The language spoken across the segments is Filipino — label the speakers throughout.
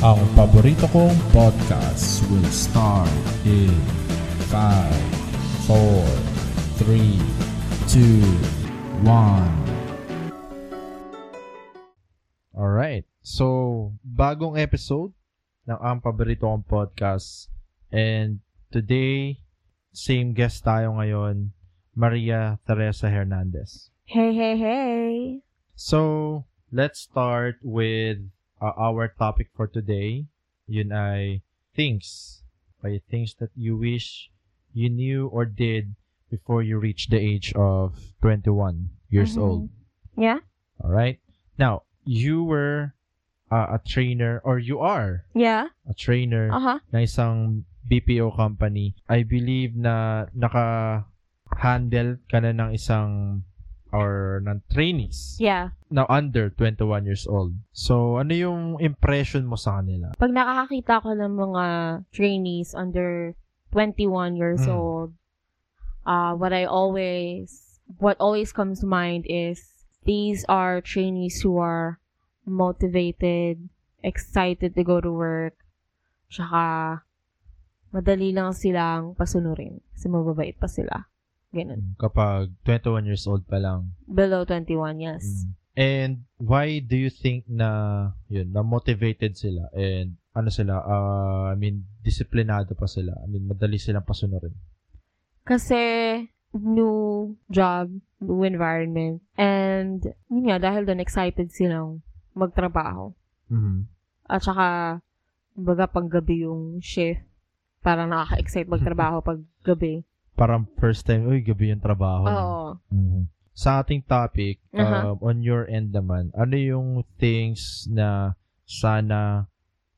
Speaker 1: Ang paborito kong podcast will start in 5, 4, 3, 2, 1.
Speaker 2: Alright. So, bagong episode ng ang paborito kong podcast. And today, same guest tayo ngayon, Maria Teresa Hernandez.
Speaker 3: Hey, hey, hey.
Speaker 2: So, let's start with uh, our topic for today. Yun ay things. By things that you wish you knew or did before you reached the age of 21 years
Speaker 3: Mhm.
Speaker 2: old.
Speaker 3: Yeah?
Speaker 2: All right. Now, you were uh, a trainer or you are
Speaker 3: Yeah?
Speaker 2: a trainer
Speaker 3: Uh-huh.
Speaker 2: ng isang BPO company. I believe na naka-handle ka na ng isang or ng trainees
Speaker 3: Yeah.
Speaker 2: now under 21 years old. So, ano yung impression mo sa kanila?
Speaker 3: Pag nakakakita ko ng mga trainees under 21 years
Speaker 2: Mm.
Speaker 3: old, uh, what I always, what always comes to mind is these are trainees who are motivated, excited to go to work, tsaka madali lang silang pasunurin kasi mababait pa sila. Ganun.
Speaker 2: Hmm, Kapag 21 years old pa lang.
Speaker 3: Below 21, yes.
Speaker 2: Mm. And why do you think na yun, na motivated sila and ano sila, uh, I mean, disiplinado pa sila. I mean, madali silang pasunurin.
Speaker 3: Kasi new job, new environment, and yun nga, dahil doon excited silang magtrabaho.
Speaker 2: Mhm.
Speaker 3: At saka, baga panggabi yung shift, parang nakaka-excite magtrabaho pag gabi.
Speaker 2: Parang first time, uy, gabi yung trabaho.
Speaker 3: Oo.
Speaker 2: Mhm. Sa ating topic,
Speaker 3: Aha.
Speaker 2: um, on your end naman, ano yung things na sana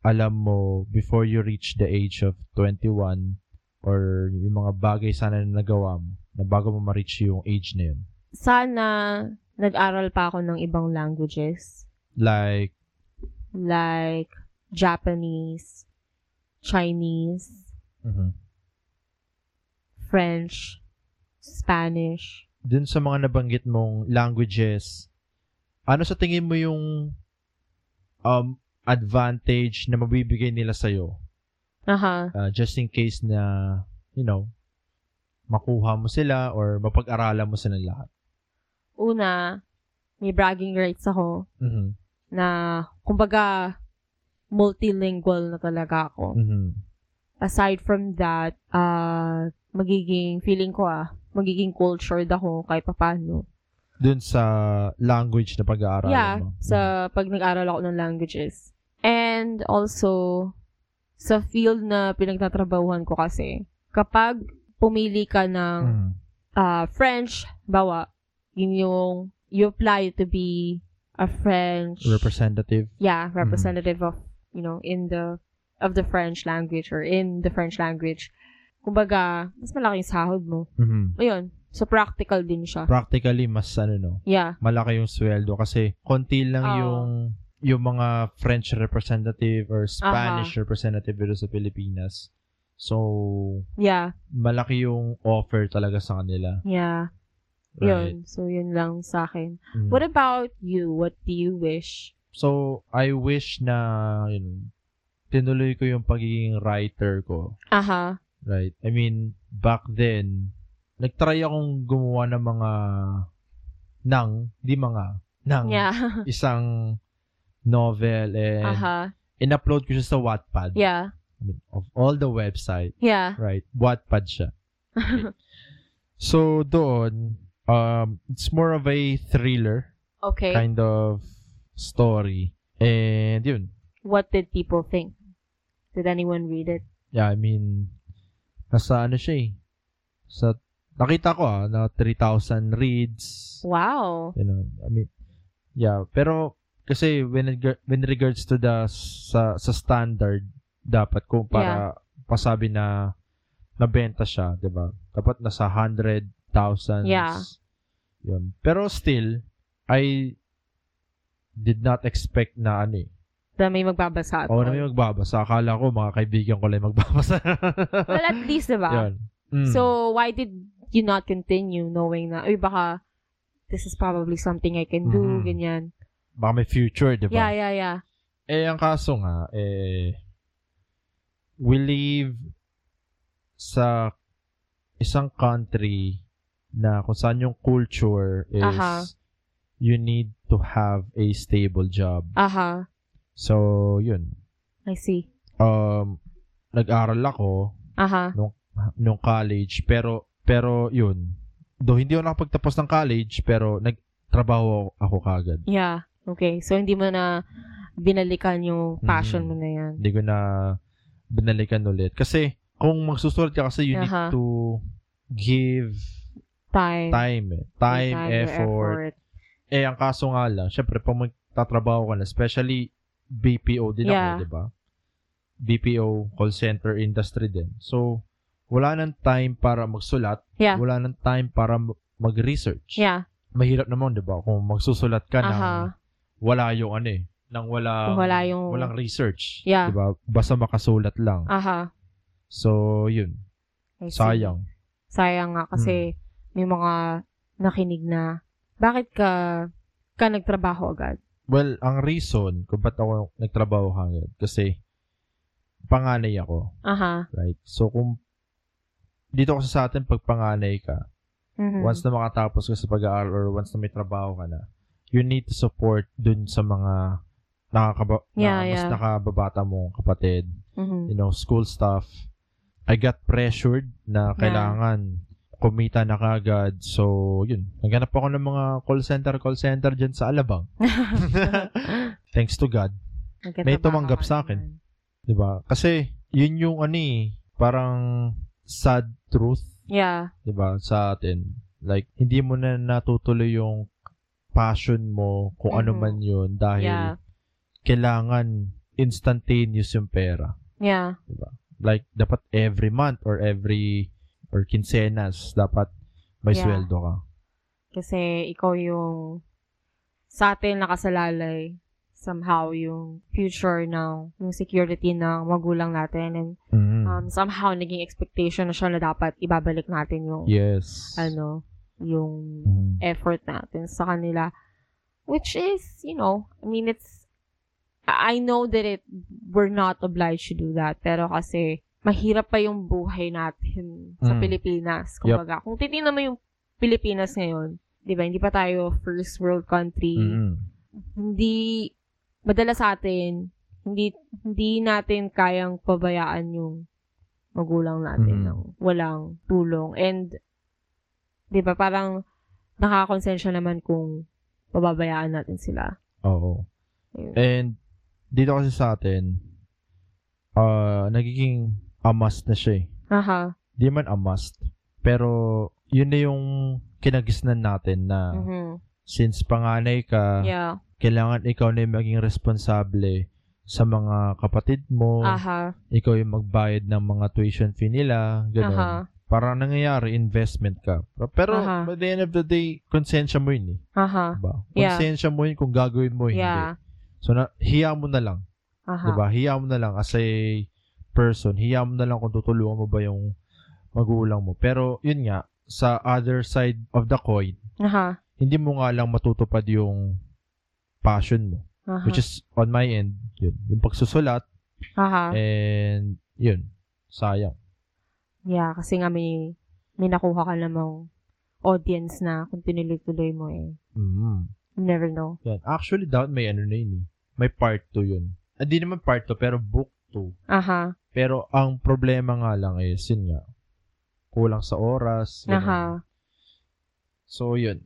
Speaker 2: alam mo before you reach the age of 21 or yung mga bagay sana na nagawa mo na bago mo ma-reach yung age na yun?
Speaker 3: Sana, nag-aral pa ako ng ibang languages,
Speaker 2: Like,
Speaker 3: like Japanese, Chinese,
Speaker 2: mhm.
Speaker 3: French, Spanish.
Speaker 2: dun sa mga nabanggit mong languages, ano sa tingin mo yung um, advantage na mabibigay nila sa'yo
Speaker 3: Aha.
Speaker 2: uh, just in case na, you know, makuha mo sila or mapag-aralan mo sila lahat.
Speaker 3: Una, may bragging rights ako.
Speaker 2: Mm-hmm.
Speaker 3: na, kumbaga, multilingual na talaga ako.
Speaker 2: Mm-hmm.
Speaker 3: Aside from that, ah, magiging, feeling ko ah, magiging cultured ako kahit paano.
Speaker 2: Dun sa language na pag-aaralan
Speaker 3: Yeah,
Speaker 2: mo.
Speaker 3: sa pag nag-aral ako ng languages. And also, sa field na pinagtatrabahuhan ko kasi, kapag pumili ka ng
Speaker 2: Mhm.
Speaker 3: ah, French, bawa, yun yung, you apply to be a French
Speaker 2: Representative.
Speaker 3: yeah representative of you know in the of the French language or in the French language kumbaga mas malaki yung sahod mo
Speaker 2: Mhm.
Speaker 3: ayun so practical din siya
Speaker 2: Practically, mas ano no,
Speaker 3: yeah
Speaker 2: malaki yung sweldo kasi konti lang
Speaker 3: Oo.
Speaker 2: yung yung mga French representative or Spanish representative dito sa Pilipinas. So,
Speaker 3: yeah
Speaker 2: malaki yung offer talaga sa kanila.
Speaker 3: yeah
Speaker 2: Right.
Speaker 3: yun so yun lang sa akin
Speaker 2: Mhm.
Speaker 3: what about you what do you wish
Speaker 2: So, I wish na, yun, tinuloy ko yung pagiging writer ko.
Speaker 3: aha
Speaker 2: Right? I mean, back then, nagtry akong gumawa ng mga nang, di mga, nang
Speaker 3: yeah
Speaker 2: isang novel and
Speaker 3: aha
Speaker 2: in-upload ko siya sa Wattpad.
Speaker 3: yeah
Speaker 2: I mean, of all the website,
Speaker 3: yeah
Speaker 2: right? Wattpad siya. So, doon, um, it's more of a thriller
Speaker 3: okay
Speaker 2: kind of story. And yun,
Speaker 3: what did people think did anyone read it
Speaker 2: Yeah, I mean, nasa ano siya eh. Sa, nakita ko ah, na 3,000 reads.
Speaker 3: wow
Speaker 2: You know, I mean, yeah. Pero, kasi when, it ge- when regards to the, sa, sa standard, dapat kung para pasabi na nabenta siya, di ba? Dapat nasa 100,000.
Speaker 3: Yeah.
Speaker 2: Yun. Pero still, I did not expect na ano eh.
Speaker 3: na may magbabasa at
Speaker 2: Oo,
Speaker 3: all.
Speaker 2: na may magbabasa. Akala ko, mga kaibigan ko lang yung magbabasa.
Speaker 3: well at least diba
Speaker 2: Yun. Mm.
Speaker 3: So, why did you not continue knowing na, uy, baka, this is probably something I can do,
Speaker 2: Mhm.
Speaker 3: ganyan.
Speaker 2: baka may future, di ba?
Speaker 3: Yeah, yeah, yeah.
Speaker 2: Eh, ang kaso nga, eh, we live sa isang country na kung saan yung culture is
Speaker 3: Aha.
Speaker 2: you need to have a stable job.
Speaker 3: Aha.
Speaker 2: So, yun.
Speaker 3: Uh-huh. I see.
Speaker 2: Um, nag-aral ako
Speaker 3: Aha.
Speaker 2: nung college, pero, pero yun. Though hindi ako nakapagtapos ng college, pero nagtrabaho ako kagad.
Speaker 3: Yeah. Okay. So, hindi mo na binalikan yung
Speaker 2: Mhm.
Speaker 3: passion mo na yan.
Speaker 2: hindi ko na binalikan ulit. Kasi, kung magsusulat ka kasi you
Speaker 3: Aha.
Speaker 2: need to give
Speaker 3: Time.
Speaker 2: time, eh. time, effort. Eh, ang kaso nga lang, syempre, pag magtatrabaho ka na, especially BPO din
Speaker 3: Yeah.
Speaker 2: ako, diba? di ba? BPO, call center industry din. So, wala nang time para magsulat.
Speaker 3: Yeah.
Speaker 2: Wala nang time para m- mag-research.
Speaker 3: Yeah. Uh-huh.
Speaker 2: Mahirap naman, di ba? Kung magsusulat ka ng
Speaker 3: Aha.
Speaker 2: wala yung ano eh, ng wala,
Speaker 3: Wala yung-
Speaker 2: walang research.
Speaker 3: Yeah.
Speaker 2: Di ba? Basta makasulat lang.
Speaker 3: Aha.
Speaker 2: So, yun.
Speaker 3: Uh-huh. I see.
Speaker 2: Sayang. Hmm.
Speaker 3: Sayang nga kasi may mga nakinig na bakit ka ka nagtrabaho agad?
Speaker 2: Well, ang reason kung ba't ako nagtrabaho hanggang kasi panganay ako,
Speaker 3: Aha.
Speaker 2: right? So, kung dito kasi sa atin, pag panganay ka,
Speaker 3: Mhm.
Speaker 2: once na makatapos ka sa pag-aaral or once na may trabaho ka na, you need to support dun sa mga nakakaba-
Speaker 3: Yeah,
Speaker 2: na mas
Speaker 3: yeah.
Speaker 2: nakababata mong kapatid.
Speaker 3: Mhm.
Speaker 2: you know, school stuff, I got pressured na
Speaker 3: Yeah.
Speaker 2: kailangan kumita na kagad. So, yun. Naghanap ako ng mga call center, call center dyan sa Alabang. Thanks to God.
Speaker 3: Nagkatrabaho
Speaker 2: may tumanggap
Speaker 3: ka
Speaker 2: sa akin.
Speaker 3: naman.
Speaker 2: 'Di ba Kasi, yun yung ano eh, parang sad truth,
Speaker 3: Yeah.
Speaker 2: 'di ba sa atin. Like, hindi mo na natutuloy yung passion mo, kung ano
Speaker 3: Mhm.
Speaker 2: man yun, dahil
Speaker 3: Yeah.
Speaker 2: kailangan instantaneous yung pera.
Speaker 3: Yeah.
Speaker 2: like dapat every month or every or quincenas dapat may
Speaker 3: Yeah.
Speaker 2: sweldo ka.
Speaker 3: Kasi ikaw yung sa atin nakasalalay somehow yung future ng yung security ng magulang natin and
Speaker 2: Mhm.
Speaker 3: um, somehow naging expectation na siya na dapat ibabalik natin yung
Speaker 2: yes.
Speaker 3: ano yung
Speaker 2: Mhm.
Speaker 3: effort natin sa kanila which is you know I mean it's I I know that it we're not obliged to do that pero kasi mahirap pa yung buhay natin sa
Speaker 2: Mm.
Speaker 3: Pilipinas kumbaga kung titingnan mo yung Pilipinas ngayon 'di ba hindi pa tayo first world country
Speaker 2: Mhm.
Speaker 3: hindi madalas sa atin hindi hindi natin kayang pabayaan yung magulang natin
Speaker 2: Mm.
Speaker 3: ng walang tulong and 'di ba parang nakakonsensya naman kung pababayaan natin sila.
Speaker 2: Oo.
Speaker 3: Ayun.
Speaker 2: And dito kasi sa atin uh, nagiging amas na siya eh.
Speaker 3: Aha.
Speaker 2: Di man amas. Pero yun na yung kinagisnan natin na
Speaker 3: Mhm.
Speaker 2: since panganay ka,
Speaker 3: Yeah.
Speaker 2: kailangan ikaw na yung maging responsable sa mga kapatid mo.
Speaker 3: Aha.
Speaker 2: Ikaw yung magbayad ng mga tuition fee nila. Ganun.
Speaker 3: Aha.
Speaker 2: Parang nangyayari, investment ka. Pero,
Speaker 3: Aha.
Speaker 2: by the end of the day, konsensya mo yun eh.
Speaker 3: Aha.
Speaker 2: Diba?
Speaker 3: Yeah.
Speaker 2: Konsensya mo yun kung gagawin mo yun.
Speaker 3: Yeah.
Speaker 2: So, na, hiya mo na lang.
Speaker 3: Aha.
Speaker 2: Diba? Hiya mo na lang as a person. Hiya mo na lang kung tutulungan mo ba yung magulang mo. Pero, yun nga, sa other side of the coin,
Speaker 3: Aha.
Speaker 2: hindi mo nga lang matutupad yung passion mo.
Speaker 3: Aha.
Speaker 2: Which is, on my end, yun. Yung pagsusulat,
Speaker 3: Aha.
Speaker 2: eh. and, yun. Sayang.
Speaker 3: Yeah, kasi nga may may nakuha ka namang audience na kung tinuloy-tuloy mo eh.
Speaker 2: Mm.
Speaker 3: You never know.
Speaker 2: Yan. Actually, dapat may ano na yun eh. May part 2 yun. Hindi naman part 2, pero book 2.
Speaker 3: Aha.
Speaker 2: Pero ang problema nga lang is, yun nga, kulang sa oras. ganun.
Speaker 3: Aha.
Speaker 2: So, yun.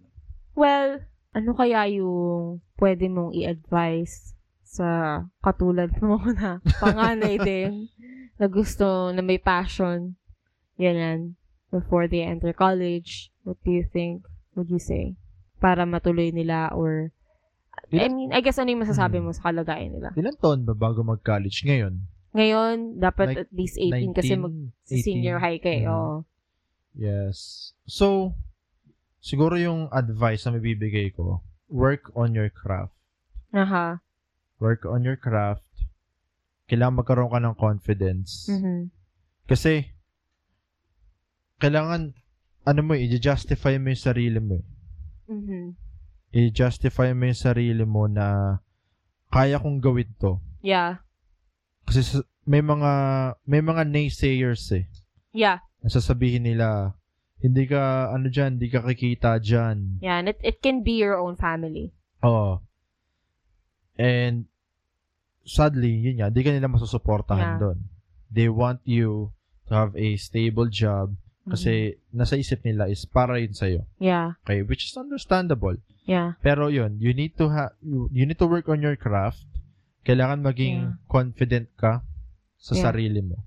Speaker 3: Well, ano kaya yung pwede mong i-advise sa katulad mo na panganay din na gusto na may passion? Ganyan. Before they enter college, what do you think? Would you say? Para matuloy nila or I mean, I guess ano yung masasabi
Speaker 2: Hmm.
Speaker 3: mo sa kalagayan nila?
Speaker 2: Ilan taon ba bago mag-college ngayon?
Speaker 3: Ngayon, dapat
Speaker 2: Like,
Speaker 3: at least 18 kasi
Speaker 2: 19,
Speaker 3: mag senior
Speaker 2: 18.
Speaker 3: high ka eh.
Speaker 2: Mhm.
Speaker 3: oo.
Speaker 2: Yes. So, siguro yung advice na mabibigay ko, work on your craft. Mm-hmm.
Speaker 3: Aha.
Speaker 2: Work on your craft. Kailangan magkaroon ka ng confidence.
Speaker 3: Mhm.
Speaker 2: Kasi, kailangan, ano mo, eh, i-justify mo yung sarili mo. eh.
Speaker 3: Mhm.
Speaker 2: I-justify mo yung sarili mo na kaya kong gawin to.
Speaker 3: Yeah.
Speaker 2: Kasi sa- may mga may mga naysayers eh.
Speaker 3: Yeah.
Speaker 2: Ang sasabihin nila, hindi ka ano diyan, hindi ka kikita diyan.
Speaker 3: Yeah. And it, it can be your own family.
Speaker 2: Oo. And sadly, yun nga, di ka nila masusuportahan
Speaker 3: Yeah.
Speaker 2: doon. They want you to have a stable job kasi nasa isip nila is para yun sa'yo.
Speaker 3: Yeah.
Speaker 2: Okay, which is understandable.
Speaker 3: Yeah.
Speaker 2: Pero yun, you need to ha you, you need to work on your craft. Kailangan maging
Speaker 3: Yeah.
Speaker 2: confident ka sa
Speaker 3: Yeah.
Speaker 2: sarili mo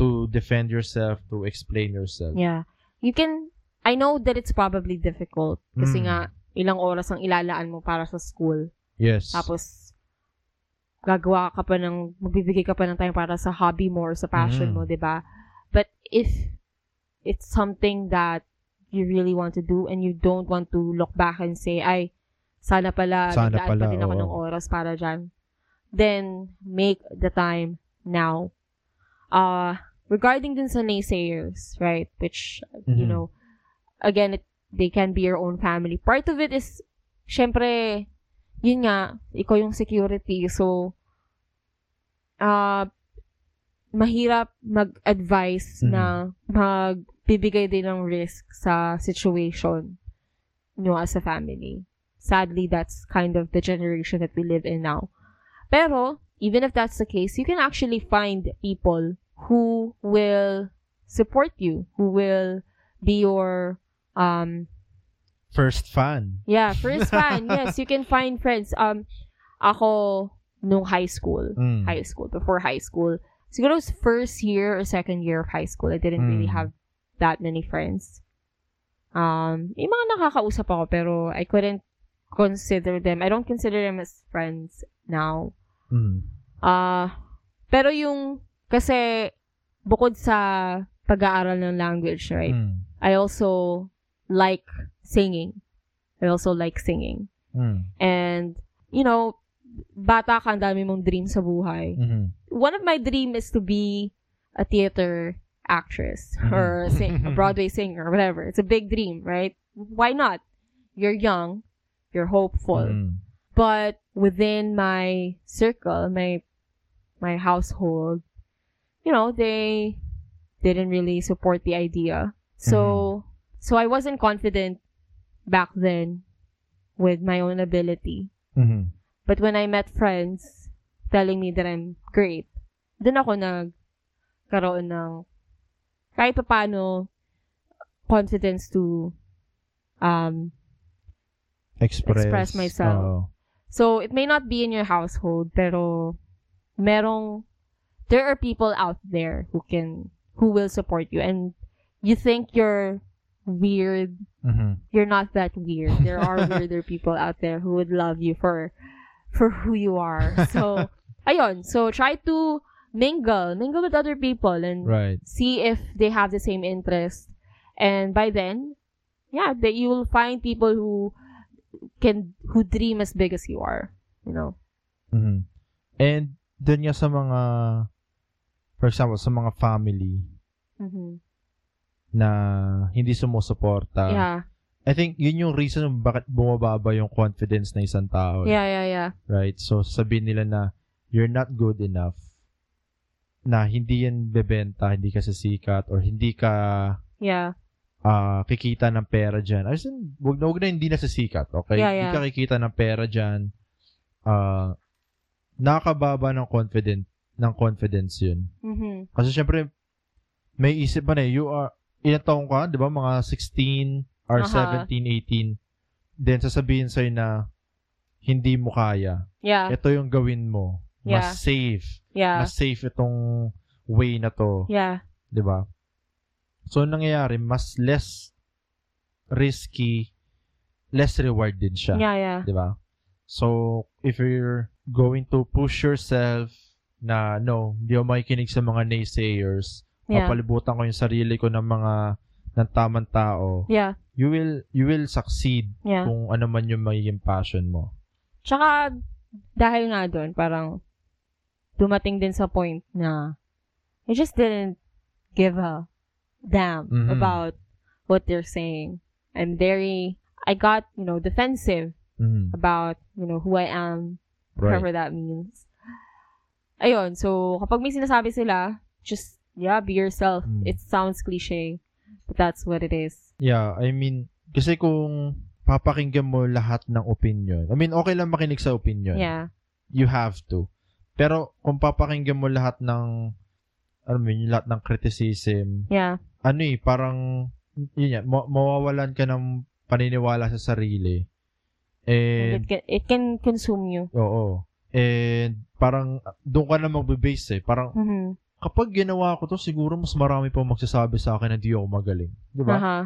Speaker 2: to defend yourself, to explain yourself.
Speaker 3: Yeah. You can, I know that it's probably difficult kasi
Speaker 2: Mm.
Speaker 3: nga, ilang oras ang ilalaan mo para sa school.
Speaker 2: Yes.
Speaker 3: Tapos, gagawa ka pa ng, magbibigay ka pa ng time para sa hobby mo or sa passion
Speaker 2: Mm.
Speaker 3: mo, di ba? But if it's something that you really want to do and you don't want to look back and say, ay, sana pala,
Speaker 2: Sana
Speaker 3: naglaan
Speaker 2: pala,
Speaker 3: pa din ako
Speaker 2: oo.
Speaker 3: ng oras para dyan, then make the time now. Uh, regarding dun sa naysayers, right, which, you
Speaker 2: Mhm.
Speaker 3: know, again, it, they can be your own family. Part of it is, syempre, yun nga, ikaw yung security. So, ah, mahirap mag-advise
Speaker 2: Mhm.
Speaker 3: na magbibigay din ng risk sa situation nyo as a family. Sadly, that's kind of the generation that we live in now. Pero, even if that's the case, you can actually find people who will support you, who will be your um
Speaker 2: First fan.
Speaker 3: yeah, first fan. yes, you can find friends. Um ako nung high school,
Speaker 2: Mm.
Speaker 3: high school, before high school. Siguro was first year or second year of high school, I didn't really
Speaker 2: Mm.
Speaker 3: have that many friends. Um, yung mga nakakausap ako, pero I couldn't consider them. I don't consider them as friends now.
Speaker 2: Mm.
Speaker 3: Ah, pero yung, kasi, bukod sa pag-aaral ng language, right?
Speaker 2: Mm.
Speaker 3: I also like singing. I also like singing.
Speaker 2: Mm.
Speaker 3: And, you know, bata ka, ang dami mong dream sa buhay.
Speaker 2: Mhm.
Speaker 3: One of my dream is to be a theater actress or a, sing- a Broadway singer, whatever. It's a big dream, right? Why not? You're young, you're hopeful
Speaker 2: Mm.
Speaker 3: but within my circle my my household you know they didn't really support the idea so so i wasn't confident back then with my own ability
Speaker 2: Mhm.
Speaker 3: but when i met friends telling me that i'm great dun ako nagkaroon ng kahit paano confidence to um
Speaker 2: Express.
Speaker 3: Express myself.
Speaker 2: Oo.
Speaker 3: So it may not be in your household, pero merong there are people out there who can who will support you and you think you're weird,
Speaker 2: Mhm.
Speaker 3: you're not that weird. There are weirder people out there who would love you for for who you are. So ayun, so try to mingle, mingle with other people and
Speaker 2: Right.
Speaker 3: see if they have the same interest. And by then, yeah, that you will find people who can who dream as big as you are. You know.
Speaker 2: Mhm. And dun nga sa mga for example, sa mga family
Speaker 3: Mhm.
Speaker 2: na hindi sumusuporta.
Speaker 3: yeah.
Speaker 2: I think yun yung reason kung bakit bumababa yung confidence ng isang tao. eh,
Speaker 3: Yeah, yeah, yeah.
Speaker 2: Right? So, sabihin nila na you're not good enough na hindi yan bebenta, hindi ka sisikat, or hindi ka
Speaker 3: Yeah.
Speaker 2: ah, kikita ng pera dyan. As in, wag na, wag na hindi na sisikat, okay?
Speaker 3: Yeah,
Speaker 2: Hindi
Speaker 3: yeah.
Speaker 2: ka kikita ng pera dyan. Ah, nakakababa ng confident ng confidence yun.
Speaker 3: Mhm.
Speaker 2: Kasi syempre, may isip man eh, you are, ilan taong ka, di ba, mga 16 or
Speaker 3: Aha.
Speaker 2: 17, 18, then sasabihin sa'yo na, hindi mo kaya.
Speaker 3: Yeah.
Speaker 2: Ito yung gawin mo. Mas safe.
Speaker 3: Yeah.
Speaker 2: Mas safe itong way na to.
Speaker 3: Yeah.
Speaker 2: Di ba? So, anong nangyayari, mas less risky, less reward din siya.
Speaker 3: Yeah, yeah.
Speaker 2: Di ba? So, if you're going to push yourself na, no, hindi ako makikinig sa mga naysayers,
Speaker 3: Yeah.
Speaker 2: papalibutan ko yung sarili ko ng mga ng tamang tao,
Speaker 3: Yeah.
Speaker 2: you will you will succeed
Speaker 3: Yeah.
Speaker 2: kung ano man yung magiging passion mo.
Speaker 3: Tsaka dahil nga doon parang dumating din sa point na I just didn't give a damn
Speaker 2: Mhm.
Speaker 3: about what they're saying. I'm very I got, you know, defensive
Speaker 2: Mhm.
Speaker 3: about, you know, who I am,
Speaker 2: Right.
Speaker 3: whatever that means. ayun, so kapag may sinasabi sila, just, yeah, be yourself.
Speaker 2: Mm.
Speaker 3: It sounds cliche, but that's what it is.
Speaker 2: Yeah, I mean, kasi kung papakinggan mo lahat ng opinion, I mean, okay lang makinig sa opinion.
Speaker 3: Yeah.
Speaker 2: You have to. Pero kung papakinggan mo lahat ng, alam mo yun, lahat ng criticism,
Speaker 3: Yeah.
Speaker 2: ano eh, parang, yun yan, ma- mawawalan ka ng paniniwala sa sarili. And,
Speaker 3: it, can, it can consume you.
Speaker 2: oo. And, parang, doon ka na magbe-base eh. Parang,
Speaker 3: Mhm.
Speaker 2: kapag ginawa ko to, siguro mas marami pa magsasabi sa akin na di ako magaling. Di ba?
Speaker 3: Aha.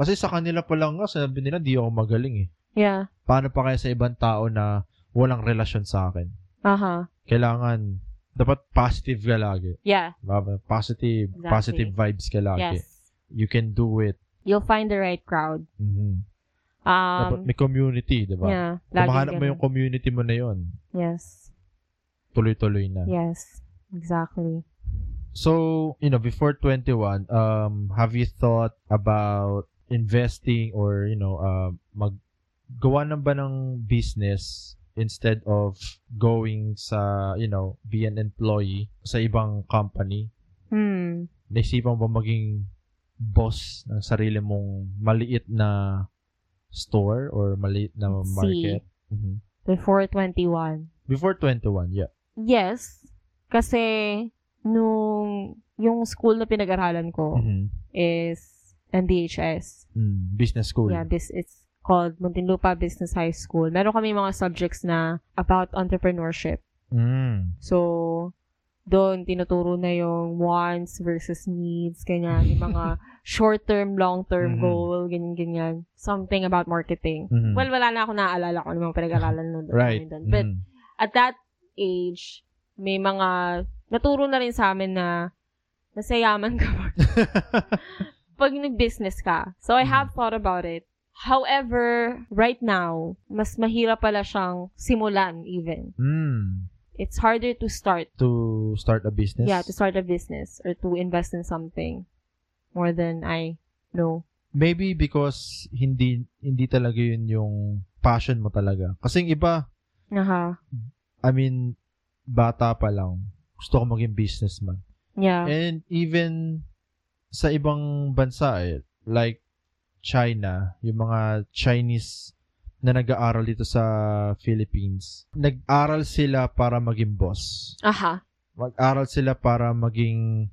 Speaker 2: Kasi sa kanila pa lang nga, sabi nila, di ako magaling eh.
Speaker 3: Yeah.
Speaker 2: Paano pa kaya sa ibang tao na walang relasyon sa akin?
Speaker 3: Aha.
Speaker 2: Kailangan, dapat positive ka lagi.
Speaker 3: Yeah.
Speaker 2: Diba? Positive,
Speaker 3: Exactly.
Speaker 2: positive vibes ka lagi.
Speaker 3: Yes.
Speaker 2: You can do it.
Speaker 3: You'll find the right crowd.
Speaker 2: Mhm. dapat
Speaker 3: Um,
Speaker 2: may community, di ba?
Speaker 3: yeah. laging
Speaker 2: Kumahanap mo
Speaker 3: ganun.
Speaker 2: yung community mo na yun.
Speaker 3: Yes.
Speaker 2: Tuloy-tuloy na.
Speaker 3: Yes. Exactly.
Speaker 2: So, you know, before 21, um, have you thought about investing or, you know, uh, mag gawa na ba ng business instead of going sa, you know, be an employee sa ibang company?
Speaker 3: Hmm.
Speaker 2: Naisipan ba maging boss ng sarili mong maliit na store or maliit na
Speaker 3: Let's see.
Speaker 2: market? Mhm.
Speaker 3: Before 21.
Speaker 2: Before 21, yeah.
Speaker 3: Yes. Kasi, nung, yung school na pinag-aralan ko
Speaker 2: Mhm.
Speaker 3: is NDHS.
Speaker 2: Mm, business school.
Speaker 3: Yeah, this, it's called Muntinlupa Business High School. Meron kami mga subjects na about entrepreneurship.
Speaker 2: Mm.
Speaker 3: So, doon tinuturo na yung wants versus needs, ganyan, yung mga short-term, long-term
Speaker 2: Mhm.
Speaker 3: goal, ganyan-ganyan. Something about marketing.
Speaker 2: Mhm.
Speaker 3: Well, wala na ako naaalala kung ano mga pinag-aralan na doon.
Speaker 2: right.
Speaker 3: Doon. But
Speaker 2: Mhm.
Speaker 3: at that age, may mga, naturo na rin sa amin na nasayaman ka pag,
Speaker 2: Mm-hmm.
Speaker 3: pag nag-business ka. So, I have thought about it. However, right now, mas mahirap pala siyang simulan even.
Speaker 2: Mm.
Speaker 3: It's harder to start
Speaker 2: to start a business.
Speaker 3: yeah, to start a business or to invest in something more than I know.
Speaker 2: Maybe because hindi hindi talaga 'yun yung passion mo talaga. Kasi yung iba,
Speaker 3: Aha.
Speaker 2: I mean, bata pa lang, gusto ko maging businessman.
Speaker 3: Yeah.
Speaker 2: And even sa ibang bansa eh, like China, yung mga Chinese na nag-aaral dito sa Philippines, nag-aral sila para maging boss.
Speaker 3: Aha.
Speaker 2: Mag-aral sila para maging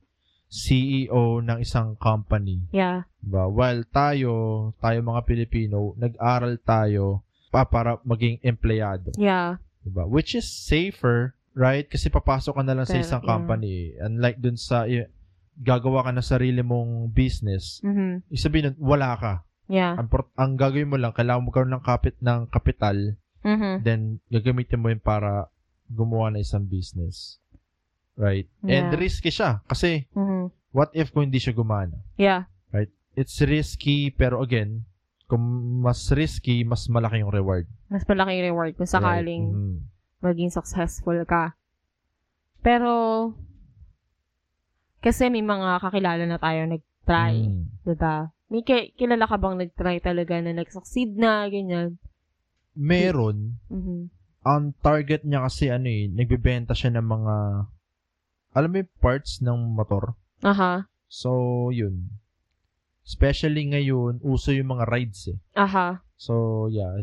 Speaker 2: CEO ng isang company.
Speaker 3: Yeah.
Speaker 2: Diba? While tayo, tayo mga Pilipino, nag-aral tayo pa para maging empleyado.
Speaker 3: Yeah.
Speaker 2: Diba? Which is safer, right? Kasi papasok ka na lang sa
Speaker 3: Pero,
Speaker 2: isang
Speaker 3: yeah.
Speaker 2: company. Unlike dun sa, i- gagawa ka na sarili mong business,
Speaker 3: Mhm.
Speaker 2: ibig sabihin nun, wala ka.
Speaker 3: Yeah.
Speaker 2: Ang, pro- ang gagawin mo lang, kailangan mo karoon ng, kapit, ng kapital,
Speaker 3: Mhm.
Speaker 2: then gagamitin mo yun para gumawa ng isang business. Right? And
Speaker 3: Yeah.
Speaker 2: risky siya. Kasi,
Speaker 3: Mhm.
Speaker 2: what if kung hindi siya gumana?
Speaker 3: Yeah.
Speaker 2: it's risky, pero again, kung mas risky, mas malaki yung reward.
Speaker 3: Mas malaki yung reward kung sakaling
Speaker 2: Right? Mhm.
Speaker 3: maging successful ka. Pero kasi may mga kakilala na tayo nag-try,
Speaker 2: Mhm.
Speaker 3: 'di ba? May ki- kilala ka bang nag-try talaga na nag-succeed na ganyan?
Speaker 2: Meron,
Speaker 3: Mhm.
Speaker 2: ang target niya kasi ano eh, nagbebenta siya ng mga, alam mo yung parts ng motor.
Speaker 3: Aha.
Speaker 2: So, yun. Especially ngayon, uso yung mga rides eh.
Speaker 3: Aha.
Speaker 2: So, yeah.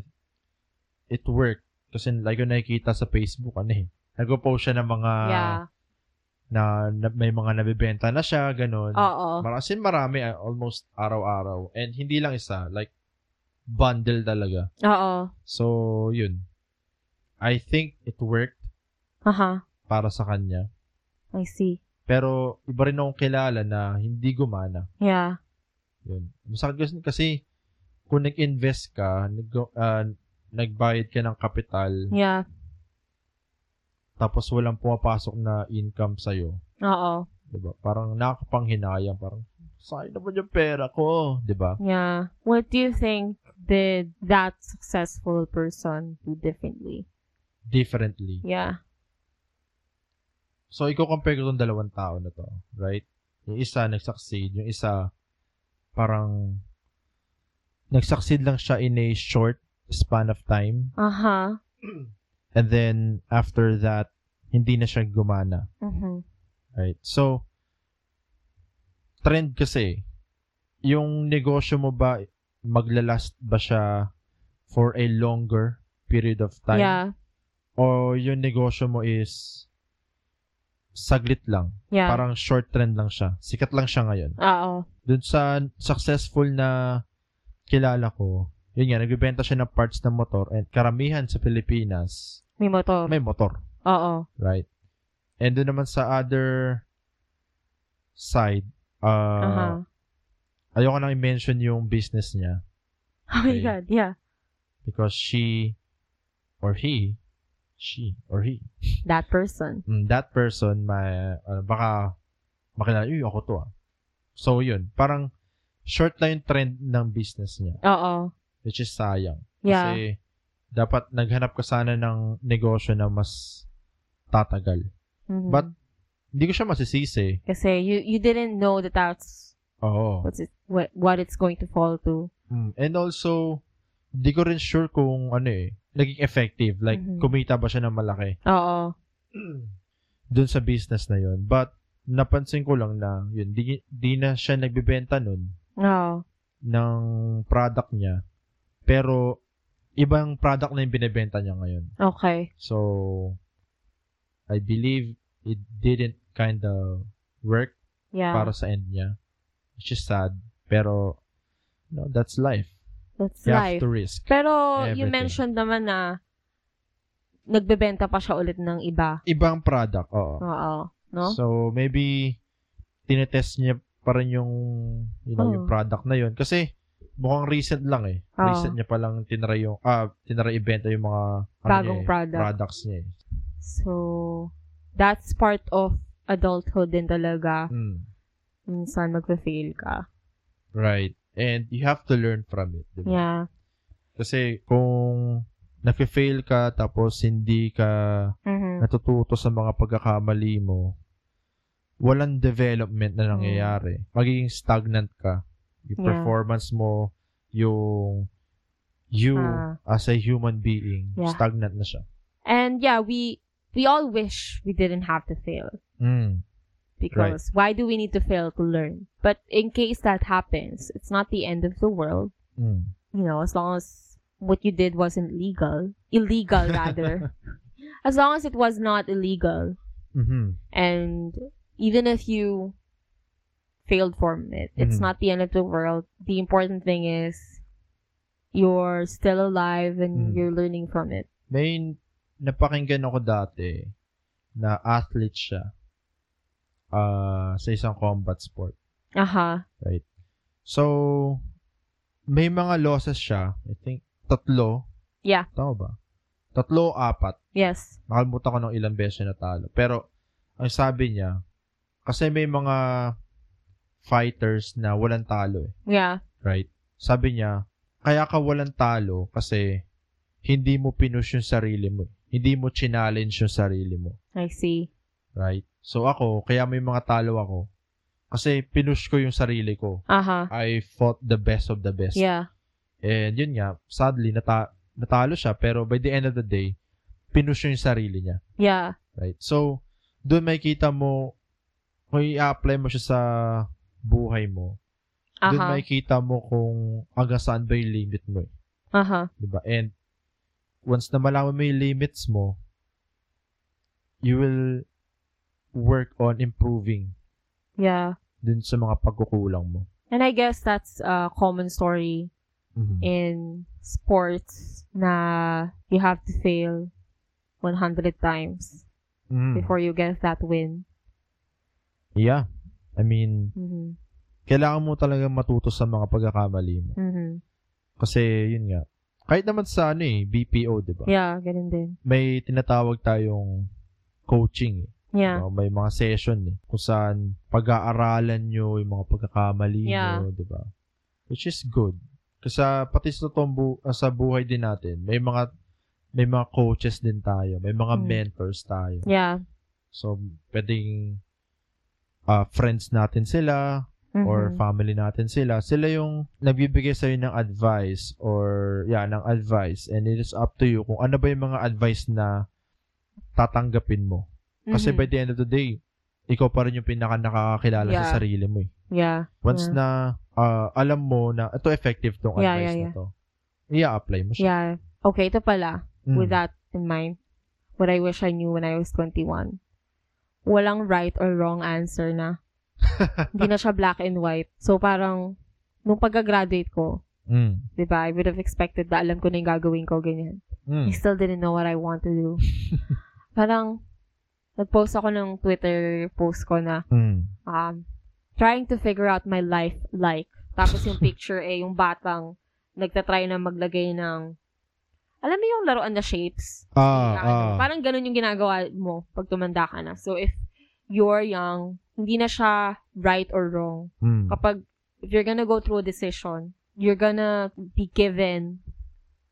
Speaker 2: It worked. Kasi like yung nakikita sa Facebook, ano eh. Nagpo-post siya ng mga,
Speaker 3: yeah.
Speaker 2: na, na- may mga nabebenta na siya, ganun.
Speaker 3: Oo.
Speaker 2: Mar- as in, marami, ah, almost araw-araw. And hindi lang isa, like, bundle talaga.
Speaker 3: Oo.
Speaker 2: So, yun. I think it worked
Speaker 3: Aha.
Speaker 2: para sa kanya.
Speaker 3: I see.
Speaker 2: Pero, iba rin akong kilala na hindi gumana.
Speaker 3: Yeah.
Speaker 2: Yun. Masakit kasi, kasi kung nag-invest ka, nag, ah, nagbayad ka ng kapital,
Speaker 3: Yeah.
Speaker 2: tapos walang pumapasok na income sa'yo,
Speaker 3: Oo.
Speaker 2: 'di ba? Parang nakakapanghinayang, parang, sayang naman yung pera ko, diba? 'di ba?
Speaker 3: Yeah. What do you think did that successful person do differently?
Speaker 2: Differently.
Speaker 3: Yeah.
Speaker 2: So, i-compare ko itong dalawang tao na to, right? Yung isa, nag-succeed. Yung isa, parang, nag-succeed lang siya in a short span of time.
Speaker 3: Aha.
Speaker 2: And then, after that, hindi na siya gumana.
Speaker 3: Mhm.
Speaker 2: Right. So, trend kasi, yung negosyo mo ba, maglalast ba siya for a longer period of time?
Speaker 3: Yeah.
Speaker 2: O yung negosyo mo is saglit lang.
Speaker 3: Yeah.
Speaker 2: Parang short trend lang siya. Sikat lang siya ngayon.
Speaker 3: Oo.
Speaker 2: Dun sa successful na kilala ko, yun nga, nagbibenta siya ng parts ng motor and karamihan sa Pilipinas,
Speaker 3: May motor.
Speaker 2: may motor.
Speaker 3: Oo.
Speaker 2: Right. And doon naman sa other side, uh,
Speaker 3: Aha.
Speaker 2: ayoko nang i-mention yung business niya
Speaker 3: Oh my
Speaker 2: okay.
Speaker 3: God. Yeah.
Speaker 2: because she or he, she or he,
Speaker 3: That person.
Speaker 2: mm, that person, may, uh, baka makilala, uy, ako to ah. So, yun. Parang short lang yung trend ng business niya,
Speaker 3: Oo.
Speaker 2: which is sayang.
Speaker 3: Yeah.
Speaker 2: Kasi dapat naghanap ka sana ng negosyo na mas tatagal.
Speaker 3: Mhm.
Speaker 2: but- Hindi ko siya masisisi.
Speaker 3: Kasi you, you didn't know that that's
Speaker 2: Oo.
Speaker 3: what's it, what, what it's going to fall to.
Speaker 2: Mm. And also, di ko rin sure kung ano eh, naging effective. Like,
Speaker 3: Mhm.
Speaker 2: kumita ba siya ng malaki
Speaker 3: Oo.
Speaker 2: dun sa business na yun. But, napansin ko lang na, yun, di, di na siya nagbibenta nun
Speaker 3: Oo.
Speaker 2: ng product niya. Pero, ibang product na yung binibenta niya ngayon.
Speaker 3: Okay.
Speaker 2: So, I believe it didn't kind of work
Speaker 3: Yeah.
Speaker 2: para sa end niya. Which is sad. Pero, no, that's life.
Speaker 3: that's
Speaker 2: You
Speaker 3: life.
Speaker 2: have to risk.
Speaker 3: Pero you
Speaker 2: Everything.
Speaker 3: mentioned naman na nagbebenta pa siya ulit ng iba.
Speaker 2: ibang product. Oo.
Speaker 3: Oo. No?
Speaker 2: So, maybe tinetest niya pa rin yung, you know, yung
Speaker 3: Oo.
Speaker 2: product na yun. Kasi, mukhang recent lang eh.
Speaker 3: Oo.
Speaker 2: Recent niya pa lang tinry yung, ah, tinry ibenta yung mga, ano
Speaker 3: Bagong
Speaker 2: niya eh,
Speaker 3: product.
Speaker 2: products niya eh.
Speaker 3: So, that's part of adulthood din talaga.
Speaker 2: Mm.
Speaker 3: Minsan magpa-fail ka.
Speaker 2: Right. And you have to learn from it. di ba?
Speaker 3: Yeah.
Speaker 2: Kasi, kung nafe-fail ka, tapos hindi ka
Speaker 3: Mhm.
Speaker 2: natututo sa mga pagkakamali mo, walang development na nangyayari. Magiging stagnant ka. Yung
Speaker 3: Mm. Yeah.
Speaker 2: performance mo, yung you
Speaker 3: Ah.
Speaker 2: as a human being,
Speaker 3: Yeah.
Speaker 2: stagnant na siya.
Speaker 3: And yeah, we we all wish we didn't have to fail
Speaker 2: Mm.
Speaker 3: because why do we need to fail to learn? But in case that happens, it's not the end of the world.
Speaker 2: Mm.
Speaker 3: You know, as long as what you did wasn't legal, illegal rather. as long as it was not illegal,
Speaker 2: Mhm.
Speaker 3: and even if you failed from it, it's
Speaker 2: Mhm.
Speaker 3: not the end of the world. The important thing is you're still alive
Speaker 2: Mhm.
Speaker 3: and you're learning from it.
Speaker 2: May napakinggan ako dati na athlete siya ah, sa isang combat sport.
Speaker 3: Aha.
Speaker 2: So, may mga losses siya. I think, tatlo.
Speaker 3: Yeah.
Speaker 2: Tama ba? Tatlo o apat.
Speaker 3: Yes.
Speaker 2: Nakalimutan ko ng ilang beses na talo. Pero, ang sabi niya, kasi may mga fighters na walang talo eh.
Speaker 3: Yeah.
Speaker 2: Right? Sabi niya, kaya ka walang talo kasi hindi mo pinush yung sarili mo. Hindi mo challenge yung sarili mo.
Speaker 3: I see.
Speaker 2: Right? So ako, kaya may mga talo ako. Kasi pinush ko yung sarili ko.
Speaker 3: Aha.
Speaker 2: I fought the best of the best.
Speaker 3: Uh-huh. Yeah.
Speaker 2: And yun nga, sadly, nata- natalo siya. Pero by the end of the day, pinush niya yung sarili niya.
Speaker 3: Yeah.
Speaker 2: Right? So, doon makikita mo, kung i-apply mo siya sa buhay mo, doon
Speaker 3: Aha.
Speaker 2: makikita mo kung hanggang saan ba yung limit mo. Eh,
Speaker 3: Aha.
Speaker 2: diba? And, once na malaman mo yung limits mo, you will work on improving
Speaker 3: Yeah.
Speaker 2: dun sa mga pagkukulang mo.
Speaker 3: And I guess that's a common story Mm-hmm.
Speaker 2: Mhm.
Speaker 3: Eh, in sports na you have to fail 100 times
Speaker 2: Mm.
Speaker 3: before you get that win.
Speaker 2: Yeah. I mean,
Speaker 3: Mhm.
Speaker 2: kailangan mo talaga matuto sa mga pagkakamali mo.
Speaker 3: Mhm.
Speaker 2: Kasi, yun nga. Kahit naman sa ano eh, BPO, di ba?
Speaker 3: Yeah, ganun din.
Speaker 2: May tinatawag tayong coaching eh.
Speaker 3: Yeah.
Speaker 2: Diba? May mga session eh, kung saan pag-aaralan nyo yung mga pagkakamali
Speaker 3: Yeah.
Speaker 2: nyo, di ba? Which is good. Kasi ah, pati sa, totoong bu- ah, sa buhay din natin, may mga may mga coaches din tayo, may mga
Speaker 3: Mm.
Speaker 2: mentors tayo.
Speaker 3: Yeah.
Speaker 2: So, pwedeng ah, friends natin sila
Speaker 3: Mhm.
Speaker 2: or family natin sila. Sila yung nagbibigay sa'yo ng advice or, yeah, ng advice. And it is up to you kung ano ba yung mga advice na tatanggapin mo. Kasi
Speaker 3: Mhm.
Speaker 2: by the end of the day, ikaw pa rin yung pinaka nakakakilala
Speaker 3: Yeah.
Speaker 2: sa sarili mo eh.
Speaker 3: yeah.
Speaker 2: Once
Speaker 3: yeah.
Speaker 2: na ah, alam mo na ito effective tong
Speaker 3: Yeah,
Speaker 2: advice
Speaker 3: yeah,
Speaker 2: na to, i-apply mo siya.
Speaker 3: Yeah. Okay, ito pala.
Speaker 2: Mm.
Speaker 3: With that in mind, what I wish I knew when I was 21. Walang right or wrong answer na. Hindi na siya black and white. So parang, nung pagka-graduate ko,
Speaker 2: Mm.
Speaker 3: 'di ba I would have expected na alam ko na yung gagawin ko, ganyan.
Speaker 2: Mm.
Speaker 3: I still didn't know what I want to do. parang, nag-post ako ng Twitter post ko na,
Speaker 2: Mm.
Speaker 3: um, trying to figure out my life like. Tapos yung picture eh, yung batang nagtatry na maglagay ng, alam mo yung laruan na shapes?
Speaker 2: Ah,
Speaker 3: Na ano,
Speaker 2: ah.
Speaker 3: Parang ganun yung ginagawa mo pag tumanda ka na. So if you're young, hindi na siya right or wrong.
Speaker 2: Mm.
Speaker 3: Kapag if you're gonna go through a decision, you're gonna be given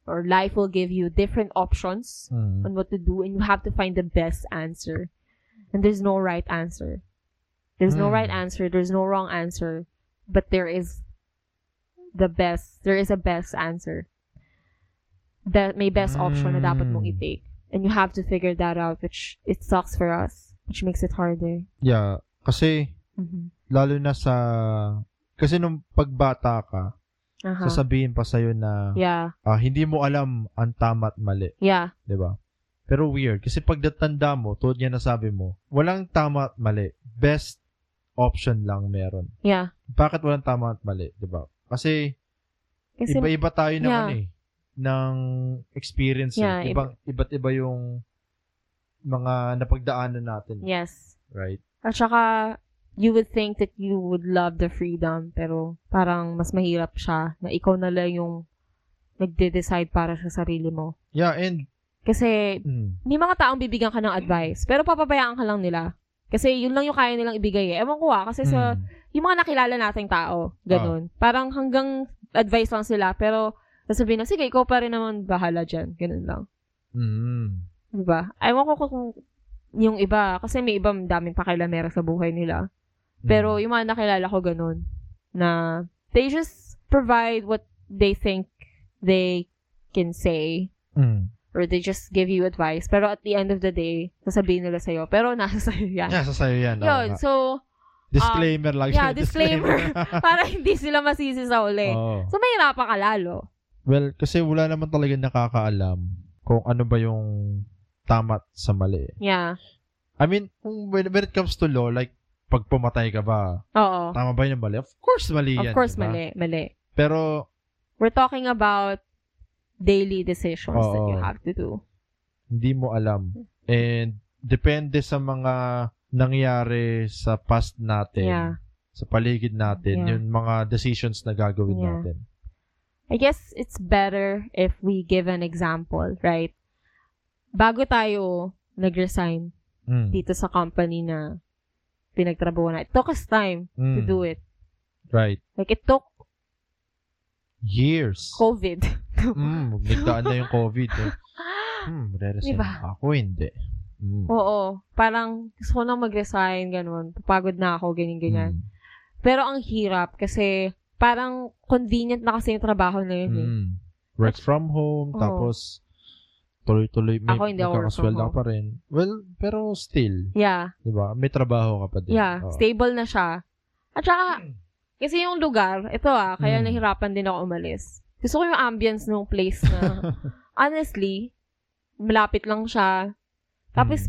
Speaker 3: or life will give you different options
Speaker 2: Mm.
Speaker 3: on what to do and you have to find the best answer. And there's no right answer. There's no
Speaker 2: Hmm.
Speaker 3: right answer, there's no wrong answer, but there is the best, there is a best answer. That may best option na dapat mong
Speaker 2: Hmm.
Speaker 3: i-take. And you have to figure that out, which it sucks for us, which makes it harder.
Speaker 2: Yeah. Kasi,
Speaker 3: Mhm.
Speaker 2: lalo na sa... Kasi nung pagbata ka,
Speaker 3: Aha.
Speaker 2: sasabihin pa sa'yo na
Speaker 3: Uh-huh. Yeah,
Speaker 2: ah, hindi mo alam ang tama at mali.
Speaker 3: yeah,
Speaker 2: 'di ba? Pero weird kasi pagdatanda mo, tulad niya nasabi mo, walang tama at mali. Best option lang meron.
Speaker 3: yeah.
Speaker 2: Bakit walang tama at mali, 'di ba? Kasi
Speaker 3: Kasi,
Speaker 2: iba-iba tayo ng
Speaker 3: yeah.
Speaker 2: ano eh, ng experience. eh.
Speaker 3: Yeah,
Speaker 2: Ibang, iba't iba yung mga napagdaanan natin,
Speaker 3: yes.
Speaker 2: right?
Speaker 3: At saka, you would think that you would love the freedom, pero parang mas mahirap siya na ikaw na lang yung nagde-decide para sa sarili mo.
Speaker 2: Yeah, and
Speaker 3: Kasi,
Speaker 2: mm,
Speaker 3: may mga taong bibigyan ka ng advice, pero papabayaan ka lang nila. Kasi yun lang yung kaya nilang ibigay eh. Ewan ko ah, kasi sa,
Speaker 2: mm,
Speaker 3: yung mga nakilala nating tao, ganun. Parang hanggang advice lang sila, pero sasabihin na, sige, ikaw pa rin naman bahala dyan. Ganun lang.
Speaker 2: mm,
Speaker 3: Diba? Ewan ko kung yung iba, kasi may iba daming pakilamera sa buhay nila.
Speaker 2: mm.
Speaker 3: Pero yung mga nakilala ko ganun, na they just provide what they think they can say
Speaker 2: Mm.
Speaker 3: or they just give you advice. Pero at the end of the day, sasabihin nila sa'yo, pero nasa sa'yo yan.
Speaker 2: Yeah, sa sa'yo yan. oo
Speaker 3: Yun,
Speaker 2: nga.
Speaker 3: so,
Speaker 2: disclaimer lang.
Speaker 3: um, yeah, disclaimer. para hindi sila masisi sa uli.
Speaker 2: Oo.
Speaker 3: So, mahirapan ka lalo.
Speaker 2: Well, kasi wala naman talaga nakakaalam kung ano ba yung tama at sa mali.
Speaker 3: Yeah.
Speaker 2: I mean, kung when, when it comes to law, like, pag pumatay ka ba,
Speaker 3: Oo.
Speaker 2: tama ba yun ang mali? Of course, mali yan.
Speaker 3: Of course,
Speaker 2: diba?
Speaker 3: mali. Mali.
Speaker 2: Pero,
Speaker 3: We're talking about daily decisions that you
Speaker 2: Oo.
Speaker 3: have to do.
Speaker 2: hindi mo alam. And, depende sa mga nangyari sa past natin,
Speaker 3: Yeah.
Speaker 2: sa paligid natin,
Speaker 3: Yeah.
Speaker 2: yung mga decisions na gagawin
Speaker 3: Yeah.
Speaker 2: natin.
Speaker 3: I guess it's better if we give an example, right? Bago tayo nag-resign
Speaker 2: Mm.
Speaker 3: dito sa company na pinagtrabaho na, it took us time to do it.
Speaker 2: hmm. Right.
Speaker 3: Like, it took
Speaker 2: Years.
Speaker 3: COVID.
Speaker 2: Mm, nagdaan na yung COVID. Eh. Hmm, re-resign
Speaker 3: Diba?
Speaker 2: ba ako? Hindi. Mm.
Speaker 3: Oo. Parang, gusto ko nang mag-resign, ganun. Papagod na ako, ganyan-ganyan.
Speaker 2: Mm.
Speaker 3: Pero ang hirap kasi parang convenient na kasi yung trabaho na yun. Eh.
Speaker 2: Mm. Work from home,
Speaker 3: Oo.
Speaker 2: tapos tuloy-tuloy may
Speaker 3: Ako hindi ako work from
Speaker 2: magkakasweldo ka
Speaker 3: home.
Speaker 2: pa rin. Well, pero still,
Speaker 3: Yeah.
Speaker 2: 'di ba? May trabaho ka pa din.
Speaker 3: Yeah,
Speaker 2: Oo.
Speaker 3: stable na siya. At saka, kasi yung lugar, ito ah, kaya
Speaker 2: Mm.
Speaker 3: nahirapan din ako umalis. Gusto ko yung ambience ng place na, honestly, malapit lang siya. Tapos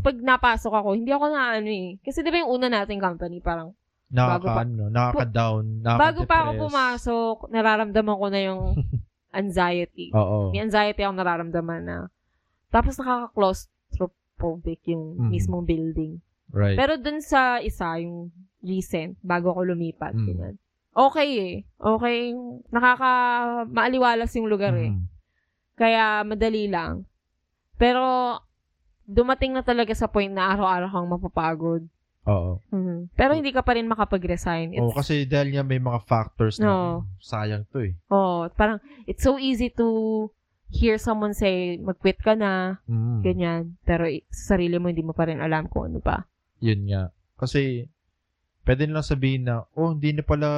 Speaker 2: Mm.
Speaker 3: pag napasok ako, hindi ako na ano eh. Kasi di ba yung una nating company, parang,
Speaker 2: nakaka
Speaker 3: bago pa-
Speaker 2: ano, nakaka-down, nakaka
Speaker 3: bago pa ako pumasok, nararamdaman ko na yung anxiety.
Speaker 2: Oo.
Speaker 3: May anxiety akong nararamdaman na. Tapos nakaka-claustrophobic yung
Speaker 2: Mm.
Speaker 3: mismong building.
Speaker 2: Right.
Speaker 3: Pero dun sa isa, yung recent, bago ako lumipat,
Speaker 2: Mm.
Speaker 3: ganyan. Okay eh. Okay. Nakaka, maaliwalas yung lugar eh.
Speaker 2: Mm.
Speaker 3: Kaya madali lang. Pero, dumating na talaga sa point na araw-araw kang mapapagod.
Speaker 2: Oo.
Speaker 3: Mhm. Pero hindi ka pa rin makapag-resign. It's,
Speaker 2: Oo, kasi dahil niya may mga factors na
Speaker 3: No.
Speaker 2: "Hmm, sayang 'to eh.
Speaker 3: oh, parang, it's so easy to hear someone say, mag-quit ka na,
Speaker 2: Mm.
Speaker 3: ganyan. Pero i- sa sarili mo, hindi mo pa rin alam kung ano pa.
Speaker 2: Yun nga. Kasi pwede nilang sabihin na, "Oh, hindi na pala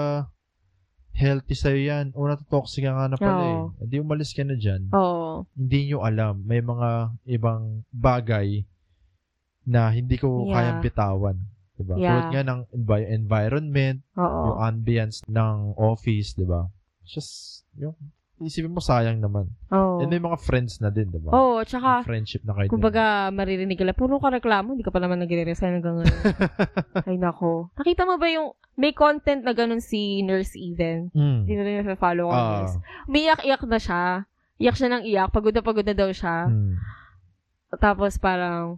Speaker 2: healthy sa'yo yan. O, natotoxic ka nga na pala
Speaker 3: Oo.
Speaker 2: eh. Hindi umalis ka na dyan.
Speaker 3: Oo.
Speaker 2: hindi nyo alam. May mga ibang bagay na hindi ko
Speaker 3: Yeah.
Speaker 2: kayang bitawan. Diba?
Speaker 3: Yeah.
Speaker 2: Tulad nga ng envi- environment, yung
Speaker 3: Oo.
Speaker 2: ambience ng office, di ba? Just, yung, isipin mo sayang naman.
Speaker 3: Oo.
Speaker 2: And may mga friends na din, di ba?
Speaker 3: Oo, tsaka,
Speaker 2: friendship na kayo. din.
Speaker 3: kumbaga, maririnig ka lang, puro ka reklamo, hindi ka pa naman nagre-resign hanggang ngayon. Ay, nako. Nakita mo ba yung, may content na ganun si Nurse Even?
Speaker 2: Mm.
Speaker 3: Hindi na rin follow ko.
Speaker 2: Ah,
Speaker 3: Umiiyak-iyak na siya. Iyak siya ng iyak. Pagod na pagod na daw siya.
Speaker 2: mm.
Speaker 3: Tapos parang,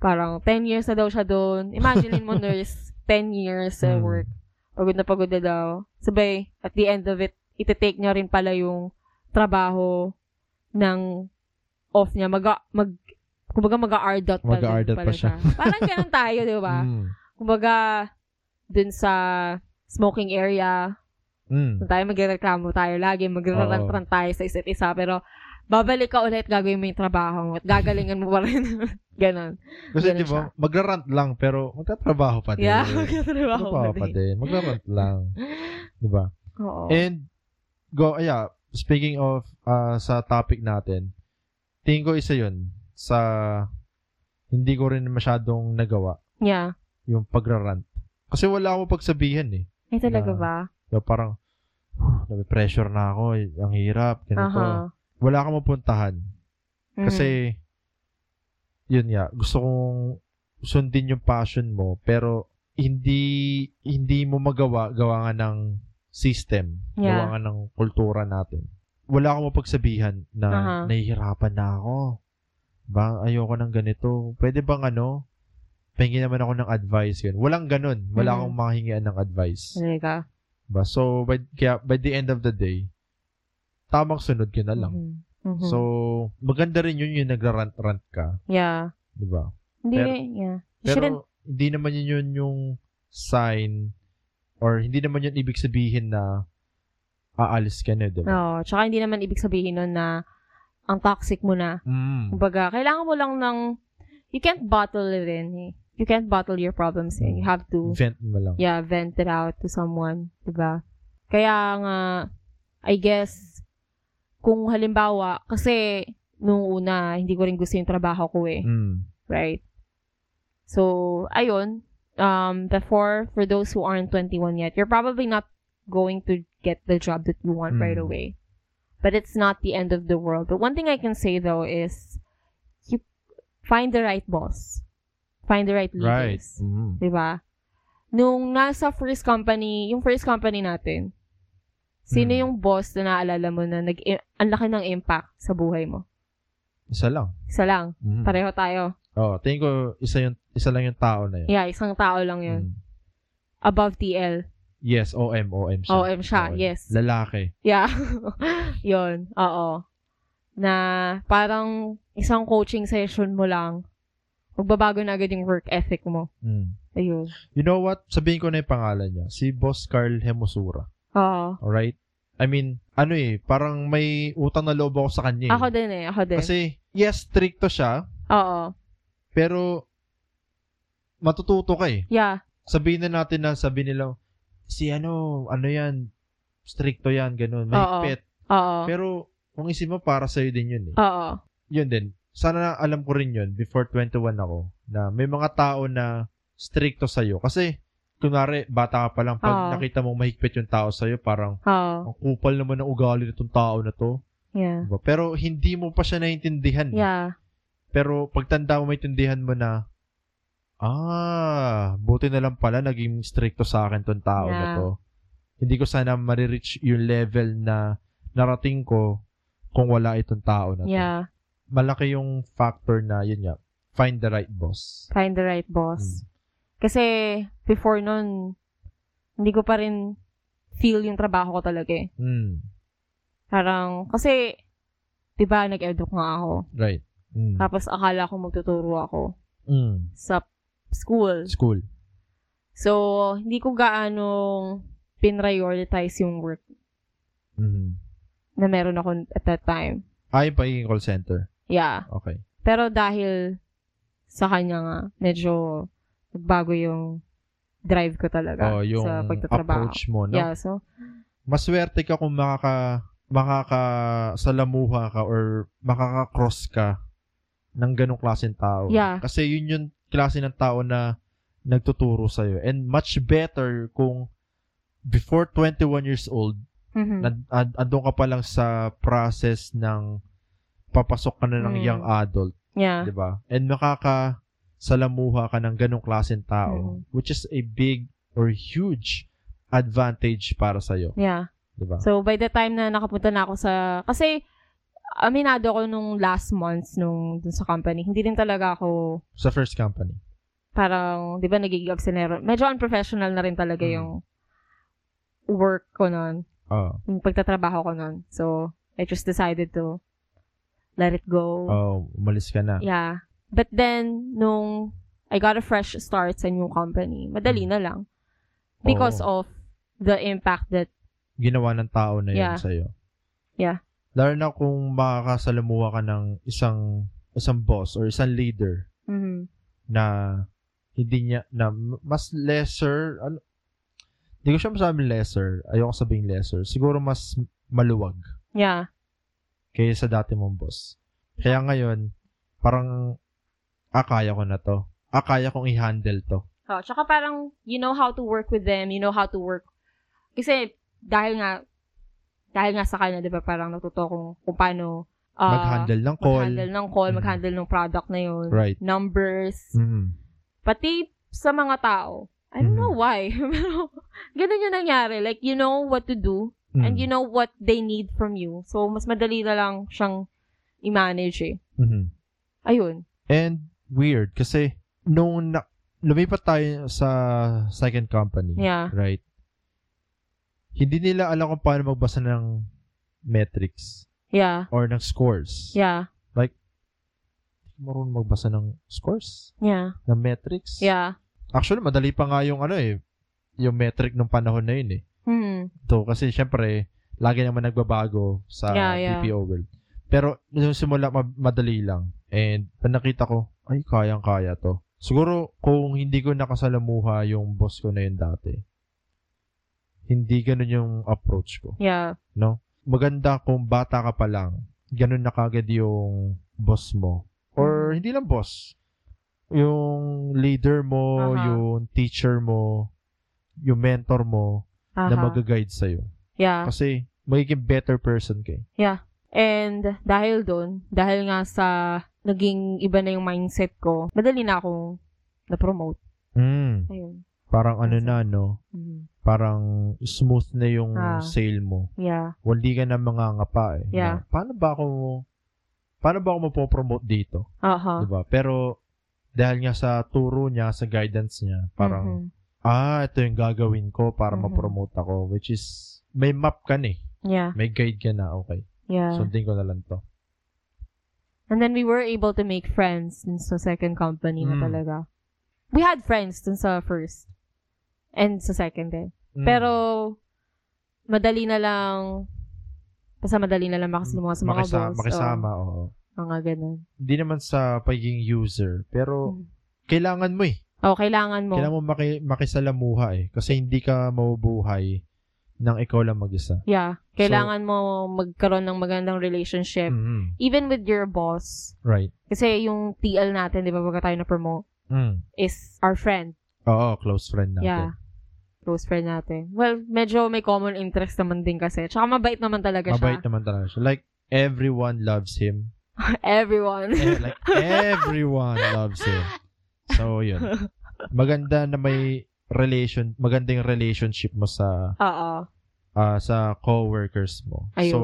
Speaker 3: parang 10 years na daw siya doon. Imagine mo, nurse, 10 years eh, sa
Speaker 2: Mm.
Speaker 3: work. Pagod na pagod na daw. Sabay, at the end of it, itetake niya rin pala yung trabaho ng off niya. Mag, mag, kumbaga mag-R dot pala,
Speaker 2: Mag-a-R dot
Speaker 3: pala
Speaker 2: pa siya.
Speaker 3: Parang ganun tayo, di ba?
Speaker 2: Mm.
Speaker 3: Kumbaga, dun sa smoking area,
Speaker 2: Mm.
Speaker 3: Kung tayo magreklamo tayo lagi, magre-rant tayo sa isa't isa, pero babalik ka ulit, gagawin mo yung trabaho mo at gagalingan mo pa rin. Ganon.
Speaker 2: Kasi
Speaker 3: Ganun
Speaker 2: di ba, magrarant lang, pero magtatrabaho pa din.
Speaker 3: Yeah,
Speaker 2: Magtatrabaho
Speaker 3: magkatrabaho pa
Speaker 2: pa
Speaker 3: din.
Speaker 2: din. Magrarant lang. Di ba?
Speaker 3: Oo.
Speaker 2: And, go, ah, yeah, speaking of ah, sa topic natin, tingin ko isa yun sa hindi ko rin masyadong nagawa
Speaker 3: yeah.
Speaker 2: yung pagrarant. Kasi wala akong pagsabihan eh.
Speaker 3: Ay, talaga
Speaker 2: Yeah.
Speaker 3: ba?
Speaker 2: So, parang, nabi pressure na ako, eh, ang hirap, ganito.
Speaker 3: Aha.
Speaker 2: Wala kang mapuntahan.
Speaker 3: Mm.
Speaker 2: Kasi, yun nga, gusto kong sundin yung passion mo, pero hindi hindi mo magawa gawa nga ng system, gawa
Speaker 3: Yeah.
Speaker 2: nga ng kultura natin. Wala akong mapagsabihan na
Speaker 3: Aha.
Speaker 2: nahihirapan na ako. Ba, ayoko ng ganito. Pwede bang ano? Pahingi naman ako ng advice yun. Walang ganun. Wala
Speaker 3: Mhm.
Speaker 2: akong makahingian ng advice.
Speaker 3: Talaga.
Speaker 2: Ba? So, by, kaya by the end of the day, tamang sunod ka na lang.
Speaker 3: Mhm. Mhm.
Speaker 2: So, maganda rin yun yung nagrarant-rant ka,
Speaker 3: yeah.
Speaker 2: di ba?
Speaker 3: Hindi,
Speaker 2: pero-
Speaker 3: yeah. You shouldn't,
Speaker 2: Pero, hindi naman yun yun yung sign or hindi naman yun ibig sabihin na aalis ka na, di ba?
Speaker 3: no, tsaka hindi naman ibig sabihin nun na ang toxic mo na.
Speaker 2: Mm.
Speaker 3: Kumbaga, kailangan mo lang ng, you can't bottle it in. eh. You can't bottle your problems in. You have to
Speaker 2: Vent mo lang.
Speaker 3: yeah, vent it out to someone, 'di ba? Kaya nga I guess kung halimbawa kasi nung una hindi ko rin gusto yung trabaho ko eh,
Speaker 2: Mm.
Speaker 3: right? So, ayun, um before for those who aren't 21 yet, you're probably not going to get the job that you want
Speaker 2: Mm.
Speaker 3: right away. But it's not the end of the world. But one thing I can say though is you find the right boss. Find the right
Speaker 2: Right.
Speaker 3: leaders.
Speaker 2: Mm.
Speaker 3: Diba? Nung nasa first company, yung first company natin, sino
Speaker 2: Hmm.
Speaker 3: yung boss na naalala mo na nag ang laki ng impact sa buhay mo?
Speaker 2: Isa lang.
Speaker 3: Isa lang.
Speaker 2: Mm.
Speaker 3: Pareho tayo.
Speaker 2: Oh, tingin ko isa yung isa lang yung tao na yun.
Speaker 3: Yeah, isang tao lang yun.
Speaker 2: Mm.
Speaker 3: Above TL.
Speaker 2: Yes, OM, OM siya.
Speaker 3: OM siya, yes.
Speaker 2: Lalaki.
Speaker 3: Yeah. yun. Oo. Na parang isang coaching session mo lang, magbabago na agad yung work ethic mo.
Speaker 2: Mm.
Speaker 3: Ayun.
Speaker 2: You know what? Sabihin ko na yung pangalan niya. Si Boss Carl Hemusura.
Speaker 3: Oo.
Speaker 2: Alright? I mean, ano eh, parang may utang na loob ako sa kanya. eh.
Speaker 3: Ako din eh. Ako din.
Speaker 2: Kasi, yes, stricto siya,
Speaker 3: Oo.
Speaker 2: pero matututo ka eh.
Speaker 3: Yeah.
Speaker 2: Sabihin na natin na, sabi nila, si ano, ano yan, stricto yan, ganun, mahigpit.
Speaker 3: Oo.
Speaker 2: Pero, kung isip mo, para sa'yo din yun eh.
Speaker 3: Oo.
Speaker 2: Yun din. Sana alam ko rin yun, before 21 ako, na may mga tao na stricto sa'yo. Kasi, kunwari, bata ka pa lang, pag
Speaker 3: Oo.
Speaker 2: nakita mong mahigpit yung tao sa'yo, parang,
Speaker 3: Oo.
Speaker 2: ang kupal naman ng ugali nitong tao na to.
Speaker 3: Yeah.
Speaker 2: Diba? Pero hindi mo pa siya naiintindihan.
Speaker 3: Yeah.
Speaker 2: Pero pagtanda mo, maintindihan mo na, ah, buti na lang pala naging stricto sa akin tong tao na
Speaker 3: Yeah.
Speaker 2: to. Hindi ko sana marireach yung level na narating ko kung wala itong tao na to.
Speaker 3: Yeah,
Speaker 2: Malaki yung factor na, yun nga, find the right boss.
Speaker 3: find the right
Speaker 2: Hmm.
Speaker 3: boss. Kasi before nun, hindi ko pa rin feel yung trabaho ko talaga eh.
Speaker 2: Mm,
Speaker 3: Parang, kasi, di ba, nag-educ nga ako.
Speaker 2: right. Mm,
Speaker 3: Tapos, akala ko magtuturo ako
Speaker 2: mm,
Speaker 3: sa school.
Speaker 2: school.
Speaker 3: So, hindi ko gaano pinrioritize yung work
Speaker 2: Mm.
Speaker 3: na meron ako at that time.
Speaker 2: Ay, Ah, pagiging call center.
Speaker 3: Yeah.
Speaker 2: Okay.
Speaker 3: Pero dahil sa kanya nga, medyo nagbago yung drive ko talaga
Speaker 2: O, Oh, yung
Speaker 3: sa pagtatrabaho.
Speaker 2: approach mo, no?
Speaker 3: Yeah, so,
Speaker 2: maswerte ka kung makaka makakasalamuha ka or makaka-cross ka ng ganong klaseng tao.
Speaker 3: Yeah.
Speaker 2: Kasi yun yung klase ng tao na nagtuturo sa'yo. And much better kung before 21 years old,
Speaker 3: Mhm.
Speaker 2: nad, ad, andun ka pa lang sa process ng papasok ka na ng
Speaker 3: Mm. Ah.
Speaker 2: young adult,
Speaker 3: yeah.
Speaker 2: 'di ba? And makaka salamuha ka ng ganong klaseng tao,
Speaker 3: Mm.
Speaker 2: which is a big or huge advantage para sa iyo,
Speaker 3: Yeah.
Speaker 2: 'di ba?
Speaker 3: So, by the time na nakapunta na ako sa... Kasi, aminado ako nung last months nung dun sa company. Hindi din talaga ako
Speaker 2: Sa first company.
Speaker 3: parang, di ba, nagigig abstinero. Medyo unprofessional na rin talaga
Speaker 2: Mm.
Speaker 3: yung work ko nun.
Speaker 2: Oh.
Speaker 3: Yung pagtatrabaho ko nun. So, I just decided to let it go.
Speaker 2: Oh, umalis ka na.
Speaker 3: Yeah. But then, nung I got a fresh start sa new company, madali
Speaker 2: Mm.
Speaker 3: na lang. Because
Speaker 2: Oh.
Speaker 3: of the impact that,
Speaker 2: Ginawa ng tao na 'yun
Speaker 3: Yeah.
Speaker 2: sa iyo.
Speaker 3: Yeah.
Speaker 2: Lalo na kung makakasalamuha ka ng isang isang boss or isang leader Mm-hmm.
Speaker 3: mhm
Speaker 2: na hindi niya na mas lesser ano hindi ko siya masabi lesser ayoko sabing lesser siguro mas maluwag
Speaker 3: yeah.
Speaker 2: kaysa dati mong boss kaya ngayon parang akaya ko na to akaya kong i-handle to
Speaker 3: Oh, tsaka parang you know how to work with them, you know how to work. Kasi dahil nga dahil nga sa kanya, 'di ba, parang natuto kung kung paano ah,
Speaker 2: mag-handle ng call
Speaker 3: mag-handle ng call,
Speaker 2: Mm.
Speaker 3: mag-handle ng product na 'yun,
Speaker 2: right
Speaker 3: numbers,
Speaker 2: mm
Speaker 3: pati sa mga tao. I don't
Speaker 2: Mhm.
Speaker 3: know why, pero ganun yung nangyari. Like, you know what to do,
Speaker 2: Mm.
Speaker 3: and you know what they need from you. So, mas madali na lang siyang i-manage eh.
Speaker 2: Mm-hmm.
Speaker 3: Ayun.
Speaker 2: and weird kasi nung na, lumipat tayo sa second company
Speaker 3: Yeah.
Speaker 2: right hindi nila alam kung paano magbasa ng metrics
Speaker 3: Yeah.
Speaker 2: or ng scores.
Speaker 3: Yeah.
Speaker 2: Marunong magbasa ng scores,
Speaker 3: Yeah.
Speaker 2: ng metrics.
Speaker 3: Yeah.
Speaker 2: Actually, madali pa nga yung ano eh, yung metric ng panahon na yun eh.
Speaker 3: Hmm.
Speaker 2: To, kasi syempre, lagi naman nagbabago sa
Speaker 3: Yeah, yeah.
Speaker 2: BPO world. Pero nung simula, ma- madali lang. And pag nakita ko, ay, kayang-kaya to. Siguro, kung hindi ko nakasalamuha yung boss ko na yun dati, hindi ganun yung approach ko.
Speaker 3: Yeah.
Speaker 2: maganda kung bata ka pa lang, ganun na kagad yung boss mo.
Speaker 3: Mm-hmm.
Speaker 2: Or hindi lang boss. Yung leader mo,
Speaker 3: Aha.
Speaker 2: yung teacher mo, yung mentor mo na
Speaker 3: Aha.
Speaker 2: mag-guide sa'yo.
Speaker 3: yeah.
Speaker 2: Kasi magiging better person ka. eh.
Speaker 3: And dahil doon, dahil nga sa naging iba na yung mindset ko, madali na akong na-promote.
Speaker 2: Mm,
Speaker 3: Ayun.
Speaker 2: parang ano na, no?
Speaker 3: Mhm.
Speaker 2: Parang smooth na yung
Speaker 3: Ah.
Speaker 2: sale mo.
Speaker 3: Yeah.
Speaker 2: Hindi ka na mangangapa eh.
Speaker 3: Yeah.
Speaker 2: Na, paano ba ako, paano ba ako mapopromote dito?
Speaker 3: Aha.
Speaker 2: Diba? Pero, dahil nga sa turo niya, sa guidance niya, parang
Speaker 3: Mhm.
Speaker 2: ah, ito yung gagawin ko para
Speaker 3: Mhm.
Speaker 2: ma-promote ako, which is, may map ka na eh.
Speaker 3: Yeah.
Speaker 2: May guide ka na, okay.
Speaker 3: Yeah.
Speaker 2: Sundin ko na lang to.
Speaker 3: And then we were able to make friends dun sa second company na
Speaker 2: Mm.
Speaker 3: talaga. We had friends dun sa first. And sa second din.
Speaker 2: Mm.
Speaker 3: Pero, madali na lang, basta madali na lang makasama sa mga
Speaker 2: Mm, Makisa-
Speaker 3: boss.
Speaker 2: Makisama, oo.
Speaker 3: Oh, mga ganun.
Speaker 2: Hindi naman sa pagiging user, pero
Speaker 3: Mm.
Speaker 2: kailangan mo eh.
Speaker 3: Oh, kailangan mo.
Speaker 2: Kailangan mo maki- makisalamuha eh. Kasi hindi ka mabubuhay nang ikaw lang mag-isa.
Speaker 3: Yeah. Kailangan mo magkaroon ng magandang relationship.
Speaker 2: Mhm.
Speaker 3: Even with your boss.
Speaker 2: Right.
Speaker 3: Kasi yung TL natin, di ba, baga tayo na-promote,
Speaker 2: Mm.
Speaker 3: is our friend.
Speaker 2: Oo, close friend
Speaker 3: Yeah.
Speaker 2: natin.
Speaker 3: Close friend natin. Well, medyo may common interest naman din kasi. Tsaka mabait naman talaga
Speaker 2: Mabait
Speaker 3: siya.
Speaker 2: naman talaga siya. Like, everyone loves him.
Speaker 3: Everyone.
Speaker 2: Eh, like, everyone loves him. So, yun. maganda na may relation, magandang relationship mo sa
Speaker 3: Oo.
Speaker 2: ah, sa coworkers mo.
Speaker 3: Ayun.
Speaker 2: So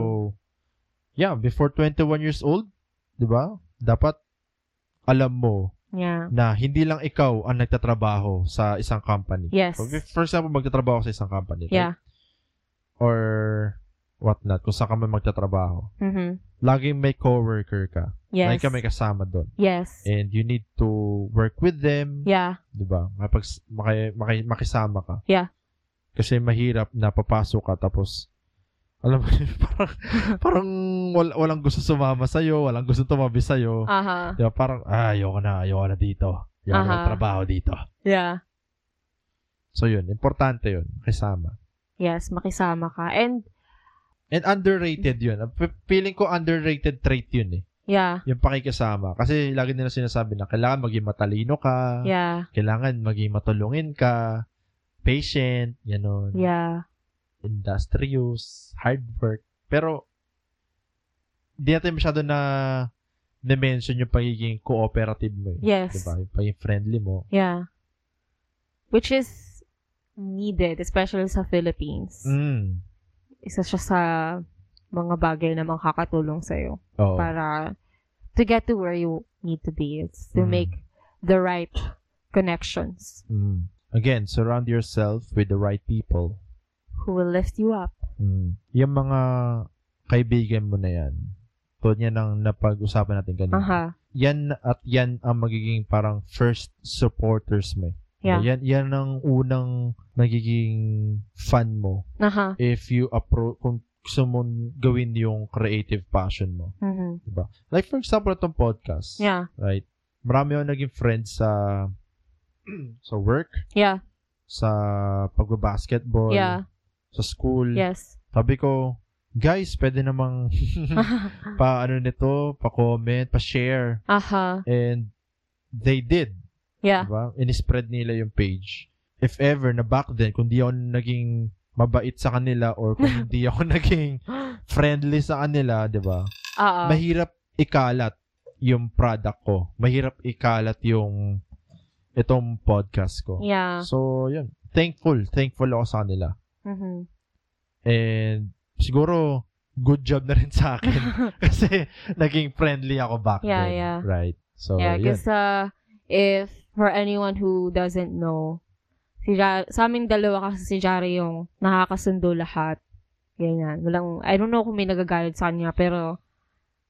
Speaker 2: yeah, before 21 years old, 'di ba? Dapat alam mo
Speaker 3: Yeah.
Speaker 2: na hindi lang ikaw ang nagtatrabaho sa isang company.
Speaker 3: Yes.
Speaker 2: So, if- for example, magtatrabaho ka sa isang company, right?
Speaker 3: Yeah.
Speaker 2: Or what not, kung saan ka man magtatrabaho.
Speaker 3: Mhm.
Speaker 2: Laging may coworker ka.
Speaker 3: Yes.
Speaker 2: Lagi ka Eh. may kasama doon.
Speaker 3: Yes.
Speaker 2: And you need to work with them.
Speaker 3: Yeah.
Speaker 2: di ba? Mapag, maki, maki, makisama ka.
Speaker 3: Yeah.
Speaker 2: Kasi mahirap na papasok ka tapos alam mo, yun, parang, parang wal, walang gusto sumama sa'yo, walang gusto tumabi sa'yo.
Speaker 3: Aha.
Speaker 2: Di ba? Parang, ah, ayoko na, ayoko na dito. Ayoko
Speaker 3: Aha.
Speaker 2: na trabaho dito.
Speaker 3: Yeah.
Speaker 2: So yun, importante yun, makisama.
Speaker 3: Yes, makisama ka. And,
Speaker 2: And underrated yun. P- Feeling ko underrated trait yun eh.
Speaker 3: Yeah.
Speaker 2: Yung pakikisama. Kasi lagi nila sinasabi na kailangan maging matalino ka,
Speaker 3: Yeah.
Speaker 2: kailangan maging matulungin ka, patient, ganun,
Speaker 3: Yeah.
Speaker 2: industrious, hard work. Pero, di natin masyado na na-mention yung pagiging cooperative mo. Eh.
Speaker 3: Yes.
Speaker 2: Diba? Yung pagiging friendly mo.
Speaker 3: Yeah. Which is needed, especially sa Philippines.
Speaker 2: Mm.
Speaker 3: Isa siya sa mga bagay na makakatulong sa'yo
Speaker 2: Oo.
Speaker 3: para to get to where you need to be. It's to
Speaker 2: Mm.
Speaker 3: make the right connections
Speaker 2: Mm. Again, surround yourself with the right people.
Speaker 3: who will lift you up.
Speaker 2: Mm. Yung mga kaibigan mo na yan, tulad yan ang napag-usapan natin kanina.
Speaker 3: Aha.
Speaker 2: Yan at yan ang magiging parang first supporters mo. eh.
Speaker 3: Yeah.
Speaker 2: Yan, yan ang unang magiging fan mo
Speaker 3: Aha.
Speaker 2: if you approach, kung gusto mong gawin yung creative passion mo.
Speaker 3: Mhm.
Speaker 2: Like for example, itong podcast.
Speaker 3: Yeah.
Speaker 2: Right? Marami akong naging friends sa sa work,
Speaker 3: Yeah.
Speaker 2: sa pagbabasketball,
Speaker 3: Yeah.
Speaker 2: sa school.
Speaker 3: Yes.
Speaker 2: Sabi ko, guys, pwede namang pa ano nito, pa comment, pa share.
Speaker 3: Aha.
Speaker 2: And they did,
Speaker 3: Uh-huh. Yeah.
Speaker 2: diba? Inispread nila yung page. If ever na back then, kung di ako naging mabait sa kanila or kung hindi ako naging friendly sa kanila, di ba?
Speaker 3: Oo.
Speaker 2: Mahirap ikalat yung product ko. Mahirap ikalat yung itong podcast ko.
Speaker 3: Yeah.
Speaker 2: So, yun. Thankful. Thankful ako sa kanila.
Speaker 3: Mhm.
Speaker 2: And siguro, good job na rin sa akin. kasi naging friendly ako back
Speaker 3: Yeah,
Speaker 2: then.
Speaker 3: yeah.
Speaker 2: Right? So,
Speaker 3: yeah,
Speaker 2: yun.
Speaker 3: because uh, if for anyone who doesn't know, si Jar- sa aming dalawa kasi si Jari yung nakakasundo lahat. Ganyan. Walang, I don't know kung may nagagalit sa kanya, pero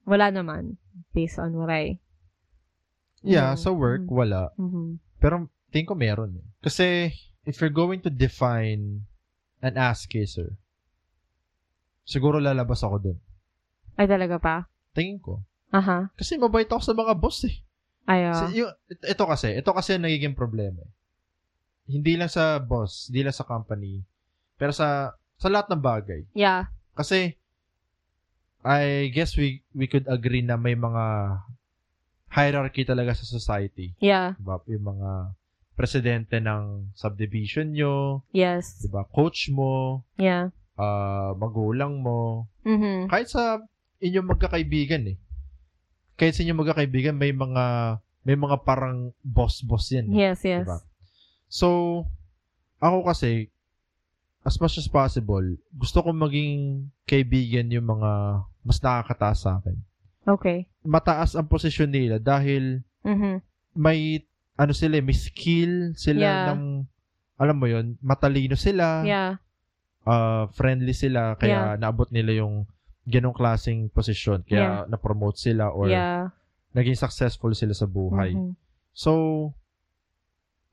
Speaker 3: wala naman based on what I...
Speaker 2: yeah,
Speaker 3: Mm.
Speaker 2: sa work,
Speaker 3: Mm.
Speaker 2: wala.
Speaker 3: Mhm.
Speaker 2: Pero tingin ko meron. eh. Kasi, if you're going to define an ass kisser, siguro lalabas ako dun.
Speaker 3: Ay, talaga pa?
Speaker 2: Tingin ko.
Speaker 3: Aha. oh.
Speaker 2: Kasi mabait ako sa mga boss eh.
Speaker 3: Ayo.
Speaker 2: Kasi yung, it- ito kasi, ito kasi ang nagiging problema eh. Hindi lang sa boss, hindi lang sa company, pero sa sa lahat ng bagay.
Speaker 3: Yeah.
Speaker 2: Kasi I guess we we could agree na may mga hierarchy talaga sa society.
Speaker 3: Yeah.
Speaker 2: Diba? Yung mga presidente ng subdivision nyo,
Speaker 3: Yes.
Speaker 2: diba? coach mo,
Speaker 3: Yeah.
Speaker 2: ah, magulang mo,
Speaker 3: Mhm.
Speaker 2: kahit sa inyong magkakaibigan eh. Kahit sa inyong magkakaibigan, may mga may mga parang boss-boss yan. eh.
Speaker 3: Yes, yes.
Speaker 2: Diba? So, ako kasi, as much as possible, gusto kong maging kaibigan yung mga mas nakakataas sa akin.
Speaker 3: Okay.
Speaker 2: Mataas ang posisyon nila dahil
Speaker 3: Mhm.
Speaker 2: may, ano sila, eh, may skill sila
Speaker 3: Yeah.
Speaker 2: ng, alam mo yon matalino sila,
Speaker 3: Yeah.
Speaker 2: uh, friendly sila, kaya naabot nila yung ganong klaseng posisyon. Kaya na-promote sila or
Speaker 3: Yeah.
Speaker 2: naging successful sila sa buhay.
Speaker 3: Mhm.
Speaker 2: So,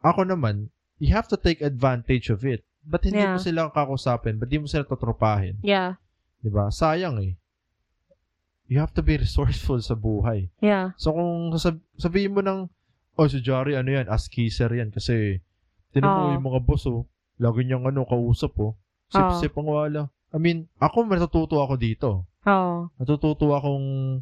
Speaker 2: ako naman, you have to take advantage of it. Ba't hindi
Speaker 3: Yeah.
Speaker 2: mo sila kakusapin? Ba't hindi mo sila tutropahin?
Speaker 3: Yeah.
Speaker 2: Di ba? Sayang eh. You have to be resourceful sa buhay.
Speaker 3: Yeah.
Speaker 2: So, kung sasab- sabihin mo ng, oh, si Jari, ano yan? As kisser yan. Kasi, tinan mo
Speaker 3: Oo.
Speaker 2: yung mga boss, oh. Lagi niyang ano, kausap, oh.
Speaker 3: Oo.
Speaker 2: Sip-sip ang wala. I mean, ako, natututo ako dito
Speaker 3: Oh.
Speaker 2: natututo akong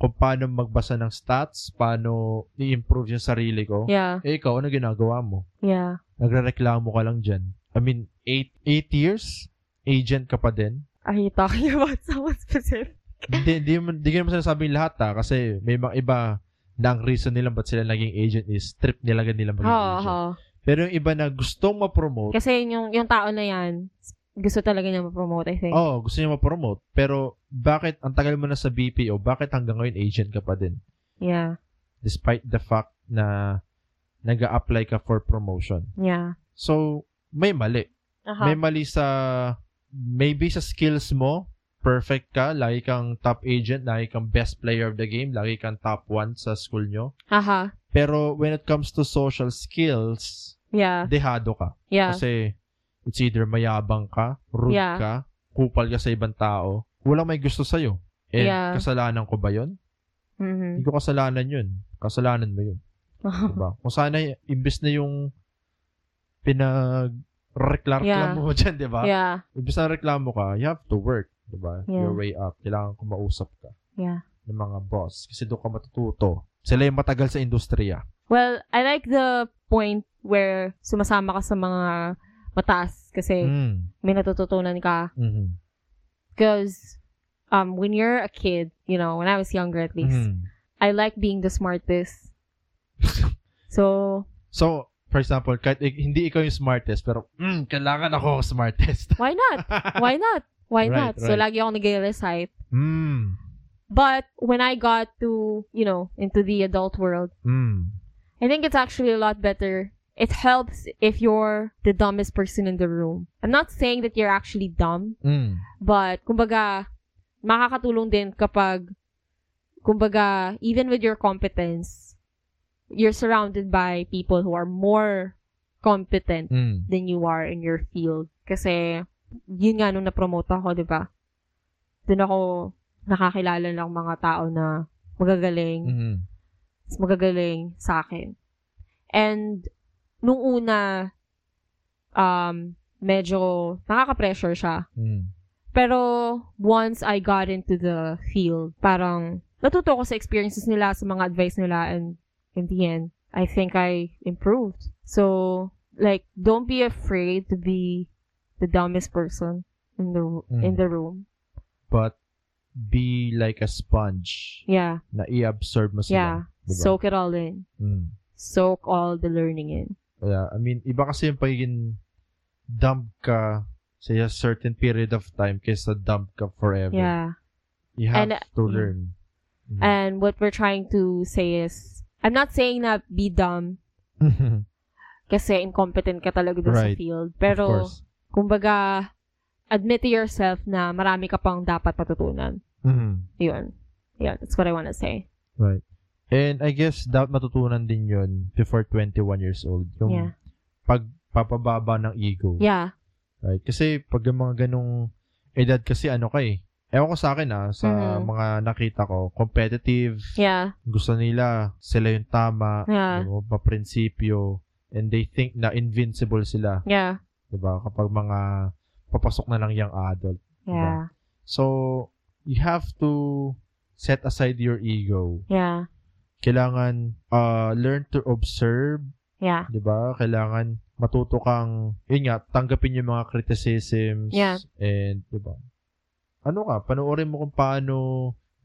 Speaker 2: kung paano magbasa ng stats, paano i-improve yung sarili ko.
Speaker 3: Yeah.
Speaker 2: Eh, ikaw, ano ginagawa mo?
Speaker 3: Yeah.
Speaker 2: Nagre-reklamo ka lang dyan. I mean, eight, eight years? Agent ka pa din?
Speaker 3: Are you talking about someone specific?
Speaker 2: Hindi, hindi, mo- hindi ko naman sinasabing lahat ha, kasi may mga iba na ang reason nila ba't sila naging agent is trip nila agad nila
Speaker 3: Oo.
Speaker 2: maging agent.
Speaker 3: Oh,
Speaker 2: Pero yung iba na gustong ma-promote,
Speaker 3: Kasi yun yung, yung tao na yan, gusto talaga niya ma-promote, I think.
Speaker 2: oh, gusto niya ma-promote, pero bakit ang tagal mo na sa BPO, bakit hanggang ngayon agent ka pa din?
Speaker 3: Yeah.
Speaker 2: despite the fact na nag apply ka for promotion.
Speaker 3: Yeah.
Speaker 2: So, may mali. May
Speaker 3: Aha.
Speaker 2: mali sa, maybe sa skills mo, perfect ka, lagi kang top agent, lagi kang best player of the game, lagi kang top one sa school nyo.
Speaker 3: Aha.
Speaker 2: Pero when it comes to social skills,
Speaker 3: Yeah.
Speaker 2: dehado ka.
Speaker 3: Yeah.
Speaker 2: Kasi it's either mayabang ka, rude
Speaker 3: Ah. Yeah.
Speaker 2: ka, kupal ka sa ibang tao, walang may gusto sa'yo. Eh,
Speaker 3: Yeah.
Speaker 2: kasalanan ko ba yon?
Speaker 3: Mhm.
Speaker 2: Hindi ko kasalanan yun. Kasalanan mo yun. Diba? Kung sana, imbes na yung pinag reklamo
Speaker 3: Yeah.
Speaker 2: mo dyan, di ba?
Speaker 3: Yeah.
Speaker 2: Imbes na reklamo ka, you have to work, di ba?
Speaker 3: Yeah.
Speaker 2: Your way up. Kailangan kumausap ka.
Speaker 3: Yeah.
Speaker 2: Di ng mga boss kasi doon ka matututo. Sila yung matagal sa industriya.
Speaker 3: Well, I like the point where sumasama ka sa mga mataas kasi
Speaker 2: Mm.
Speaker 3: may natututunan ka.
Speaker 2: Mhm.
Speaker 3: Because um, when you're a kid, you know, when I was younger at least,
Speaker 2: Mhm.
Speaker 3: I like being the smartest. so,
Speaker 2: So, for example, kahit ik- hindi ikaw yung smartest, pero, mm, kailangan ako ang smartest.
Speaker 3: why not? Why not? Why
Speaker 2: Right,
Speaker 3: not? So,
Speaker 2: right.
Speaker 3: lagi akong nag-recite.
Speaker 2: mm,
Speaker 3: But when I got to, you know, into the adult world,
Speaker 2: mm.
Speaker 3: I think it's actually a lot better. It helps if you're the dumbest person in the room. I'm not saying that you're actually dumb,
Speaker 2: Mm.
Speaker 3: but kumbaga, makakatulong din kapag, kumbaga, even with your competence, you're surrounded by people who are more competent
Speaker 2: Mm.
Speaker 3: than you are in your field. Kasi, yun nga nung na-promote ako, di ba? Doon ako nakakilala ng mga tao na magagaling
Speaker 2: Mm.
Speaker 3: mas magagaling sa akin. And, nung una, um, medyo nakaka-pressure siya.
Speaker 2: Mm.
Speaker 3: Pero, once I got into the field, parang natuto ko sa experiences nila, sa mga advice nila, and in the end, I think I improved. So, like, don't be afraid to be the dumbest person in the
Speaker 2: Mm.
Speaker 3: in the room.
Speaker 2: But, be like a sponge
Speaker 3: Yeah,
Speaker 2: na i-absorb mo
Speaker 3: yeah.
Speaker 2: sila. Diba?
Speaker 3: Soak it all in.
Speaker 2: Mm.
Speaker 3: Soak all the learning in.
Speaker 2: Yeah, I mean, iba kasi yung pagiging dumb ka sa a certain period of time kaysa dumb ka forever.
Speaker 3: Yeah.
Speaker 2: You have
Speaker 3: And, uh,
Speaker 2: to
Speaker 3: mm.
Speaker 2: learn. Mm.
Speaker 3: And what we're trying to say is, I'm not saying na be dumb
Speaker 2: Mm-hmm.
Speaker 3: kasi incompetent ka talaga dun
Speaker 2: Right.
Speaker 3: sa field.
Speaker 2: of
Speaker 3: Pero,
Speaker 2: course.
Speaker 3: kumbaga, admit to yourself na marami ka pang dapat patutunan.
Speaker 2: Mhm.
Speaker 3: Yun. Yun, that's what I wanna say.
Speaker 2: Right. And I guess dapat matutunan din yun before 21 years old. Yung
Speaker 3: Yeah.
Speaker 2: pagpapababa ng ego.
Speaker 3: Yeah.
Speaker 2: Right? Kasi pag yung mga ganong edad kasi ano ka eh. Ewan ko sa akin ah, sa
Speaker 3: Mhm.
Speaker 2: mga nakita ko, competitive,
Speaker 3: Yeah.
Speaker 2: gusto nila, sila yung tama,
Speaker 3: Yeah.
Speaker 2: yung paprinsipyo, and they think na invincible sila,
Speaker 3: Yeah.
Speaker 2: 'di ba? Kapag mga papasok na lang yung adult.
Speaker 3: Yeah.
Speaker 2: So, you have to set aside your ego.
Speaker 3: Yeah.
Speaker 2: Kailangan uh, learn to observe,
Speaker 3: Yeah.
Speaker 2: 'di ba? Kailangan matuto kang, yun nga, tanggapin yung mga criticisms
Speaker 3: Yeah.
Speaker 2: and 'di ba? Ano ka, panoorin mo kung paano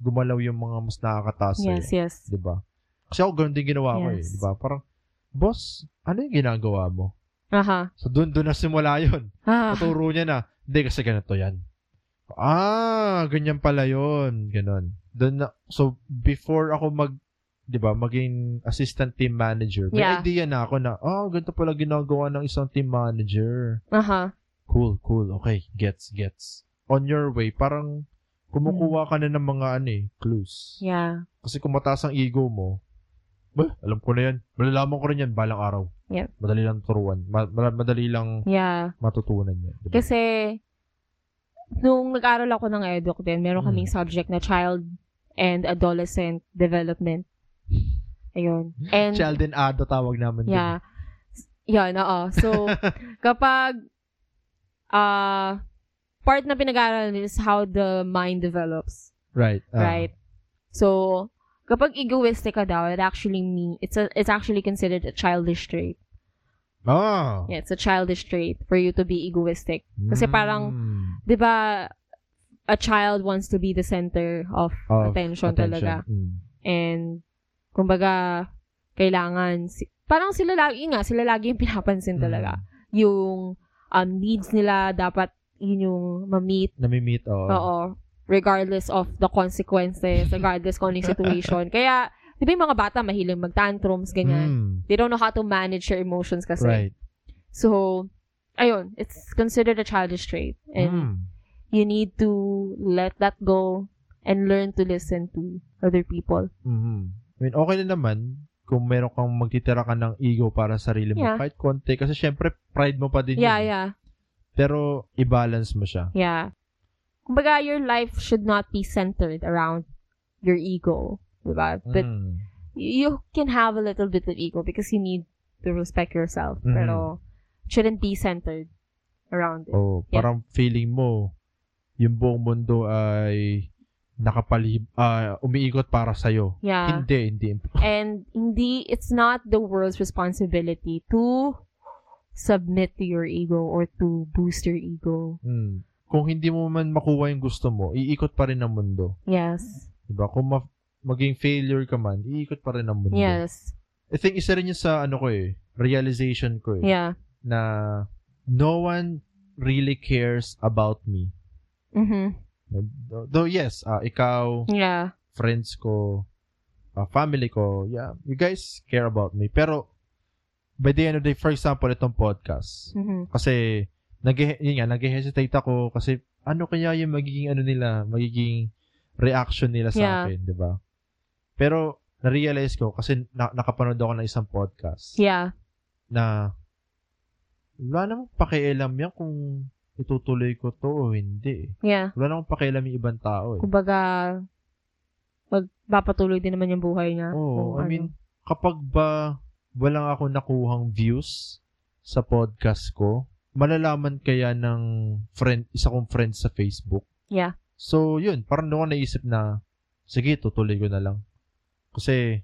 Speaker 2: gumalaw yung mga mas nakakataas sa'yo.
Speaker 3: Yes, yes.
Speaker 2: 'di ba? Kasi ako ganun din ginawa ko eh,
Speaker 3: Yes.
Speaker 2: 'di ba? Parang boss, ano yung ginagawa mo?
Speaker 3: Aha.
Speaker 2: So doon doon nagsimula 'yon.
Speaker 3: Ah.
Speaker 2: Tuturo niya na, hindi kasi ganito 'yan. Ah, ganyan pala 'yon, ganun. Doon na, so before ako mag 'di ba, maging assistant team manager, may
Speaker 3: Yeah.
Speaker 2: idea na ako na, oh, ganito pala ginagawa ng isang team manager.
Speaker 3: Aha.
Speaker 2: Cool, cool. Okay, gets, gets. On your way, parang
Speaker 3: Hmm.
Speaker 2: kumukuha ka na ng mga ano eh, clues.
Speaker 3: Yeah.
Speaker 2: Kasi kung mataas ang ego mo, bah, alam ko na yan. Malalaman ko rin yan balang araw.
Speaker 3: Yep.
Speaker 2: Madali lang turuan. Ma- ma- madali lang
Speaker 3: Yeah.
Speaker 2: matutunan yan. Diba?
Speaker 3: Kasi, nung nag-aral ako ng eduk din,
Speaker 2: Mm.
Speaker 3: meron kaming subject na child and adolescent development. Ayun. And,
Speaker 2: Child and Ado tawag naman din.
Speaker 3: yeah. S- Yan, oo. So, kapag, ah, part na pinag-aaralan nila is how the mind develops.
Speaker 2: Right. ah.
Speaker 3: Right? So, kapag egoistic ka daw, it actually mean, it's a, it's actually considered a childish trait.
Speaker 2: Ah.
Speaker 3: Yeah, it's a childish trait for you to be egoistic. Kasi parang,
Speaker 2: Mm.
Speaker 3: 'di ba a child wants to be the center of,
Speaker 2: Of
Speaker 3: attention, talaga
Speaker 2: Ah. Mm.
Speaker 3: and kumbaga kailangan si- parang sila lagi yun nga sila lagi yung pinapansin
Speaker 2: Mm.
Speaker 3: talaga yung um, needs nila dapat yun yung ma-meet
Speaker 2: Nami-meet, oo.
Speaker 3: oo regardless of the consequences regardless kung ano yung situation kaya 'di ba yung mga bata mahilig mag-tantrums ganyan
Speaker 2: Mm.
Speaker 3: they don't know how to manage their emotions kasi
Speaker 2: Right.
Speaker 3: so ayun it's considered a childish trait and
Speaker 2: Mm.
Speaker 3: you need to let that go and learn to listen to other people.
Speaker 2: Mhm. I mean, okay na naman kung meron kang magtitira ka ng ego para sa sarili mo.
Speaker 3: Yeah.
Speaker 2: Kahit konti. Kasi syempre, pride mo pa din
Speaker 3: Yeah,
Speaker 2: yun.
Speaker 3: yeah,
Speaker 2: Pero, i-balance mo siya.
Speaker 3: yeah. Kumbaga, your life should not be centered around your ego, diba? But
Speaker 2: Mm.
Speaker 3: you can have a little bit of ego because you need to respect yourself.
Speaker 2: Mhm.
Speaker 3: Pero, it shouldn't be centered around it.
Speaker 2: Oh,
Speaker 3: Yeah.
Speaker 2: parang feeling mo yung buong mundo ay nakapalib, ah, umiikot para sa'yo.
Speaker 3: Yeah.
Speaker 2: Hindi, hindi.
Speaker 3: And hindi, it's not the world's responsibility to submit to your ego or to boost your ego.
Speaker 2: Mm. Kung hindi mo man makuha yung gusto mo, iikot pa rin ang mundo.
Speaker 3: Yes.
Speaker 2: Diba? Kung ma- maging failure ka man, iikot pa rin ang mundo.
Speaker 3: Yes.
Speaker 2: I think isa rin yun sa ano ko eh, realization ko eh.
Speaker 3: Yeah.
Speaker 2: na no one really cares about me.
Speaker 3: Mm-hmm.
Speaker 2: Though- Though yes, ah, ikaw,
Speaker 3: Yeah.
Speaker 2: friends ko, ah, family ko, yeah, you guys care about me. Pero by the end of the day, for example, itong podcast,
Speaker 3: Mm-hmm.
Speaker 2: kasi nag yun nga, nag-hesitate ako kasi ano kaya yung magiging ano nila, magiging reaction nila sa
Speaker 3: Yeah.
Speaker 2: akin, 'di ba? Pero na-realize ko kasi na- nakapanood ako ng isang podcast
Speaker 3: Yeah.
Speaker 2: na wala namang pakialam yan kung itutuloy ko to o hindi. eh.
Speaker 3: Yeah.
Speaker 2: Wala namang pakialam yung ibang tao eh.
Speaker 3: Kumbaga, magpapatuloy din naman yung buhay
Speaker 2: Oo,
Speaker 3: niya. Kung
Speaker 2: Oh, I
Speaker 3: ano.
Speaker 2: mean, kapag ba walang ako nakuhang views sa podcast ko, malalaman kaya ng friend, isa kong friend sa Facebook.
Speaker 3: Yeah.
Speaker 2: So, yun, parang doon ko naisip na, sige, tutuloy ko na lang. Kasi,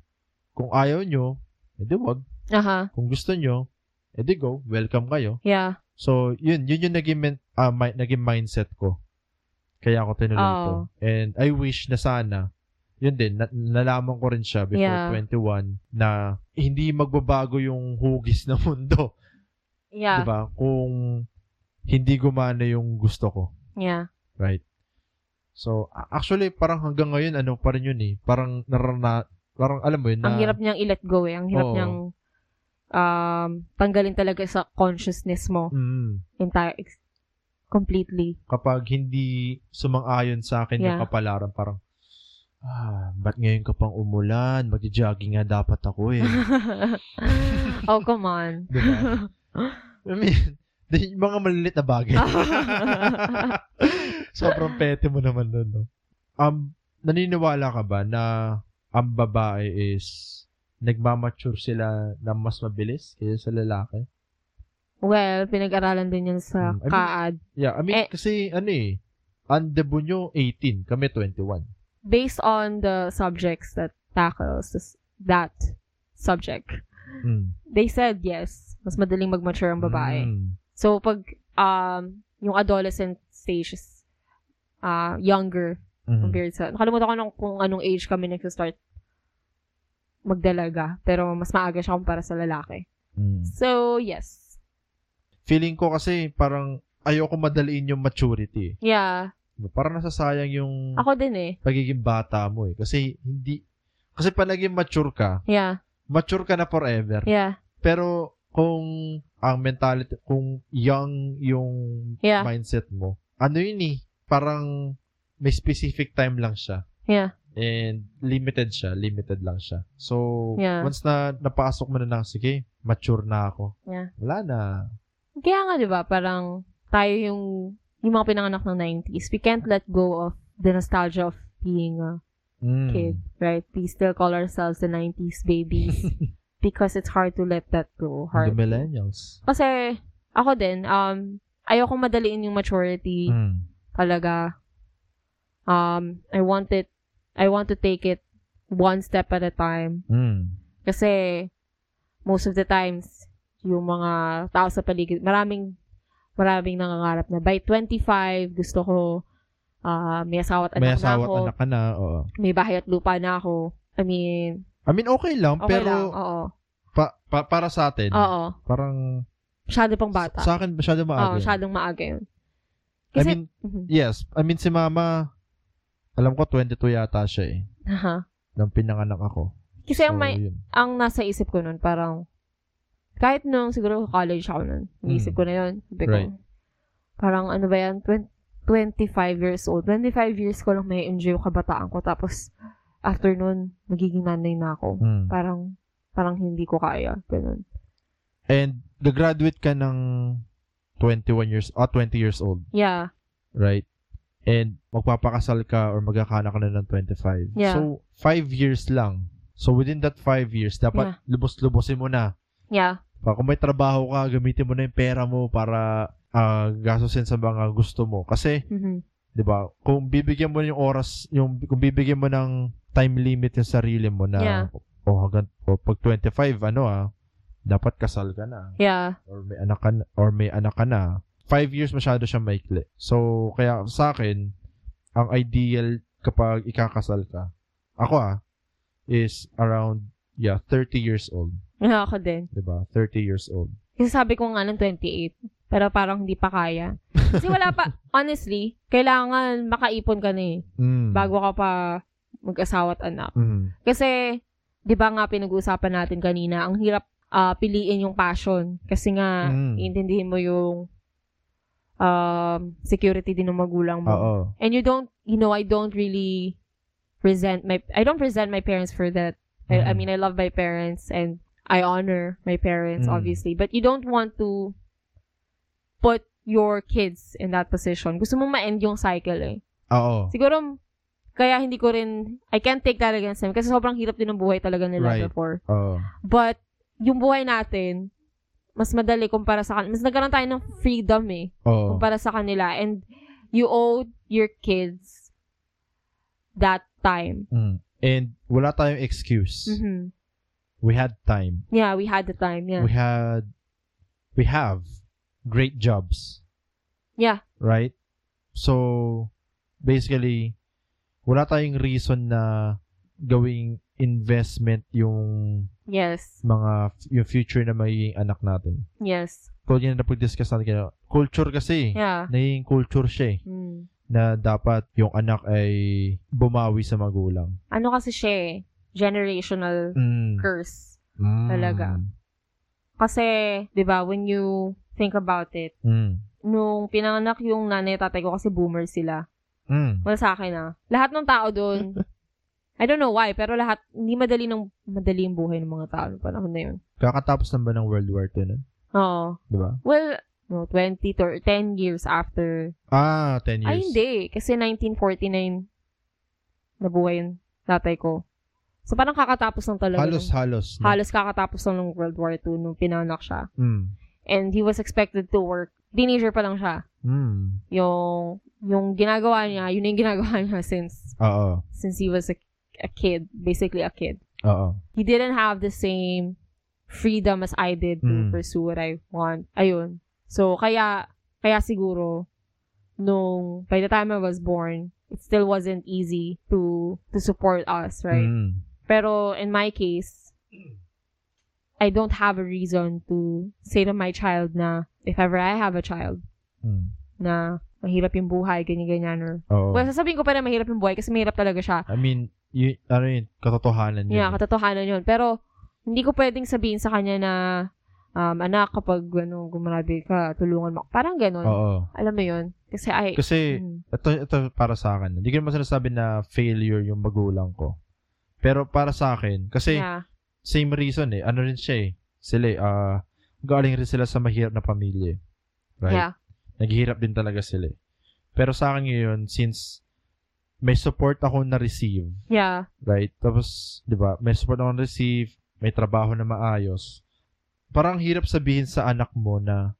Speaker 2: kung ayaw nyo, edi wag.
Speaker 3: Aha.
Speaker 2: Kung gusto nyo, edi go. Welcome kayo.
Speaker 3: Uh-huh. Yeah.
Speaker 2: So, yun, yun yung naging, men- ah, mi- naging mindset ko. Kaya ako tinuloy
Speaker 3: Oo.
Speaker 2: to. And I wish na sana, yun din, na- nalaman ko rin siya before
Speaker 3: Yeah.
Speaker 2: 21 na hindi magbabago yung hugis ng mundo. Di
Speaker 3: Yeah.
Speaker 2: ba? Kung hindi gumana yung gusto ko.
Speaker 3: Yeah.
Speaker 2: Right? So, a- actually, parang hanggang ngayon, ano pa rin yun eh. Parang narana, parang alam mo yun na,
Speaker 3: Ang hirap niyang i-let go eh. Ang hirap
Speaker 2: Oo.
Speaker 3: niyang um, tanggalin talaga sa consciousness mo
Speaker 2: Mm.
Speaker 3: entire ex- completely.
Speaker 2: kapag hindi sumang-ayon sa akin yung
Speaker 3: Yeah.
Speaker 2: kapalaran, parang, ah, ba't ngayon ka pang umulan? Mag-jogging nga dapat ako eh.
Speaker 3: oh, come on.
Speaker 2: Di ba? I mean, di- yung mga malilit na bagay. Sobrang pete mo naman nun, no? Um, naniniwala ka ba na ang babae is nagmamature sila na mas mabilis kaysa sa lalaki?
Speaker 3: Well, pinag-aralan din yan sa
Speaker 2: Mm, I mean-
Speaker 3: kaad.
Speaker 2: Yeah, I mean,
Speaker 3: Eh.
Speaker 2: kasi ano eh, ang debut nyo 18, kami 21.
Speaker 3: Based on the subjects that tackles this, that subject,
Speaker 2: Mm.
Speaker 3: they said yes, mas madaling mag-mature ang babae.
Speaker 2: Mm.
Speaker 3: So, pag um, yung adolescent stage is uh, younger
Speaker 2: Mhm.
Speaker 3: compared sa... Nakalimutan ko nung, kung anong age kami nag-start magdalaga. Pero mas maaga siya kumpara sa lalaki.
Speaker 2: Mm.
Speaker 3: So, yes.
Speaker 2: feeling ko kasi parang ayoko madaliin yung maturity. eh.
Speaker 3: Yeah.
Speaker 2: Parang nasasayang yung
Speaker 3: Ako din eh.
Speaker 2: pagiging bata mo eh. Kasi hindi, kasi pa naging mature ka,
Speaker 3: Yeah.
Speaker 2: mature ka na forever.
Speaker 3: Yeah.
Speaker 2: Pero kung ang mentality, kung young yung
Speaker 3: Yeah.
Speaker 2: mindset mo, ano yun eh, parang may specific time lang siya.
Speaker 3: Yeah.
Speaker 2: And limited siya, limited lang siya. So,
Speaker 3: Yeah.
Speaker 2: once na napasok mo na lang, sige, mature na ako.
Speaker 3: Yeah.
Speaker 2: Wala na.
Speaker 3: Kaya nga, di ba, parang tayo yung, yung mga pinanganak ng 90s. We can't let go of the nostalgia of being a
Speaker 2: Mm.
Speaker 3: kid, right? We still call ourselves the 90s babies because it's hard to let that go.
Speaker 2: The
Speaker 3: Hard.
Speaker 2: millennials.
Speaker 3: Kasi, ako din, um, ayoko madaliin yung maturity.
Speaker 2: Mm.
Speaker 3: talaga. Um, I want it, I want to take it one step at a time.
Speaker 2: Mm.
Speaker 3: Kasi, most of the times, yung mga tao sa paligid, maraming, maraming nangangarap na by 25, gusto ko, ah, may asawa at anak
Speaker 2: May
Speaker 3: na
Speaker 2: asawa
Speaker 3: ako,
Speaker 2: at anak ka na, oo.
Speaker 3: may bahay at lupa na ako. I mean,
Speaker 2: I mean, okay lang,
Speaker 3: okay
Speaker 2: pero
Speaker 3: lang, oo.
Speaker 2: pa- pa- para sa atin,
Speaker 3: Oo,
Speaker 2: parang
Speaker 3: masyado pang bata.
Speaker 2: sa akin masyado
Speaker 3: Oo,
Speaker 2: maaga. yun.
Speaker 3: masyadong maaga yun.
Speaker 2: I
Speaker 3: Kasi,
Speaker 2: mean,
Speaker 3: Mhm.
Speaker 2: yes. I mean, si mama, alam ko 22 yata siya eh,
Speaker 3: Aha.
Speaker 2: nang pinanganak ako.
Speaker 3: kasi ang may,
Speaker 2: yun.
Speaker 3: ang nasa isip ko nun, parang, kahit nung siguro college ako nun,
Speaker 2: Mm.
Speaker 3: naisip ko na yun. Sabi
Speaker 2: Right.
Speaker 3: ko, parang ano ba yan, 20 25 years old. 25 years ko lang may enjoy yung kabataan ko. Tapos, after nun, magiging nanay na ako.
Speaker 2: Mm.
Speaker 3: Parang, parang hindi ko kaya. Ganun.
Speaker 2: And, nag-graduate ka ng 21 years, ah, 20 years old,
Speaker 3: Yeah.
Speaker 2: right? And, magpapakasal ka or magkakaanak ka na ng 25.
Speaker 3: Yeah.
Speaker 2: So, 5 years lang. So, within that 5 years, dapat lubos-lubosin mo na
Speaker 3: Yeah.
Speaker 2: Pa, kung may trabaho ka, gamitin mo na yung pera mo para ah, gastusin sa mga gusto mo. Kasi
Speaker 3: Mhm.
Speaker 2: 'di ba? Kung bibigyan mo yung oras, yung kung bibigyan mo ng time limit yung sarili mo na
Speaker 3: Yeah.
Speaker 2: oh hanggang oh, pag 25 ano ah, dapat kasal ka na
Speaker 3: Yeah.
Speaker 2: or may anak ka na, or may anak ka na. Five years masyado siya maikli. So, kaya sa akin, ang ideal kapag ikakasal ka, ako ah, is around, yeah, 30 years old.
Speaker 3: Yeah, ako din.
Speaker 2: 'di ba 30 years old.
Speaker 3: Kasi sabi ko nga ng 28. Pero parang hindi pa kaya. Kasi wala pa, honestly, kailangan makaipon ka na eh.
Speaker 2: Mm.
Speaker 3: Bago ka pa mag-asawa at anak.
Speaker 2: Mm.
Speaker 3: Kasi, di ba nga pinag-uusapan natin kanina, ang hirap ah, piliin yung passion. Kasi nga,
Speaker 2: Mm.
Speaker 3: iintindihin mo yung um, security din ng magulang mo.
Speaker 2: Oo.
Speaker 3: And you don't, you know, I don't really resent my, I don't resent my parents for that. I, I
Speaker 2: Mhm.
Speaker 3: mean, I love my parents and I honor my parents,
Speaker 2: Mm.
Speaker 3: obviously. But you don't want to put your kids in that position. Gusto mo ma-end yung cycle eh.
Speaker 2: Oo.
Speaker 3: Siguro, kaya hindi ko rin, I can't take that against them kasi sobrang hirap din ng buhay talaga nila
Speaker 2: Right.
Speaker 3: before.
Speaker 2: Oo.
Speaker 3: But, yung buhay natin, mas madali kumpara sa kanila. Mas nagkaroon tayo ng freedom eh
Speaker 2: Oo.
Speaker 3: kumpara sa kanila. And you owe your kids that time.
Speaker 2: Mm. And wala tayong excuse.
Speaker 3: Mhm.
Speaker 2: We had time.
Speaker 3: Yeah, we had the time. Yeah.
Speaker 2: We had we have great jobs.
Speaker 3: Yeah.
Speaker 2: Right? So basically wala tayong reason na gawing investment yung
Speaker 3: Yes.
Speaker 2: mga yung future na magiging anak natin.
Speaker 3: Yes.
Speaker 2: Kung yun na pag-discuss natin kanina, culture kasi. eh.
Speaker 3: Yeah.
Speaker 2: Naging culture siya eh,
Speaker 3: Mm.
Speaker 2: na dapat yung anak ay bumawi sa magulang.
Speaker 3: Ano kasi siya eh, generational
Speaker 2: Mm.
Speaker 3: curse.
Speaker 2: Mm.
Speaker 3: Talaga. Kasi, di ba, when you think about it,
Speaker 2: Mm.
Speaker 3: nung pinanganak yung nanay at tatay ko kasi boomer sila.
Speaker 2: Mm.
Speaker 3: Well, sa akin ah. Lahat ng tao doon, I don't know why, pero lahat, hindi madali ng madali yung buhay ng mga tao noong panahon na yun.
Speaker 2: Kakatapos na ba ng World War II nun?
Speaker 3: Oo.
Speaker 2: Di ba?
Speaker 3: Well, no, 20 to 10 years after.
Speaker 2: Ah, 10 years.
Speaker 3: Ay, hindi. Kasi 1949, nabuhay yung tatay ko. So, parang kakatapos lang talaga.
Speaker 2: Halos,
Speaker 3: ng-
Speaker 2: halos. no?
Speaker 3: halos kakatapos lang ng World War II nung pinanak siya.
Speaker 2: Mm.
Speaker 3: And he was expected to work. Teenager pa lang siya.
Speaker 2: Mm.
Speaker 3: Yung, yung ginagawa niya, yun na yung ginagawa niya since,
Speaker 2: Oo.
Speaker 3: since he was a, a kid. Basically, a kid.
Speaker 2: Oo.
Speaker 3: He didn't have the same freedom as I did to
Speaker 2: Mm.
Speaker 3: pursue what I want. Ayun. So, kaya, kaya siguro, nung, by the time I was born, it still wasn't easy to, to support us, right?
Speaker 2: Mm.
Speaker 3: Pero, in my case, I don't have a reason to say to my child na, if ever I have a child,
Speaker 2: Mm.
Speaker 3: na mahirap yung buhay, ganyan-ganyan, or,
Speaker 2: Oo.
Speaker 3: well, sasabihin ko pa na mahirap yung buhay kasi mahirap talaga siya.
Speaker 2: I mean, yun, ano yun, katotohanan yun.
Speaker 3: Yeah, katotohanan yun. Pero, hindi ko pwedeng sabihin sa kanya na, um, anak, kapag ano, gumrabe ka, tulungan mo. ako." Parang ganun.
Speaker 2: Oo.
Speaker 3: Alam mo yun? Kasi, ay,
Speaker 2: Kasi,
Speaker 3: mm,
Speaker 2: ito, ito para sa akin. Hindi ko naman sinasabi na failure yung magulang ko. Pero para sa akin, kasi
Speaker 3: yeah.
Speaker 2: same reason eh. Ano rin siya eh. Sila eh, ah, galing rin sila sa mahirap na pamilya. eh. Right?
Speaker 3: Yeah.
Speaker 2: naghihirap din talaga sila. eh. Pero sa akin ngayon, since may support ako na-receive,
Speaker 3: Yeah.
Speaker 2: right? Tapos, di ba, may support ako na-receive, may trabaho na maayos. Parang hirap sabihin sa anak mo na,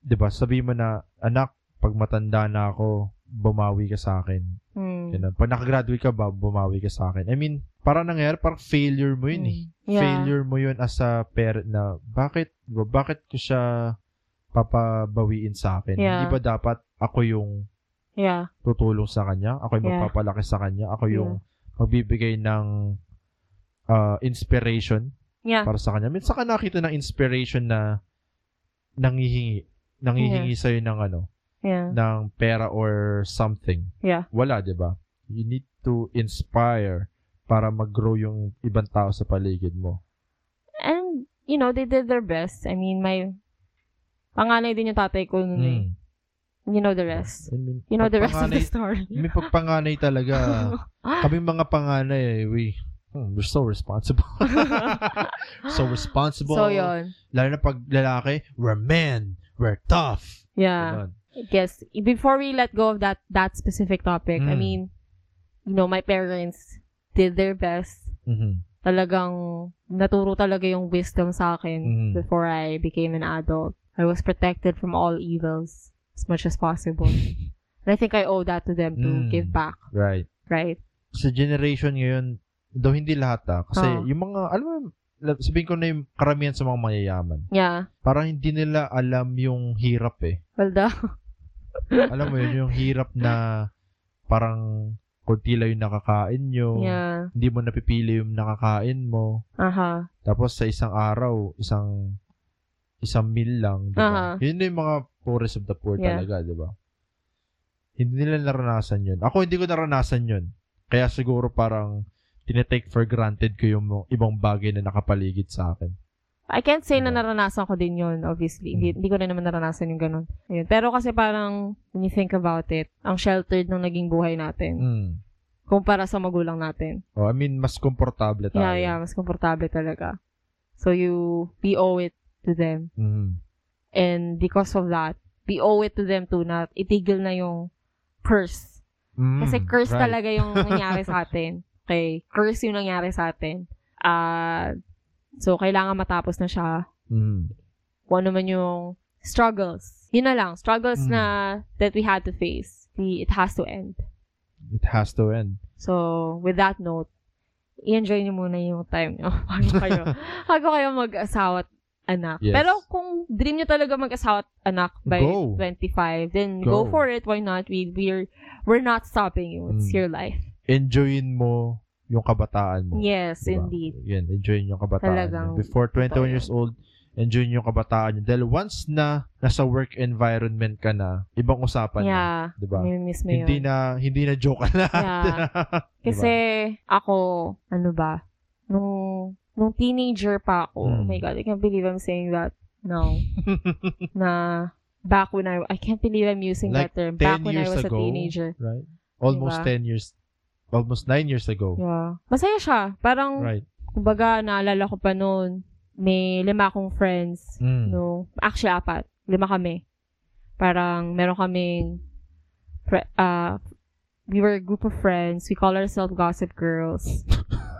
Speaker 2: di ba, sabihin mo na, anak, pag matanda na ako, bumawi ka sa akin.
Speaker 3: Mm.
Speaker 2: Ganun. Pag nakagraduate ka ba, bumawi ka sa akin. I mean, parang nangyari, parang failure mo yun eh.
Speaker 3: Mm. Yeah.
Speaker 2: Failure mo yun as a parent na, bakit, di ba, bakit ko siya papabawiin sa akin?
Speaker 3: Yeah.
Speaker 2: Hindi ba dapat ako yung
Speaker 3: Yeah.
Speaker 2: tutulong sa kanya? Ako yung
Speaker 3: Yeah.
Speaker 2: magpapalaki sa kanya? Ako yung magbibigay ng ah, inspiration
Speaker 3: Yeah.
Speaker 2: para sa kanya? Minsan ka nakita ng inspiration na nangihingi. Nangihingi sa'yo ng ano,
Speaker 3: Yeah.
Speaker 2: ng pera or something.
Speaker 3: Yeah.
Speaker 2: Wala, di ba? You need to inspire para mag-grow yung ibang tao sa paligid mo.
Speaker 3: And, you know, they did their best. I mean, my, panganay din yung tatay ko nun eh.
Speaker 2: Mm.
Speaker 3: You know the rest.
Speaker 2: I mean,
Speaker 3: You know the rest of the
Speaker 2: pagpanganay-
Speaker 3: story.
Speaker 2: May pagpanganay talaga. Kami mga panganay, eh, we, hmm, we're so responsible. so responsible.
Speaker 3: so, yun.
Speaker 2: Lalo na pag lalaki, we're men, we're tough.
Speaker 3: Yeah.
Speaker 2: Ganon.
Speaker 3: yes, before we let go of that that specific topic,
Speaker 2: Mm.
Speaker 3: I mean, you know, my parents did their best.
Speaker 2: Mhm.
Speaker 3: Talagang naturo talaga yung wisdom sa
Speaker 2: Mm.
Speaker 3: akin before I became an adult. I was protected from all evils as much as possible. And I think I owe that to them
Speaker 2: Mm.
Speaker 3: to give back,
Speaker 2: Right.
Speaker 3: right?
Speaker 2: sa generation ngayon, daw hindi lahat ah. Kasi
Speaker 3: Oo.
Speaker 2: yung mga, alam mo, la- sabihin ko na yung karamihan sa mga mayayaman.
Speaker 3: Yeah.
Speaker 2: Parang hindi nila alam yung hirap eh.
Speaker 3: Well, the,
Speaker 2: Alam mo yun, yung hirap na parang kunti lang yung nakakain nyo.
Speaker 3: yeah.
Speaker 2: Hindi mo napipili yung nakakain mo.
Speaker 3: Aha.
Speaker 2: Tapos sa isang araw, isang isang meal lang, di ba?
Speaker 3: Aha.
Speaker 2: Yun yung mga poorest of the poor
Speaker 3: Yeah.
Speaker 2: talaga, di ba? Hindi nila naranasan yun. Ako hindi ko naranasan yun. Kaya siguro parang tinetake for granted ko yung mga- ibang bagay na nakapaligid sa akin.
Speaker 3: I can't say na
Speaker 2: Diba?
Speaker 3: naranasan ko din yun, obviously. Hindi, hindi ko rin naman naranasan yung ganun. Ayun. Pero kasi parang, when you think about it, ang sheltered ng naging buhay natin
Speaker 2: Mm.
Speaker 3: kumpara sa magulang natin.
Speaker 2: Oh, I mean, mas komportable tayo.
Speaker 3: Yeah, yeah. Mas komportable talaga. So, you, we owe it to them.
Speaker 2: Mm.
Speaker 3: And because of that, we owe it to them too na itigil na yung curse.
Speaker 2: Mm,
Speaker 3: Kasi curse
Speaker 2: right.
Speaker 3: talaga yung nangyari sa atin. Okay? Curse yung nangyari sa atin. Ah, so, kailangan matapos na siya.
Speaker 2: Mm.
Speaker 3: Kung ano man yung struggles. Yun na lang. Struggles
Speaker 2: Mm.
Speaker 3: na that we had to face. We, it has to end.
Speaker 2: It has to end.
Speaker 3: So, with that note, i-enjoy niyo muna yung time niyo bago kayo, bago kayo mag-asawa at anak.
Speaker 2: Yes.
Speaker 3: Pero kung dream niyo talaga mag-asawa at anak by
Speaker 2: Go.
Speaker 3: 25, then go.
Speaker 2: Go.
Speaker 3: for it. Why not? We, we're, we're not stopping you. It's
Speaker 2: Mm.
Speaker 3: your life.
Speaker 2: Enjoyin mo yung kabataan mo.
Speaker 3: Yes,
Speaker 2: Diba?
Speaker 3: indeed.
Speaker 2: Yan, enjoy yung kabataan.
Speaker 3: Talagang
Speaker 2: nyo. Before 21
Speaker 3: totoo
Speaker 2: years
Speaker 3: yan.
Speaker 2: old, enjoy yung kabataan nyo. Dahil once na nasa work environment ka na, ibang usapan na.
Speaker 3: yeah.
Speaker 2: Diba?
Speaker 3: May miss mo
Speaker 2: Hindi
Speaker 3: yun.
Speaker 2: na, Diba? hindi na joke ka lahat.
Speaker 3: Yeah. Kasi ako, ano ba, nung, nung teenager pa ako, oh
Speaker 2: Mm.
Speaker 3: my God, I can't believe I'm saying that now. na back when I, I can't believe I'm using
Speaker 2: Like,
Speaker 3: that term,
Speaker 2: 10
Speaker 3: back when I
Speaker 2: years
Speaker 3: was
Speaker 2: ago.
Speaker 3: a teenager.
Speaker 2: right? Almost 10 years, almost 9 years ago.
Speaker 3: Diba? Yeah. Masaya siya. Parang,
Speaker 2: Right.
Speaker 3: kumbaga, naalala ko pa noon, may lima akong friends.
Speaker 2: Mm.
Speaker 3: No? Actually, apat. Lima kami. Parang, meron kaming, fr- ah, we were a group of friends. We call ourselves Gossip Girls.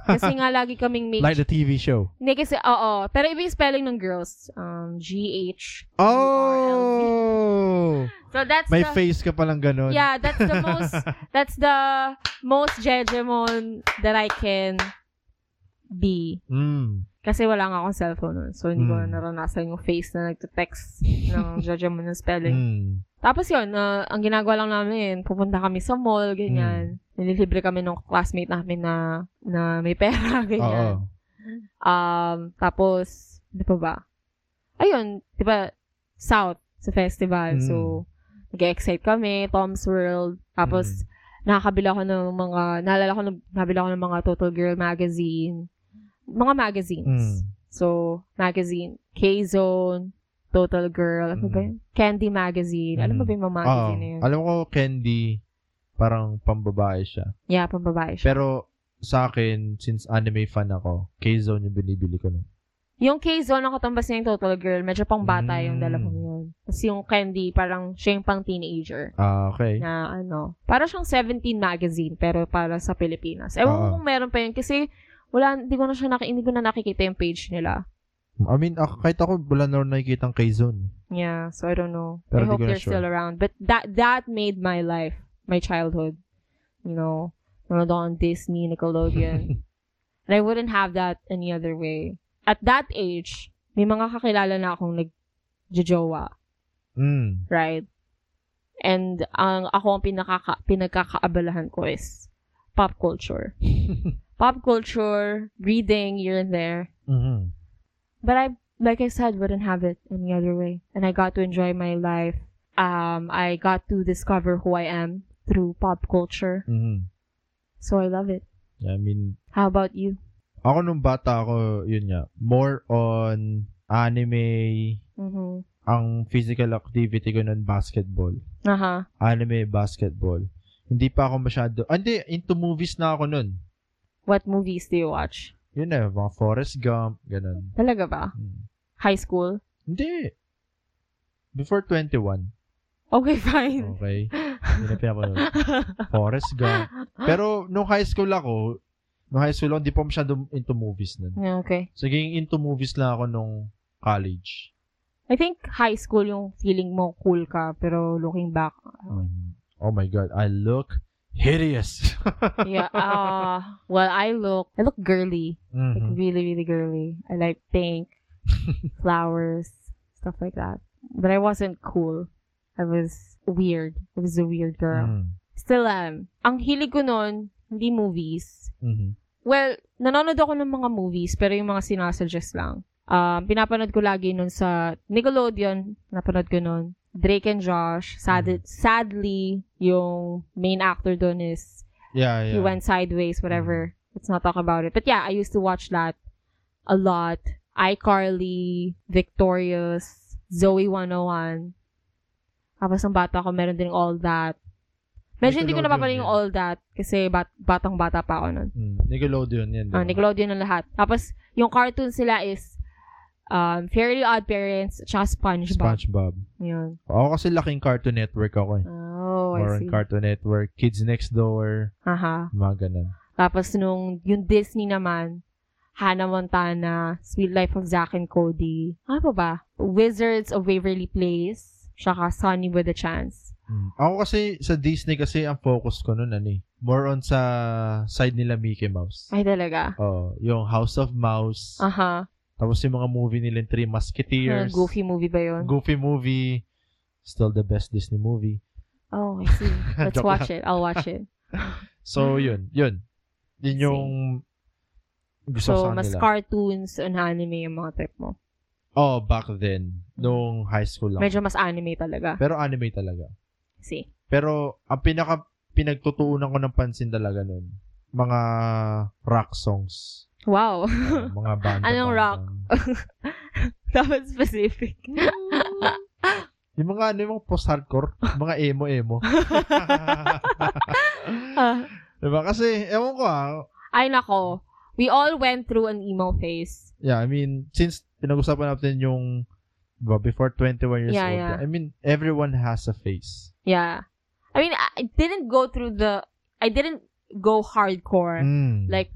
Speaker 3: Kasi nga, lagi kaming make
Speaker 2: like the TV show.
Speaker 3: Hindi kasi, oo. Pero ibig spelling ng girls, um, G-H.
Speaker 2: Oh!
Speaker 3: So that's
Speaker 2: May
Speaker 3: the,
Speaker 2: face ka palang ganun.
Speaker 3: yeah, that's the most, that's the most hegemon that I can be.
Speaker 2: mm.
Speaker 3: Kasi wala nga akong cellphone nun. So, hindi ko
Speaker 2: Mm.
Speaker 3: naranasan yung face na nagte-text ng hegemon ng spelling.
Speaker 2: Mm.
Speaker 3: Tapos yun, na ang ginagawa lang namin, pupunta kami sa mall, ganyan. Nililibre kami ng classmate namin na, na may pera,
Speaker 2: Oo.
Speaker 3: ganyan. Um, tapos, ano pa ba? Ayun, di ba, South, sa festival.
Speaker 2: Mm.
Speaker 3: So, nag-excite kami, Tom's World. Tapos,
Speaker 2: Hmm.
Speaker 3: nakakabila ko ng mga, naalala ko, ng- nabila ko ng mga Total Girl magazine. Mga magazines.
Speaker 2: Mm.
Speaker 3: So, magazine, K-Zone, Total Girl, ano ba
Speaker 2: Mm.
Speaker 3: yun? Candy Magazine. Alam mo
Speaker 2: Mm.
Speaker 3: ba yung mga
Speaker 2: Oo.
Speaker 3: magazine na yun?
Speaker 2: Alam ko, Candy, parang pambabae siya.
Speaker 3: Yeah, pambabae siya.
Speaker 2: Pero sa akin, since anime fan ako, K-Zone yung binibili ko nun.
Speaker 3: Yung K-Zone, ang katumbas niya yung Total Girl, medyo pang bata yung
Speaker 2: Mm.
Speaker 3: dalawang yun. Tapos yung Candy, parang siya yung pang teenager.
Speaker 2: Ah, okay.
Speaker 3: Na ano, para siyang 17 magazine, pero para sa Pilipinas. Ewan ko
Speaker 2: Oo.
Speaker 3: kung meron pa yun kasi wala, hindi ko na siya naki, hindi ko na nakikita yung page nila.
Speaker 2: I mean, ako, kahit ako, wala na rin nakikita ang K-Zone.
Speaker 3: Yeah, so I don't know.
Speaker 2: Pero
Speaker 3: I
Speaker 2: di
Speaker 3: hope
Speaker 2: ko na
Speaker 3: they're
Speaker 2: sure.
Speaker 3: still around. But that that made my life, my childhood. You know, nanonood ako ng Disney, Nickelodeon. And I wouldn't have that any other way. At that age, may mga kakilala na akong nag-jojowa,
Speaker 2: Mm.
Speaker 3: right? And ang ako ang pinakaka, pinagkakaabalahan ko is pop culture. pop culture, reading here and there.
Speaker 2: Mhm.
Speaker 3: But I, like I said, wouldn't have it any other way. And I got to enjoy my life. Um, I got to discover who I am through pop culture.
Speaker 2: Mhm.
Speaker 3: So I love it.
Speaker 2: I mean,
Speaker 3: How about you?
Speaker 2: ako nung bata ako, yun nga, more on anime,
Speaker 3: Mm-hmm.
Speaker 2: ang physical activity ko nun, basketball.
Speaker 3: Uh-huh.
Speaker 2: Anime, basketball. Hindi pa ako masyado, ah, hindi, into movies na ako nun.
Speaker 3: What movies do you watch?
Speaker 2: Yun na, mga Forrest Gump, ganun.
Speaker 3: Talaga ba?
Speaker 2: Mm.
Speaker 3: High school?
Speaker 2: Hindi. Before 21.
Speaker 3: Okay, fine.
Speaker 2: Okay? Hindi na pinapanood. Forrest Gump. Pero, nung high school ako, nung high school ako, hindi pa ako masyado into movies nun.
Speaker 3: Yeah, okay.
Speaker 2: So, naging into movies lang ako nung college.
Speaker 3: I think high school yung feeling mo cool ka, pero looking back,
Speaker 2: Um, oh my god, I look hideous.
Speaker 3: yeah. Uh, well, I look, I look girly, like
Speaker 2: Mhm.
Speaker 3: really, really girly. I like pink, flowers, stuff like that. But I wasn't cool. I was weird. I was a weird girl.
Speaker 2: Mhm.
Speaker 3: Still am. Ang hilig ko noon, hindi movies.
Speaker 2: Mhm.
Speaker 3: Well, nanonood ako ng mga movies, pero yung mga sinasuggest lang. Um, pinapanood ko lagi nun sa Nickelodeon, napanood ko nun. Drake and Josh. Sad-
Speaker 2: Mm-hmm.
Speaker 3: Sadly, yung main actor dun is
Speaker 2: Yeah, yeah. Mm-hmm.
Speaker 3: he went sideways, whatever. Let's not talk about it. But yeah, I used to watch that a lot. iCarly, Victorious, Zoe 101. Tapos nung bata ko, meron din all that. Medyo hindi
Speaker 2: Nickelodeon
Speaker 3: ko napapanood yung
Speaker 2: din.
Speaker 3: all that kasi bat- batang-bata pa ako nun.
Speaker 2: Mm. Nickelodeon yan.
Speaker 3: Ah,
Speaker 2: diba?
Speaker 3: Nickelodeon ang lahat. Tapos, yung cartoon sila is um, Fairly Odd Parents tsaka SpongeBob.
Speaker 2: SpongeBob.
Speaker 3: Yun.
Speaker 2: Ako kasi laking Cartoon Network ako eh.
Speaker 3: Oh,
Speaker 2: More on
Speaker 3: I see.
Speaker 2: Cartoon Network, Kids Next Door,
Speaker 3: Aha.
Speaker 2: mga ganun.
Speaker 3: Tapos nung yung Disney naman, Hannah Montana, Sweet Life of Zack and Cody. Ano pa ba? Wizards of Waverly Place, tsaka Sunny with a Chance.
Speaker 2: Mm. Ako kasi sa Disney kasi ang focus ko nun ano eh. More on sa side nila Mickey Mouse.
Speaker 3: Ay talaga.
Speaker 2: Oh, yung House of Mouse.
Speaker 3: Aha.
Speaker 2: Tapos yung mga movie nila yung Three
Speaker 3: Ano,
Speaker 2: Musketeers.
Speaker 3: goofy movie ba yun?
Speaker 2: Goofy movie. Still the best Disney movie.
Speaker 3: oh, I see. Let's
Speaker 2: Joke
Speaker 3: watch it. I'll watch it. Mm.
Speaker 2: So, yun. Yun. Yun yung gusto ko
Speaker 3: So,
Speaker 2: sa
Speaker 3: mas
Speaker 2: kanila.
Speaker 3: cartoons and anime yung mga trip mo.
Speaker 2: oh, back then. Nung high school lang.
Speaker 3: Medyo mas anime talaga.
Speaker 2: Pero anime talaga.
Speaker 3: See?
Speaker 2: Pero, ang pinaka pinagtutuunan ko ng pansin talaga nun, mga rock songs.
Speaker 3: Wow.
Speaker 2: Oh, mga banda.
Speaker 3: Anong
Speaker 2: banda.
Speaker 3: rock? that was specific.
Speaker 2: Yung mga ano, yung mga post-hardcore, mga emo-emo.
Speaker 3: Ah.
Speaker 2: diba? Kasi, ewan ko ah,
Speaker 3: Ay nako. We all went through an emo phase.
Speaker 2: yeah, I mean, since pinag-usapan natin yung, diba, before 21 years
Speaker 3: Yeah,
Speaker 2: old,
Speaker 3: yeah.
Speaker 2: I mean, everyone has a face.
Speaker 3: Yeah. I mean, I I didn't go through the, I didn't go hardcore
Speaker 2: Mm.
Speaker 3: like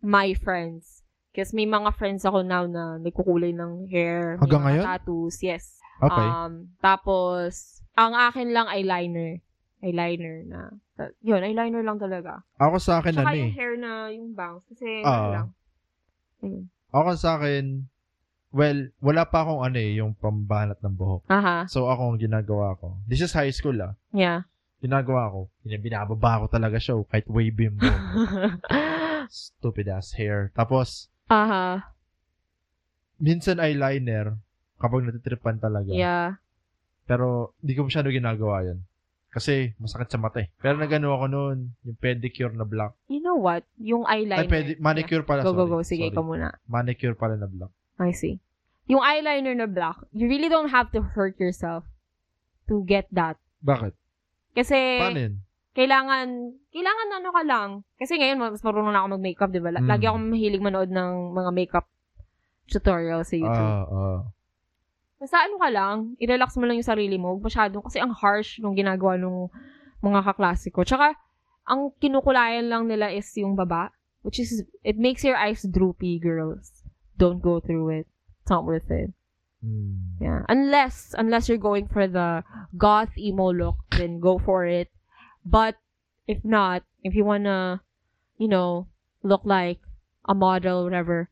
Speaker 3: my friends. Kasi may mga friends ako now na nagkukulay ng hair. may
Speaker 2: Hanggang
Speaker 3: mga
Speaker 2: ngayon?
Speaker 3: Tattoos, yes.
Speaker 2: okay.
Speaker 3: Um, tapos, ang akin lang eyeliner. Eyeliner na. ta- Yun, eyeliner lang talaga.
Speaker 2: ako sa akin, ano
Speaker 3: Tsaka yung
Speaker 2: eh.
Speaker 3: hair na yung bangs. Kasi,
Speaker 2: Ah.
Speaker 3: ano lang. Ayun.
Speaker 2: Ako sa akin, well, wala pa akong ano eh, yung pambanat ng buhok.
Speaker 3: Aha.
Speaker 2: So, ako ang ginagawa ko. This is high school ah.
Speaker 3: Yeah.
Speaker 2: Ginagawa ko. Bin- Binababa ko talaga siya oh, kahit wavy mo. Stupid ass hair. Tapos,
Speaker 3: Aha.
Speaker 2: minsan eyeliner kapag natitripan talaga.
Speaker 3: Yeah.
Speaker 2: Pero, hindi ko masyado ginagawa yan. Kasi, masakit sa mata eh. Pero nagano ako noon, yung pedicure na black.
Speaker 3: You know what? Yung eyeliner.
Speaker 2: Ay, pedi- manicure pala.
Speaker 3: Yeah. Go,
Speaker 2: sorry.
Speaker 3: go, go. Sige,
Speaker 2: Sorry.
Speaker 3: ikaw muna.
Speaker 2: Manicure pala na black.
Speaker 3: I see. Yung eyeliner na black, you really don't have to hurt yourself to get that.
Speaker 2: Bakit?
Speaker 3: Kasi,
Speaker 2: Paano yun?
Speaker 3: kailangan, kailangan ano ka lang. Kasi ngayon, mas marunong na ako mag-makeup, di ba? La-
Speaker 2: Mm.
Speaker 3: Lagi akong mahilig manood ng mga makeup tutorial sa YouTube.
Speaker 2: Ah, ah.
Speaker 3: Basta ano ka lang, i-relax mo lang yung sarili mo. Huwag Masyadong, kasi ang harsh nung ginagawa nung mga kaklase ko. Tsaka, ang kinukulayan lang nila is yung baba, which is, it makes your eyes droopy, girls. Don't go through it. It's not worth it.
Speaker 2: Hmm.
Speaker 3: Yeah. Unless, unless you're going for the goth emo look, then go for it. But, if not, if you wanna, you know, look like a model, whatever,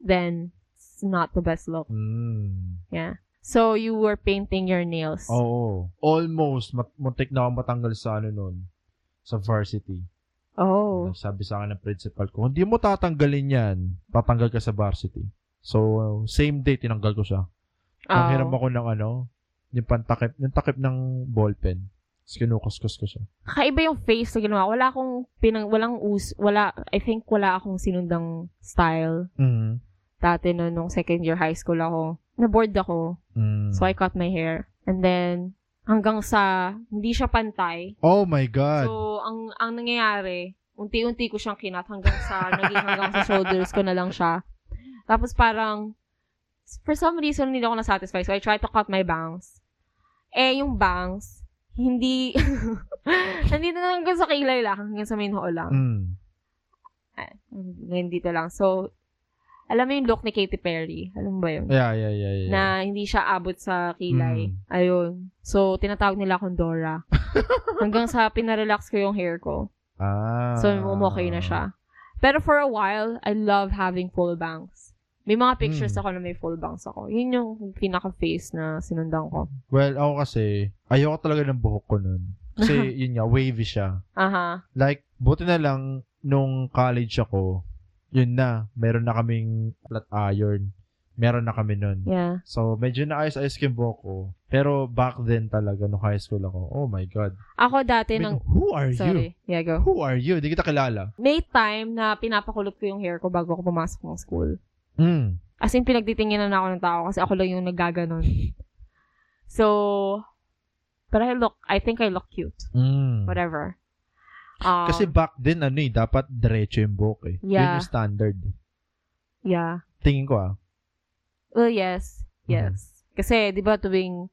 Speaker 3: then it's not the best look.
Speaker 2: Hmm.
Speaker 3: Yeah. So, you were painting your nails.
Speaker 2: Oo. Almost, mat- muntik na ako matanggal sa ano noon. Sa varsity.
Speaker 3: Oh.
Speaker 2: Sabi sa akin ng principal ko, hindi mo tatanggalin yan. Tatanggal ka sa varsity. So, same day, tinanggal ko siya.
Speaker 3: Oh.
Speaker 2: Ang hiram ako ng ano, yung pantakip, yung takip ng ballpen. Tapos kinukuskus ko siya.
Speaker 3: Kakaiba yung face na ginawa. Wala akong, pinang, walang us, wala, I think wala akong sinundang style
Speaker 2: Mm.
Speaker 3: dati no, nung second year high school ako. Naboard ako.
Speaker 2: Mm.
Speaker 3: So, I cut my hair. And then, hanggang sa, hindi siya pantay.
Speaker 2: oh my God.
Speaker 3: So, ang, ang nangyayari, unti-unti ko siyang kinat hanggang sa, naging hanggang sa shoulders ko na lang siya. Tapos parang, for some reason, hindi ako nasatisfy. So, I tried to cut my bangs. Eh, yung bangs, hindi, hindi na hanggang sa kilay lang, hanggang sa main hoo lang.
Speaker 2: mm.
Speaker 3: Ah, Ngayon dito lang. So, Alam mo yung look ni Katy Perry? Alam mo ba yun?
Speaker 2: Yeah, yeah, yeah, yeah.
Speaker 3: Na hindi siya abot sa
Speaker 2: Mm.
Speaker 3: kilay. Ayun. So, tinatawag nila akong Dora. Hanggang sa pinarelax ko yung hair ko.
Speaker 2: ah.
Speaker 3: So, umokay na siya. Pero for a while, I love having full bangs. May mga pictures
Speaker 2: Mm.
Speaker 3: ako na may full bangs ako. Yun yung pinaka-face na sinundan ko.
Speaker 2: Well, ako kasi, ayoko talaga ng buhok ko nun. Kasi, yun nga, wavy siya.
Speaker 3: Aha.
Speaker 2: Like, buti na lang, nung college ako, yun na, meron na kaming flat iron. Meron na kami nun.
Speaker 3: Yeah.
Speaker 2: So, medyo naayos-ayos ko yung buhok ko. Pero, back then talaga, nung high school ako, oh my God.
Speaker 3: Ako
Speaker 2: I
Speaker 3: dati
Speaker 2: mean,
Speaker 3: nang...
Speaker 2: who are you?
Speaker 3: Sorry. Yeah, go.
Speaker 2: Who are you? Hindi kita kilala.
Speaker 3: May time na pinapakulot ko yung hair ko bago ako pumasok ng school.
Speaker 2: Mm.
Speaker 3: As in, pinagtitinginan na ako ng tao kasi ako lang yung naggaganon. So, but I look, I think I look cute.
Speaker 2: Mm.
Speaker 3: Whatever. Um,
Speaker 2: Kasi back then, ano eh, dapat diretso yung buhok eh. Yun
Speaker 3: Yeah.
Speaker 2: yung standard.
Speaker 3: yeah.
Speaker 2: Tingin ko ah.
Speaker 3: Well, yes.
Speaker 2: Mm-hmm.
Speaker 3: Yes. Kasi, di ba, tuwing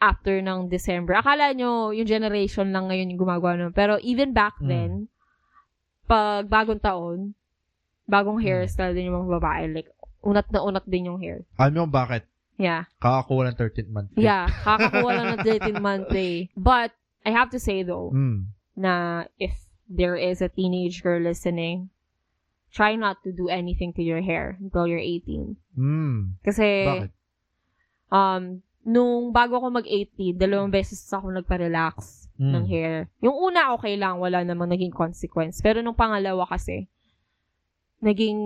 Speaker 3: after ng December, akala nyo, yung generation lang ngayon yung gumagawa nun. Pero even back
Speaker 2: Mm.
Speaker 3: then, pag bagong taon, bagong
Speaker 2: Mm.
Speaker 3: hairstyle din yung mga babae. Like, unat na unat din yung hair.
Speaker 2: Alam mo kung bakit?
Speaker 3: Yeah.
Speaker 2: Kakakuha ng 13th month. eh.
Speaker 3: Yeah. Kakakuha lang ng 13 month eh. But, I have to say though,
Speaker 2: Mm.
Speaker 3: na if there is a teenage girl listening, try not to do anything to your hair until you're 18.
Speaker 2: Mm.
Speaker 3: Kasi,
Speaker 2: Bakit?
Speaker 3: um, nung bago ako mag-18, dalawang beses ako nagpa-relax
Speaker 2: Mm.
Speaker 3: ng hair. Yung una, okay lang. Wala namang naging consequence. Pero nung pangalawa kasi, naging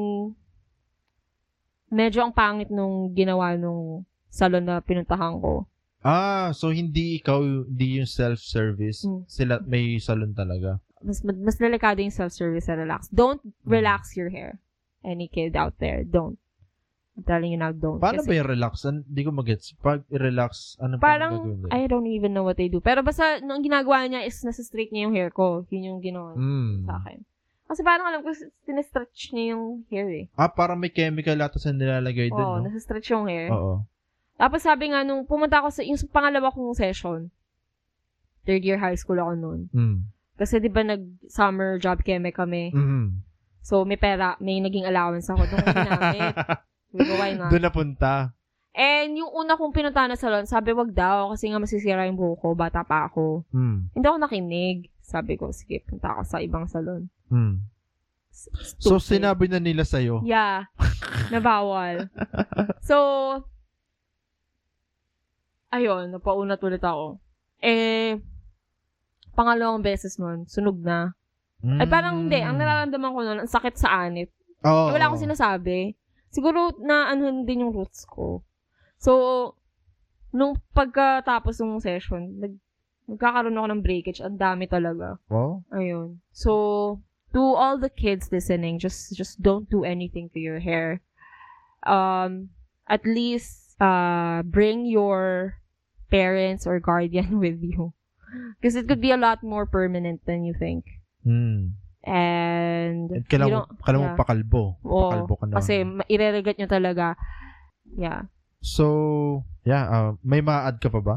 Speaker 3: medyo ang pangit nung ginawa nung salon na pinuntahan ko.
Speaker 2: Ah, so hindi ikaw, hindi yung self-service.
Speaker 3: Mm.
Speaker 2: Sila, may salon talaga.
Speaker 3: mas mas delikado yung self-service sa relax. Don't
Speaker 2: Hmm.
Speaker 3: relax your hair. Any kid out there, don't. I'm telling you now, don't.
Speaker 2: Paano ba
Speaker 3: Kasi
Speaker 2: yung relax? An- Hindi ko mag-gets. Pag relax, ano
Speaker 3: Parang,
Speaker 2: Ay,
Speaker 3: I don't even know what they do. Pero basta, nung ginagawa niya is nasa-straight niya yung hair ko. Yun yung ginawa niya
Speaker 2: mm.
Speaker 3: sa akin. Kasi parang alam ko, sinestretch niya yung hair eh.
Speaker 2: Ah, parang may chemical ata sa nilalagay
Speaker 3: Oo,
Speaker 2: doon, no? Oh.
Speaker 3: nasa-stretch yung hair.
Speaker 2: Oo.
Speaker 3: Tapos sabi nga, nung pumunta ako sa, yung pangalawa kong session, third year high school ako noon.
Speaker 2: Mm.
Speaker 3: Kasi di ba nag-summer job keme kami.
Speaker 2: Mm.
Speaker 3: So, may pera, may naging allowance ako. Doon ko ginamit. Diba, why not?
Speaker 2: doon napunta.
Speaker 3: And yung una kong pinunta na salon, sabi wag daw kasi nga masisira yung buhok ko, bata pa ako.
Speaker 2: Mm.
Speaker 3: Hindi ako nakinig. Sabi ko, sige, punta ako sa ibang salon.
Speaker 2: Mm.
Speaker 3: S-
Speaker 2: So,
Speaker 3: stupid.
Speaker 2: sinabi na nila sa'yo.
Speaker 3: Yeah. Nabawal. so, ayun, napaunat ulit ako. Eh, pangalawang beses nun, sunog na. Ay, parang hindi.
Speaker 2: Mm. Hmm.
Speaker 3: Ang nararamdaman ko nun, ang sakit sa anit.
Speaker 2: oh,
Speaker 3: Eh, Wala akong sinasabi. Siguro na ano din yung roots ko. So, nung pagkatapos ng session, nag, nagkakaroon ako ng breakage. Ang dami talaga.
Speaker 2: Oh?
Speaker 3: Ayun. So, to all the kids listening, just just don't do anything to your hair. Um, at least uh, bring your parents or guardian with you. Because it could be a lot more permanent than you think.
Speaker 2: Mm.
Speaker 3: And,
Speaker 2: At
Speaker 3: you
Speaker 2: kailangan
Speaker 3: don't-
Speaker 2: mo, kailangan
Speaker 3: yeah.
Speaker 2: mo pakalbo.
Speaker 3: Oo,
Speaker 2: pakalbo ka na.
Speaker 3: Kasi ma- ireregat nyo talaga. Yeah.
Speaker 2: So, yeah, uh, may ma-add ka pa ba?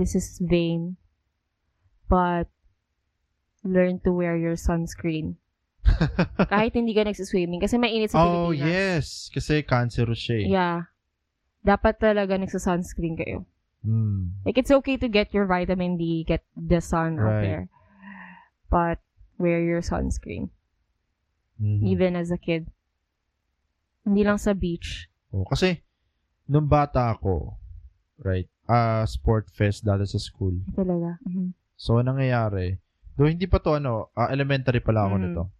Speaker 3: This is vain. But, learn to wear your sunscreen. Kahit hindi ka nagsiswimming. Kasi mainit sa
Speaker 2: oh,
Speaker 3: Pilipinas.
Speaker 2: yes. Kasi cancerous siya eh.
Speaker 3: Yeah. Dapat talaga nagsa-sunscreen kayo.
Speaker 2: Mm.
Speaker 3: Like, it's okay to get your vitamin D, get the sun out
Speaker 2: Right.
Speaker 3: there. But, wear your sunscreen.
Speaker 2: Mhm.
Speaker 3: Even as a kid. Hindi lang sa beach.
Speaker 2: Oh, kasi, nung bata ako, right, ah sport fest dati sa school.
Speaker 3: Talaga. Mhm.
Speaker 2: So, anong nangyayari, though hindi pa to, ano, ah, elementary pala ako
Speaker 3: Mm.
Speaker 2: nito.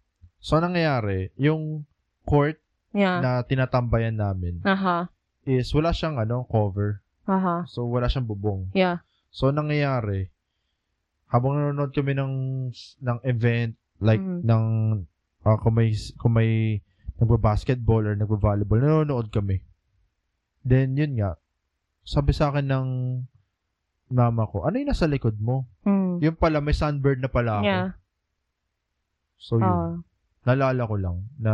Speaker 2: So, anong nangyayari, yung court
Speaker 3: Yeah.
Speaker 2: na tinatambayan namin
Speaker 3: Aha.
Speaker 2: is wala siyang, ano, cover.
Speaker 3: Aha.
Speaker 2: So, wala siyang bubong.
Speaker 3: Yeah.
Speaker 2: So, anong nangyayari, habang nanonood kami ng, ng event, like,
Speaker 3: Mm.
Speaker 2: ng, ah, kung may, kung may nagbabasketball or nagbavolleyball, nanonood kami. Then, yun nga, sabi sa akin ng mama ko, ano yung nasa likod mo?
Speaker 3: Mm.
Speaker 2: Yung pala, may sunburn na pala ako.
Speaker 3: Yeah. Oh.
Speaker 2: So, yun.
Speaker 3: Oo.
Speaker 2: Nalala ko lang na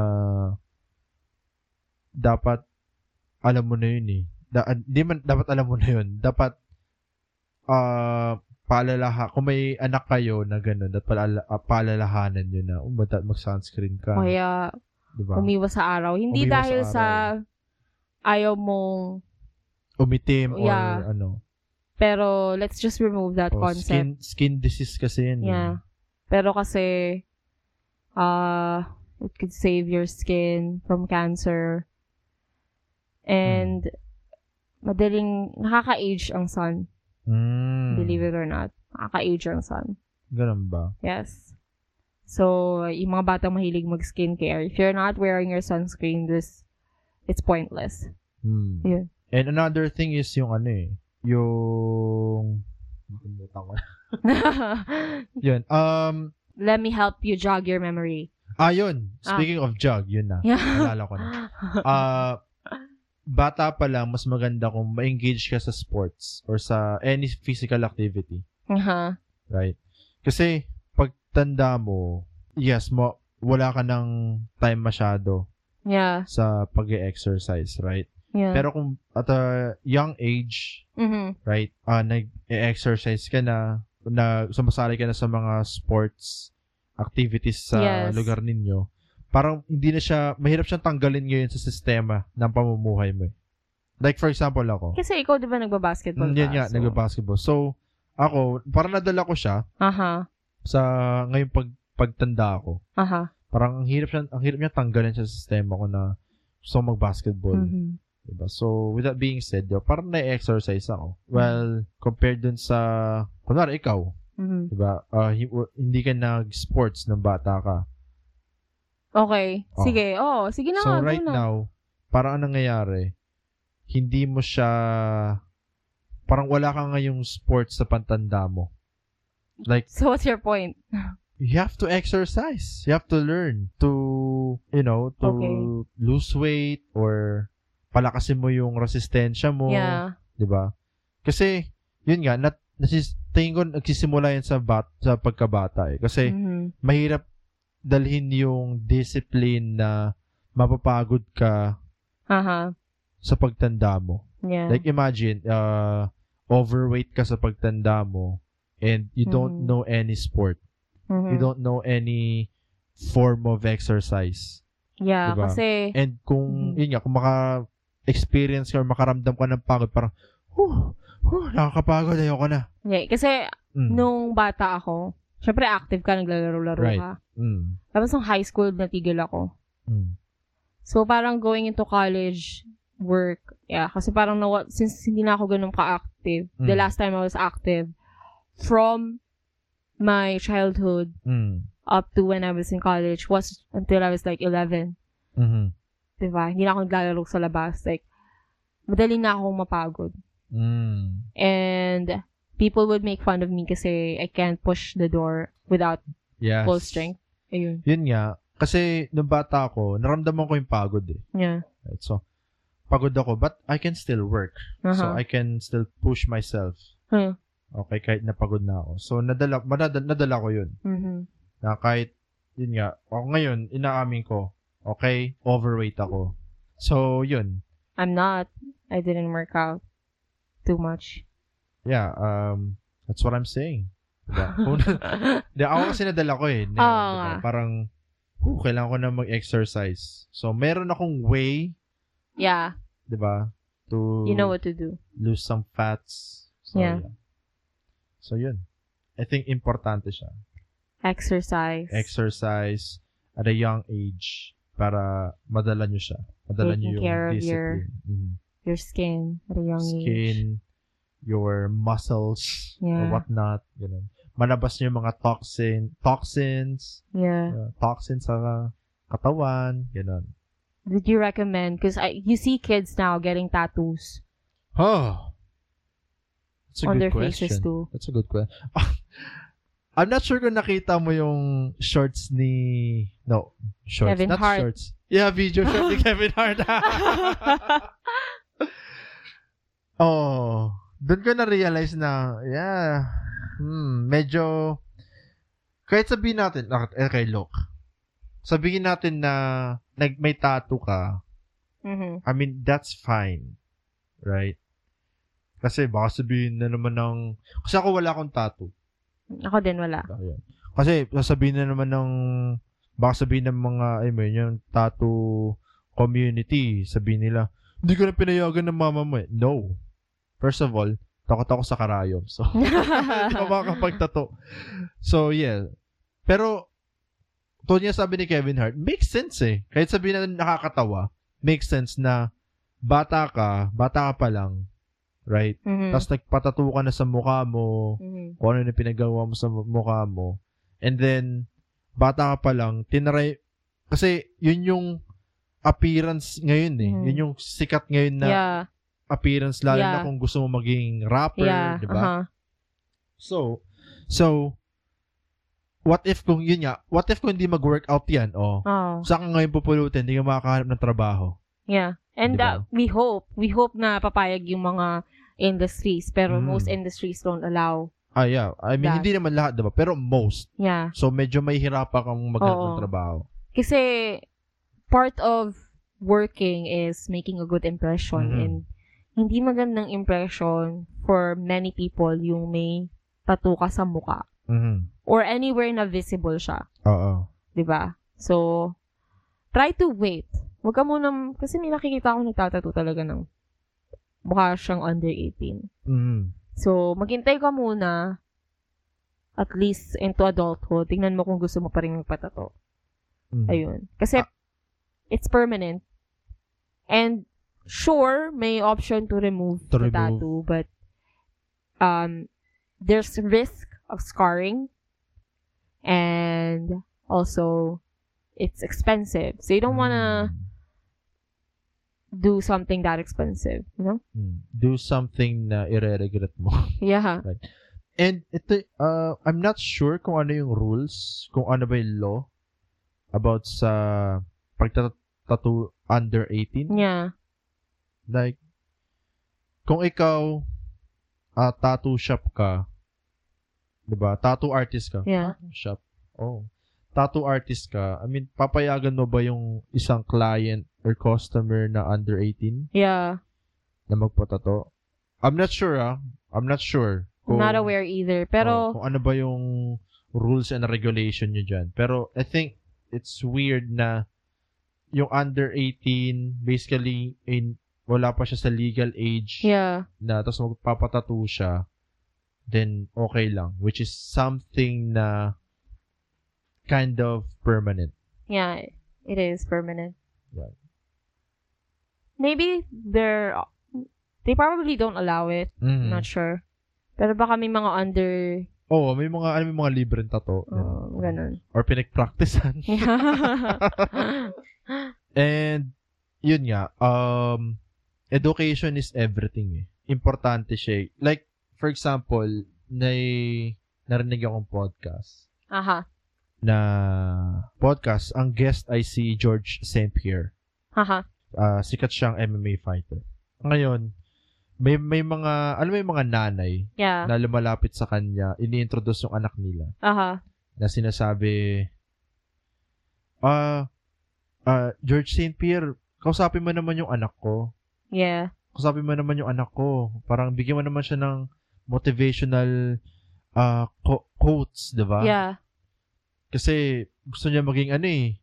Speaker 2: dapat alam mo na yun eh. Da, di man, dapat alam mo na yun. Dapat ah paalalaha. Kung may anak kayo na gano'n, dapat paala, ah, paalalahanan yun na, oh, ba't mag-sunscreen ka?
Speaker 3: Kaya,
Speaker 2: di ba?
Speaker 3: umiwas sa araw. Hindi
Speaker 2: Umiwas sa
Speaker 3: dahil sa, ayaw mong,
Speaker 2: Umitim or
Speaker 3: Yeah.
Speaker 2: ano.
Speaker 3: pero let's just remove that
Speaker 2: Oh,
Speaker 3: concept.
Speaker 2: skin, skin disease kasi yun. eh.
Speaker 3: Yeah. Mm. Pero kasi, uh, it could save your skin from cancer. And, madaling, nakaka-age ang sun.
Speaker 2: Mm.
Speaker 3: Believe it or not. Nakaka-age ang sun.
Speaker 2: Ganun ba?
Speaker 3: Yes. So, yung mga batang mahilig mag-skincare, if you're not wearing your sunscreen, this, it's pointless.
Speaker 2: Hmm.
Speaker 3: Yeah.
Speaker 2: And another thing is yung ano eh, yung nakalimutan ko. yun. Um,
Speaker 3: Let me help you jog your memory.
Speaker 2: ah, yun. Speaking of jog, yun na.
Speaker 3: Yeah.
Speaker 2: Naalala ko na. Ah, bata pa lang, mas maganda kung ma-engage ka sa sports or sa any physical activity.
Speaker 3: Uh-huh.
Speaker 2: Right? Kasi, pagtanda mo, yes, mo, wala ka ng time masyado
Speaker 3: Yeah.
Speaker 2: sa pag exercise right?
Speaker 3: Yeah.
Speaker 2: Pero kung at a young age,
Speaker 3: Mhm.
Speaker 2: right, ah nag-exercise ka na, na sumasali ka na sa mga sports activities sa
Speaker 3: Yes.
Speaker 2: lugar ninyo, parang hindi na siya, mahirap siyang tanggalin ngayon sa sistema ng pamumuhay mo. eh. Like for example ako,
Speaker 3: Kasi ikaw, di ba, nagbabasketball
Speaker 2: mm,
Speaker 3: ka?
Speaker 2: yan nga, nagbabasketball. So, ako, parang nadala ko siya
Speaker 3: Aha.
Speaker 2: sa ngayong pag, pagtanda ako.
Speaker 3: Aha.
Speaker 2: Parang ang hirap siya, ang hirap niya tanggalin sa sistema ko na gusto kong mag-basketball.
Speaker 3: Mhm.
Speaker 2: Diba? So, with that being said, diba, parang na-exercise ako.
Speaker 3: Mm.
Speaker 2: Well, compared dun sa, kunwari ikaw,
Speaker 3: Mhm.
Speaker 2: diba, ah, hi- w- hindi ka nag-sports ng bata ka.
Speaker 3: Okay.
Speaker 2: Oh.
Speaker 3: Sige. Oh, sige na
Speaker 2: so,
Speaker 3: nga. go
Speaker 2: right
Speaker 3: na.
Speaker 2: now, parang ang nangyayari, hindi mo siya, parang wala ka ngayong sports sa pantanda mo. Like,
Speaker 3: So, what's your point?
Speaker 2: you have to exercise. You have to learn to, you know, to
Speaker 3: Okay.
Speaker 2: lose weight or palakasin mo yung resistensya mo.
Speaker 3: yeah.
Speaker 2: 'di ba? Kasi yun nga nat nasis, tingin ko nagsisimula yan sa bat sa pagkabata eh. Kasi
Speaker 3: Mhm.
Speaker 2: mahirap dalhin yung discipline na mapapagod ka
Speaker 3: Aha.
Speaker 2: sa pagtanda mo.
Speaker 3: Yeah.
Speaker 2: Like imagine uh overweight ka sa pagtanda mo and you don't
Speaker 3: Mhm.
Speaker 2: know any sport.
Speaker 3: Mhm.
Speaker 2: You don't know any form of exercise.
Speaker 3: Yeah.
Speaker 2: Diba?
Speaker 3: Kasi,
Speaker 2: And kung,
Speaker 3: Mhm.
Speaker 2: yun nga, kung maka-experience ka or makaramdam ka ng pagod, parang, huh, huh, nakakapagod, ayoko na.
Speaker 3: yeah, kasi
Speaker 2: Mm.
Speaker 3: nung bata ako, syempre active ka, naglalaro-laro
Speaker 2: Right.
Speaker 3: ka.
Speaker 2: Mm.
Speaker 3: Tapos nung high school, natigil ako.
Speaker 2: Mm.
Speaker 3: So, parang going into college, work, yeah. Kasi parang, nawa, since hindi na ako ganun ka-active, the
Speaker 2: Mm.
Speaker 3: last time I was active, from my childhood
Speaker 2: Mm.
Speaker 3: up to when I was in college was until I was like 11.
Speaker 2: Mhm.
Speaker 3: Diba? Hindi na ako naglalaro sa labas. Like, madali na akong mapagod.
Speaker 2: Mm.
Speaker 3: And people would make fun of me kasi I can't push the door without
Speaker 2: Yes.
Speaker 3: full strength. Ayun.
Speaker 2: Yun nga. Kasi, nung bata ako, naramdaman ko yung pagod eh.
Speaker 3: Yeah.
Speaker 2: Right? So, pagod ako, but I can still work. So,
Speaker 3: Uh-huh.
Speaker 2: I can still push myself.
Speaker 3: Huh.
Speaker 2: Okay, kahit napagod na ako. So, nadala, madada, nadala ko yun.
Speaker 3: Mhm.
Speaker 2: Na kahit, yun nga, ako ngayon, inaamin ko, okay, overweight ako. So, yun.
Speaker 3: I'm not. I didn't work out too much.
Speaker 2: Yeah, um, that's what I'm saying. Diba? Kung- Di, ako kasi nadala ko eh. Na,
Speaker 3: Ah. Oo
Speaker 2: diba?
Speaker 3: nga.
Speaker 2: Parang, "Huh, kailangan ko na mag-exercise. So, meron akong way,
Speaker 3: yeah,
Speaker 2: di ba, to
Speaker 3: you know what to do.
Speaker 2: lose some fats. So,
Speaker 3: Yeah.
Speaker 2: So, yun. I think importante siya.
Speaker 3: Exercise.
Speaker 2: Exercise at a young age para madala nyo siya. Madala
Speaker 3: Taking
Speaker 2: nyo yung
Speaker 3: care of your
Speaker 2: discipline. Mhm.
Speaker 3: your skin at a young
Speaker 2: Skin,
Speaker 3: age.
Speaker 2: your muscles, or
Speaker 3: Yeah.
Speaker 2: whatnot. You know. Manabas nyo yung mga toxin, toxins,
Speaker 3: Yeah.
Speaker 2: Yeah, toxin sa katawan, ganun.
Speaker 3: Did you recommend? Because I you see kids now getting tattoos
Speaker 2: Oh. That's a
Speaker 3: on
Speaker 2: good
Speaker 3: their
Speaker 2: question.
Speaker 3: faces too.
Speaker 2: That's a good question. I'm not sure kung nakita mo yung shorts ni... No, shorts.
Speaker 3: Kevin
Speaker 2: not
Speaker 3: Hart.
Speaker 2: shorts. Yeah, video short ni Kevin Hart. oh, doon ko na-realize na, yeah, hmm, medyo... Kahit sabihin natin, ah, okay, look. Sabihin natin na nag, may tattoo ka,
Speaker 3: Mhm.
Speaker 2: I mean, that's fine. Right? Kasi baka sabihin na naman ng... Kasi ako wala akong tattoo.
Speaker 3: Ako din wala.
Speaker 2: Ayan. Kasi sasabihin na naman ng baka sabihin ng mga, I mean, yung tattoo community, sabihin nila, hindi ko na pinayagan ng mama mo eh. No. First of all, takot ako sa karayom. So, hindi ako makakapagtato. So, yeah. Pero, to niya sabi ni Kevin Hart, makes sense eh. Kahit sabihin na nakakatawa, makes sense na bata ka, bata ka pa lang, right?
Speaker 3: Mhm.
Speaker 2: Tapos nagpatato ka na sa mukha mo,
Speaker 3: Mhm.
Speaker 2: kung ano na pinagawa mo sa mu- mukha mo. And then, bata ka pa lang, tinaray, kasi yun yung appearance ngayon eh.
Speaker 3: Mm.
Speaker 2: Yun yung sikat ngayon na
Speaker 3: yeah.
Speaker 2: appearance, lalo
Speaker 3: Yeah.
Speaker 2: na kung gusto mo maging rapper,
Speaker 3: Yeah.
Speaker 2: di ba?
Speaker 3: Uh-huh.
Speaker 2: So, so, what if kung, yun nga, what if kung hindi mag-workout yan, oh,
Speaker 3: Oh.
Speaker 2: saan ka ngayon pupulutin, hindi ka makakahanap ng trabaho.
Speaker 3: Yeah. And
Speaker 2: Di ba?
Speaker 3: uh, we hope, we hope na papayag yung mga industries. Pero
Speaker 2: Mm.
Speaker 3: most industries don't allow.
Speaker 2: Ah, yeah. I mean,
Speaker 3: That-
Speaker 2: hindi naman lahat, di ba? Pero most.
Speaker 3: Yeah.
Speaker 2: So, medyo may hirapan kang maghanap ng
Speaker 3: Oo.
Speaker 2: trabaho.
Speaker 3: Kasi part of working is making a good impression.
Speaker 2: Mhm.
Speaker 3: And hindi magandang impression for many people yung may tattoo ka sa muka.
Speaker 2: Mhm.
Speaker 3: Or anywhere na visible siya.
Speaker 2: Oo.
Speaker 3: 'di ba? So try to wait. Huwag ka muna kasi may nakikita ako nagtatattoo talaga ng mukha siyang under 18.
Speaker 2: Mhm.
Speaker 3: So maghintay ka muna at least into adulthood. Tingnan mo kung gusto mo pa rin magpatato.
Speaker 2: Mhm.
Speaker 3: Ayun. Kasi it's permanent. And sure, may option to remove
Speaker 2: To remove.
Speaker 3: the tattoo but um there's risk of scarring and also it's expensive. So you don't want
Speaker 2: Hmm. Mm-hmm.
Speaker 3: to do something that expensive, you know?
Speaker 2: Mm. do something na ire-regret mo.
Speaker 3: Yeah.
Speaker 2: And ito, uh, I'm not sure kung ano yung rules, kung ano ba yung law about sa pagtatattoo under 18.
Speaker 3: Yeah.
Speaker 2: Like, kung ikaw uh, tattoo shop ka, 'di ba? Tattoo artist ka.
Speaker 3: Yeah.
Speaker 2: Shop. Oh. Tattoo artist ka. I mean, papayagan mo ba yung isang client or customer na under 18?
Speaker 3: Yeah.
Speaker 2: na magpatato. I'm not sure ah. I'm not sure.
Speaker 3: I'm not aware either.
Speaker 2: oh,
Speaker 3: Pero
Speaker 2: kung ano ba yung rules and regulation nyo dyan. Pero I think it's weird na yung under 18, basically, in, wala pa siya sa legal age
Speaker 3: yeah,
Speaker 2: na tapos magpapatato siya, then okay lang. Which is something na kind of permanent.
Speaker 3: yeah, it is permanent.
Speaker 2: Yeah.
Speaker 3: Maybe they're they probably don't allow it.
Speaker 2: Mm.
Speaker 3: Not sure. Pero baka may mga under
Speaker 2: Oo, may mga, ano, may mga libreng tato.
Speaker 3: oh, ganun.
Speaker 2: Or pinagpracticean. And, yun nga, um, education is everything eh. Importante siya. eh. Like, for example, nay, narinig akong podcast
Speaker 3: Aha.
Speaker 2: na podcast, ang guest ay si George St. Pierre.
Speaker 3: Aha.
Speaker 2: Ah, sikat siyang MMA fighter. Ngayon, may may mga alam mo yung mga nanay
Speaker 3: Yeah.
Speaker 2: na lumalapit sa kanya, ini-introduce yung anak nila
Speaker 3: Aha.
Speaker 2: na sinasabi, ah, ah, George St. Pierre, kausapin mo naman yung anak ko.
Speaker 3: Yeah.
Speaker 2: Kausapin mo naman yung anak ko. Parang bigyan mo naman siya ng motivational ah, co- quotes, di ba?
Speaker 3: Yeah.
Speaker 2: Kasi gusto niya maging ano eh,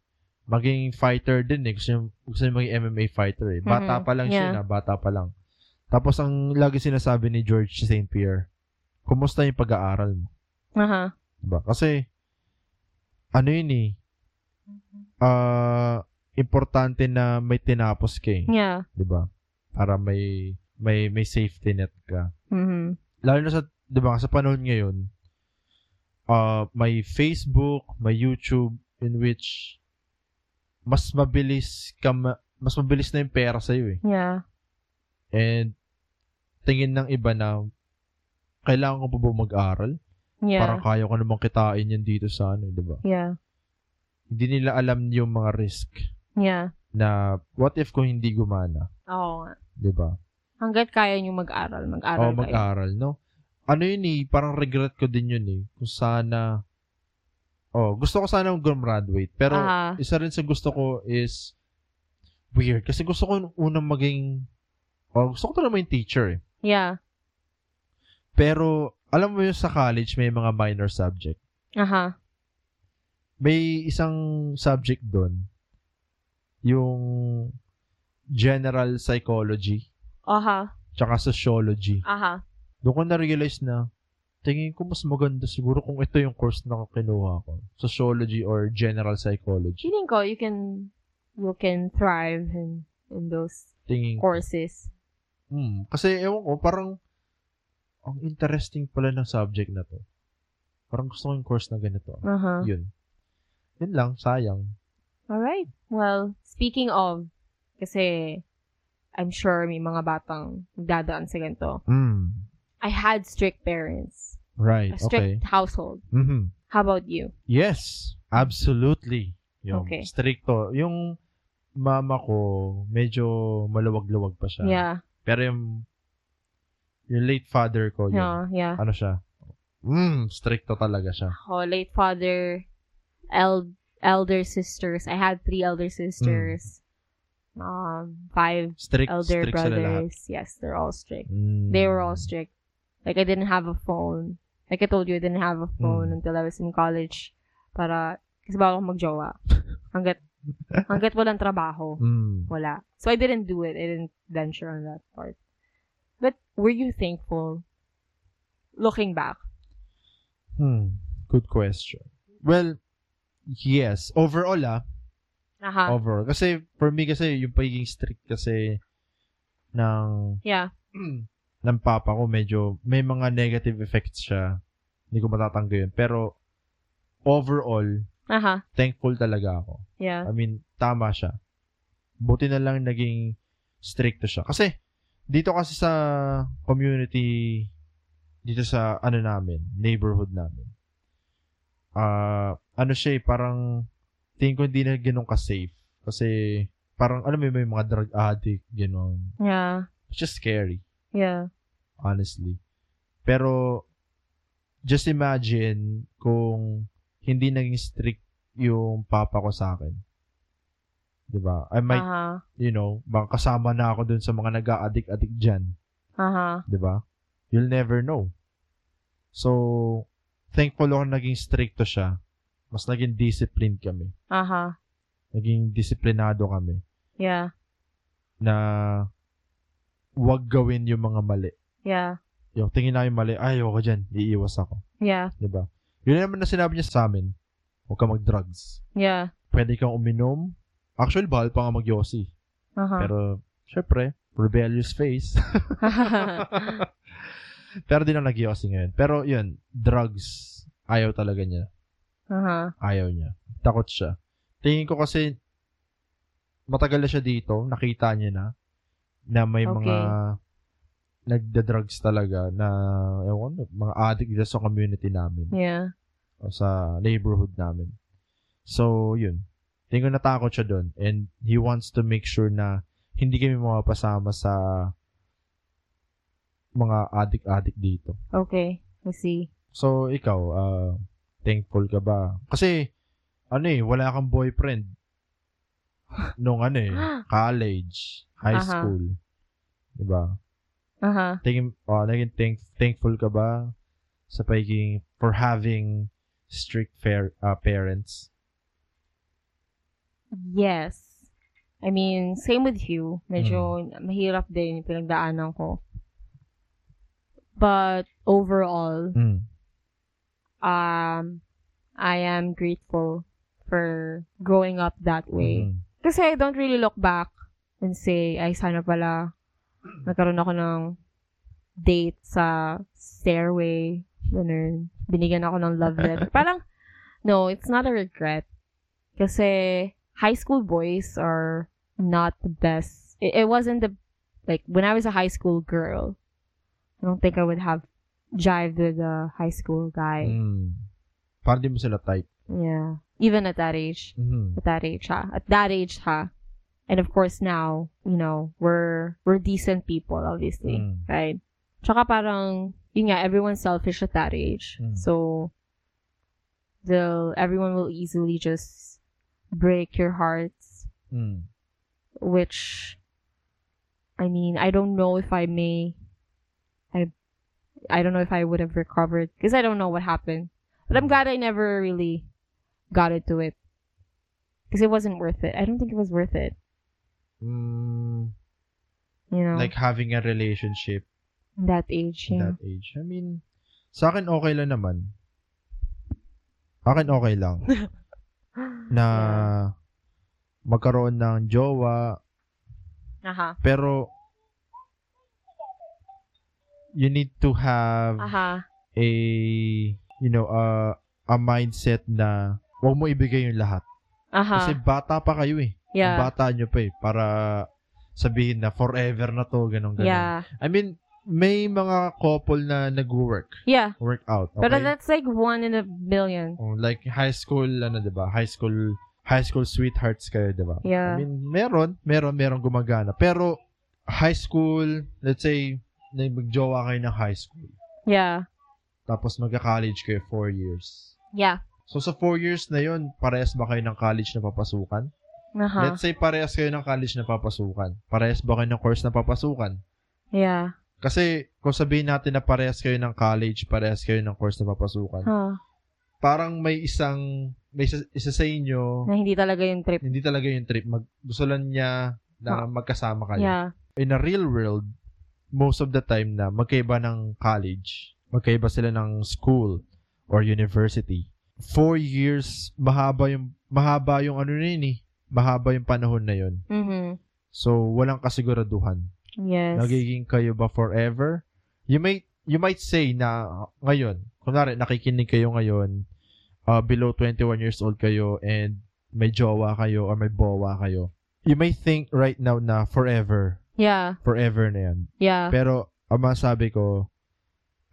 Speaker 2: maging fighter din eh. Gusto niya, gusto niya maging MMA fighter eh. Bata
Speaker 3: Mhm.
Speaker 2: pa lang siya
Speaker 3: Yeah.
Speaker 2: na, bata pa lang. Tapos ang lagi sinasabi ni George St. Pierre, kumusta yung pag-aaral mo?
Speaker 3: Aha.
Speaker 2: Diba? Kasi, ano yun eh, ah, importante na may tinapos ka eh,
Speaker 3: Yeah.
Speaker 2: diba? Para may, may, may safety net ka.
Speaker 3: Mhm.
Speaker 2: Lalo na sa, diba, sa panahon ngayon, ah, may Facebook, may YouTube, in which, mas mabilis ka, ma- mas mabilis na yung pera sa'yo eh.
Speaker 3: Yeah.
Speaker 2: And, tingin ng iba na, kailangan ko pa ba mag-aral?
Speaker 3: Yeah.
Speaker 2: Parang kaya ko namang kitain yan dito sa ano, diba?
Speaker 3: Yeah.
Speaker 2: hindi nila alam yung mga risk
Speaker 3: Yeah.
Speaker 2: na what if kung hindi gumana,
Speaker 3: Oo nga.
Speaker 2: 'di ba?
Speaker 3: Hanggat kaya nyo mag-aral, mag-aral
Speaker 2: O
Speaker 3: kayo.
Speaker 2: Oh, mag-aral, no? Ano yun eh, parang regret ko din yun eh. Kung sana Oh, gusto ko sana graduate, pero
Speaker 3: Aha.
Speaker 2: isa rin sa gusto ko is weird kasi gusto ko nung unang maging oh, gusto ko talaga maging teacher eh.
Speaker 3: Yeah. Uh-huh.
Speaker 2: Pero alam mo yun sa college may mga minor subject.
Speaker 3: Aha.
Speaker 2: may isang subject doon, yung general psychology,
Speaker 3: Aha.
Speaker 2: tsaka sociology.
Speaker 3: Aha.
Speaker 2: Doon ko na-realize na, tingin ko mas maganda siguro kung ito yung course na kinuha ko. Sociology or general psychology.
Speaker 3: Feeling ko, you can, you can thrive in, in those
Speaker 2: Tingin ko.
Speaker 3: courses.
Speaker 2: Hmm. Kasi, ewan ko, parang, ang interesting pala ng subject na to. Parang gusto ko yung course na ganito.
Speaker 3: Aha.
Speaker 2: Yun. Yun lang, sayang.
Speaker 3: Alright. Well, speaking of, kasi I'm sure may mga batang dadaan sa ganito.
Speaker 2: Hmm.
Speaker 3: I had strict parents.
Speaker 2: Right,
Speaker 3: A
Speaker 2: okay.
Speaker 3: strict household.
Speaker 2: Mhm.
Speaker 3: How about you?
Speaker 2: Yes, absolutely. Yung
Speaker 3: Okay.
Speaker 2: stricto. Yung mama ko, medyo maluwag-luwag pa siya.
Speaker 3: Yeah.
Speaker 2: Pero yung, yung late father ko, yun,
Speaker 3: Yeah. Yeah.
Speaker 2: ano siya? Mm, stricto talaga siya.
Speaker 3: Ako, late father, el- elder sisters. I had three elder
Speaker 2: Hmm.
Speaker 3: sisters. Um, five
Speaker 2: Strict,
Speaker 3: elder
Speaker 2: strict sila lahat.
Speaker 3: brothers. Yes, they're all strict.
Speaker 2: Mm.
Speaker 3: They were all strict. Like I didn't have a phone. Like I told you, I didn't have a phone
Speaker 2: Mm.
Speaker 3: until I was in college. Para, kasi bago akong magjowa. Hanggat, hanggat walang trabaho.
Speaker 2: Mm.
Speaker 3: Wala. So I didn't do it. I didn't venture on that part. But were you thankful? Looking back.
Speaker 2: Hmm. Good question. Well, yes. Overall, ah.
Speaker 3: Aha.
Speaker 2: Overall. Kasi, for me kasi, yung pagiging strict kasi ng
Speaker 3: Yeah.
Speaker 2: ng papa ko medyo may mga negative effects siya. Hindi ko matatanggi yun. Pero overall,
Speaker 3: Aha.
Speaker 2: thankful talaga ako.
Speaker 3: Uh-huh. Yeah.
Speaker 2: I mean, tama siya. Buti na lang naging stricto siya. Kasi dito kasi sa community dito sa ano namin, neighborhood namin. Ah, ano siya eh, parang tingin ko hindi na ganun ka-safe. Kasi parang alam mo yun, may mga drug addict, ganun.
Speaker 3: Yeah.
Speaker 2: It's just scary
Speaker 3: Yeah.
Speaker 2: honestly. Pero, just imagine kung hindi naging strict yung papa ko sa akin. 'Di ba? I might,
Speaker 3: Aha.
Speaker 2: you know, baka kasama na ako dun sa mga nag-a-addict-addict dyan.
Speaker 3: Aha.
Speaker 2: 'di ba? You'll never know. So, thankful ako naging stricto siya. Mas naging disciplined kami.
Speaker 3: Aha.
Speaker 2: Naging disiplinado kami
Speaker 3: Uh-huh. Yeah.
Speaker 2: na wag gawin yung mga mali.
Speaker 3: Yeah.
Speaker 2: Yung tingin na yung mali, ay, ayoko dyan, iiwas ako.
Speaker 3: Yeah.
Speaker 2: di ba? Yun naman na sinabi niya sa amin, huwag ka mag-drugs.
Speaker 3: Yeah.
Speaker 2: Pwede kang uminom. Actually, bahal pa nga mag-yossi.
Speaker 3: Aha.
Speaker 2: Pero, syempre, rebellious face. Pero di na nag-yossi ngayon. Pero yun, drugs, ayaw talaga niya.
Speaker 3: Aha.
Speaker 2: Ayaw niya. Takot siya. Tingin ko kasi, matagal na siya dito, nakita niya na, na may
Speaker 3: Okay.
Speaker 2: mga nagda-drugs talaga na, ewan, ko, mga addict dito sa community namin.
Speaker 3: Yeah.
Speaker 2: o sa neighborhood namin. So, yun. Tingin ko natakot siya doon. And he wants to make sure na hindi kami mapapasama sa mga addict-addict dito.
Speaker 3: Okay. I see.
Speaker 2: So, ikaw, ah, thankful ka ba? Kasi, ano eh, wala kang boyfriend. Nung ano eh, college, high
Speaker 3: Aha.
Speaker 2: school. Diba?
Speaker 3: Aha.
Speaker 2: Tingin, ah, naging thank- thankful ka ba sa pagiging, for having strict fair, ah, parents?
Speaker 3: Yes. I mean, same with you. Medyo mahirap din yung pinagdaanan ko. But overall,
Speaker 2: Mm.
Speaker 3: um, I am grateful for growing up that way.
Speaker 2: Mm.
Speaker 3: Kasi I don't really look back and say, ay, sana pala nagkaroon ako ng date sa stairway. Ganun. Binigyan ako ng love letter. Parang, no, it's not a regret. Kasi high school boys are not the best. It, it wasn't the, like, when I was a high school girl, I don't think I would have jived with a high school guy.
Speaker 2: Mm. Parang di mo sila type.
Speaker 3: Yeah. Even at that age
Speaker 2: Mhm.
Speaker 3: at that age ha. At that age ha. And of course now, you know, we're we're decent people obviously,
Speaker 2: Mm.
Speaker 3: right? Tsaka parang yun nga, everyone's selfish at that age.
Speaker 2: Mm.
Speaker 3: So they'll everyone will easily just break your hearts,
Speaker 2: Mm.
Speaker 3: which I mean, I don't know if I may I I don't know if I would have recovered because I don't know what happened. But I'm glad I never really got into it because it wasn't worth it. I don't think it was worth it.
Speaker 2: Mm,
Speaker 3: You know,
Speaker 2: like having a relationship
Speaker 3: that age. Yeah.
Speaker 2: that age. I mean, sa akin okay lang naman. Akin okay lang na magkaroon ng jowa
Speaker 3: yeah. aha
Speaker 2: pero you need to have
Speaker 3: aha
Speaker 2: a you know a a mindset na wag mo ibigay yung lahat
Speaker 3: aha
Speaker 2: kasi bata pa kayo eh Ang
Speaker 3: Uh-huh. yeah
Speaker 2: bata nyo pa eh para sabihin na forever na to ganun ganun
Speaker 3: yeah
Speaker 2: I mean may mga couple na nag-work
Speaker 3: yeah.
Speaker 2: work out okay?
Speaker 3: But that's like one in a million.
Speaker 2: Oh, like high school ano 'di ba? High school high school sweethearts kayo 'di ba?
Speaker 3: Yeah.
Speaker 2: I mean, meron, meron, meron gumagana. Pero high school, let's say na magjowa kayo ng high school.
Speaker 3: Yeah.
Speaker 2: Tapos magka-college kayo four years.
Speaker 3: Yeah.
Speaker 2: So sa four years na yun, parehas ba kayo ng college na papasukan?
Speaker 3: Uh-huh.
Speaker 2: Let's say parehas kayo ng college na papasukan. Parehas ba kayo ng course na papasukan?
Speaker 3: Yeah.
Speaker 2: Kasi kung sabihin natin na parehas kayo ng college, parehas kayo ng course na papasukan,
Speaker 3: Huh.
Speaker 2: parang may isang, may isa, isa sa inyo,
Speaker 3: Na hindi talaga yung trip.
Speaker 2: hindi talaga yung trip. Mag, gusto lang niya na magkasama kayo.
Speaker 3: Yeah.
Speaker 2: In a real world, most of the time na magkaiba ng college, magkaiba sila ng school or university. Four years, mahaba yung, mahaba yung ano na yun eh. Mahaba yung panahon na yun.
Speaker 3: Mm-hmm.
Speaker 2: So, walang kasiguraduhan.
Speaker 3: Yes.
Speaker 2: Nagiging kayo ba forever? You may, you might say na uh, ngayon, kunwari nakikinig kayo ngayon, uh, below 21 years old kayo and may jowa kayo or may bowa kayo. You may think right now na forever,
Speaker 3: Yeah.
Speaker 2: forever na yan.
Speaker 3: Yeah.
Speaker 2: Pero ang masabi ko,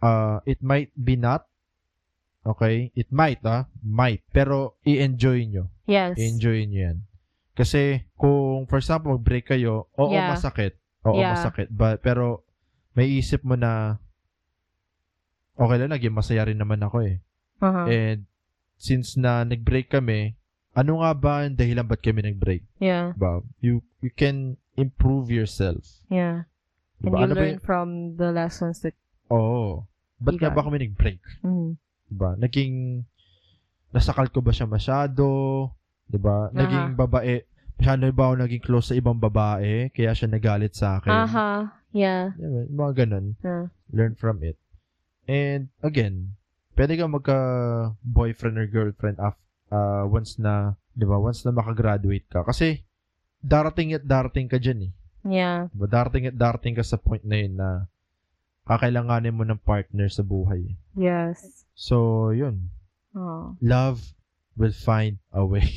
Speaker 2: uh, it might be not. Okay? It might, ah. Might. Pero i-enjoy nyo.
Speaker 3: Yes.
Speaker 2: I-enjoy nyo yan. Kasi kung, for example, mag-break kayo, oo,
Speaker 3: Yeah.
Speaker 2: masakit. Oo,
Speaker 3: Yeah.
Speaker 2: masakit. But, pero may isip mo na, okay lang, naging masaya rin naman ako eh.
Speaker 3: Uh-huh.
Speaker 2: And since na nag-break kami, ano nga ba ang dahilan ba't kami nag-break?
Speaker 3: yeah.
Speaker 2: Diba? You, you can improve yourself.
Speaker 3: Yeah. And
Speaker 2: Diba?
Speaker 3: you
Speaker 2: Ano ba yun?
Speaker 3: learn from the lessons that.
Speaker 2: Oo. Ba't
Speaker 3: You
Speaker 2: nga
Speaker 3: got
Speaker 2: ba kami nag-break?
Speaker 3: Mm.
Speaker 2: Diba? Naging, nasakal ko ba siya masyado? Diba? Naging babae, masyado ba ako naging close sa ibang babae? Kaya siya nagalit sa akin.
Speaker 3: Aha. Yeah. Uh,
Speaker 2: Diba? Mga ganun.
Speaker 3: Yeah.
Speaker 2: Learn from it. And, again, pwede kang magka-boyfriend or girlfriend af, ah, once na, diba? Once na makagraduate ka. Kasi, darating at darating ka dyan eh.
Speaker 3: Yeah.
Speaker 2: Diba? Darating at darating ka sa point na yun na kakailanganin mo ng partner sa buhay. eh.
Speaker 3: Yes.
Speaker 2: So, yun.
Speaker 3: Oh.
Speaker 2: love will find a way.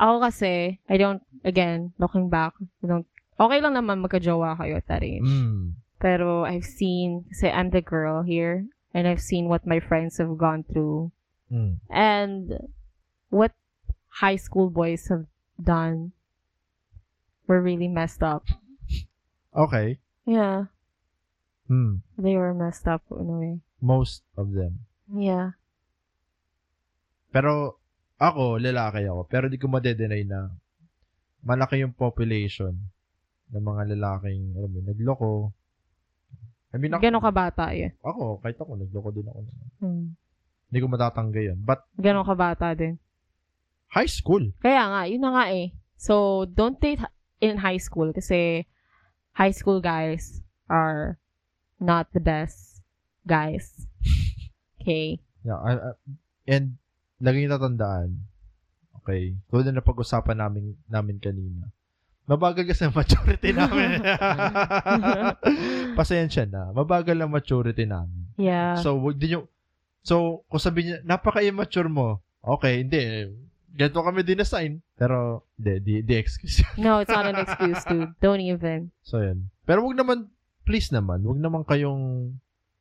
Speaker 3: Ako kasi, I don't, again, looking back, I don't, okay lang naman magka-jowa kayo at that age.
Speaker 2: mm.
Speaker 3: Pero I've seen, kasi I'm the girl here, and I've seen what my friends have gone through
Speaker 2: Mm.
Speaker 3: and what high school boys have done were really messed up.
Speaker 2: Okay.
Speaker 3: Yeah,
Speaker 2: Mm.
Speaker 3: they were messed up in a way.
Speaker 2: Most of them.
Speaker 3: Yeah.
Speaker 2: Pero ako, lalaki ako. Pero di ko madedenay na malaki yung population ng mga lalaking, alam mo, yun, nagloko. I mean, ako,
Speaker 3: Ganon ka bata eh.
Speaker 2: ako, kahit ako, nagloko din ako. naman.
Speaker 3: Hmm.
Speaker 2: Hindi ko matatanggal yun. But,
Speaker 3: Ganon ka bata din.
Speaker 2: high school.
Speaker 3: Kaya nga, yun na nga eh. So, don't date hi- in high school kasi high school guys are not the best guys. Okay.
Speaker 2: Yeah, I, I- and, lagi yung tatandaan. Okay. Tulad na pag-usapan namin, namin kanina. Mabagal kasi ang maturity namin. Pasensya na. Mabagal ang maturity namin.
Speaker 3: Yeah.
Speaker 2: So, wag din yung... So, kung sabihin niya, napaka-immature mo. Okay, hindi. Ganito kami dinasign. Pero, hindi, di, di excuse.
Speaker 3: No, it's not an excuse, dude. Don't even.
Speaker 2: so, yun. Pero wag naman, please naman, wag naman kayong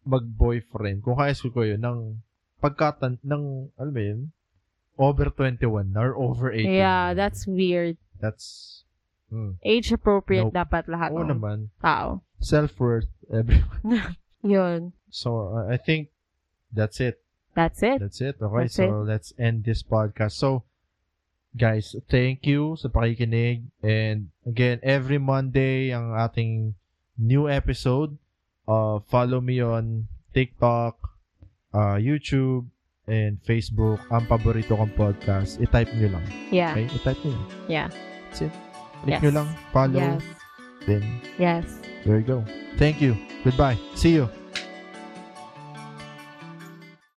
Speaker 2: mag-boyfriend. Kung high school kayo, ng pagkatan, ng, alam mo yun, over 21 or over 18.
Speaker 3: Yeah, that's weird.
Speaker 2: That's, mm,
Speaker 3: Age appropriate
Speaker 2: Nope.
Speaker 3: dapat lahat
Speaker 2: oo
Speaker 3: ng
Speaker 2: naman.
Speaker 3: tao.
Speaker 2: Self-worth, every,
Speaker 3: Yun.
Speaker 2: So, I I think that's it.
Speaker 3: That's it.
Speaker 2: That's it. Okay,
Speaker 3: That's
Speaker 2: so let's end this podcast. So, guys, thank you sa pakikinig. And again, every Monday ang ating new episode. Uh, follow me on TikTok, uh, YouTube, and Facebook, ang paborito kong podcast, i-type nyo lang.
Speaker 3: Yeah.
Speaker 2: Okay? I-type nyo lang.
Speaker 3: Yeah.
Speaker 2: That's it. Click
Speaker 3: Yes.
Speaker 2: nyo lang. Follow.
Speaker 3: Yes.
Speaker 2: Then,
Speaker 3: Yes.
Speaker 2: there you go. Thank you. Goodbye. See you.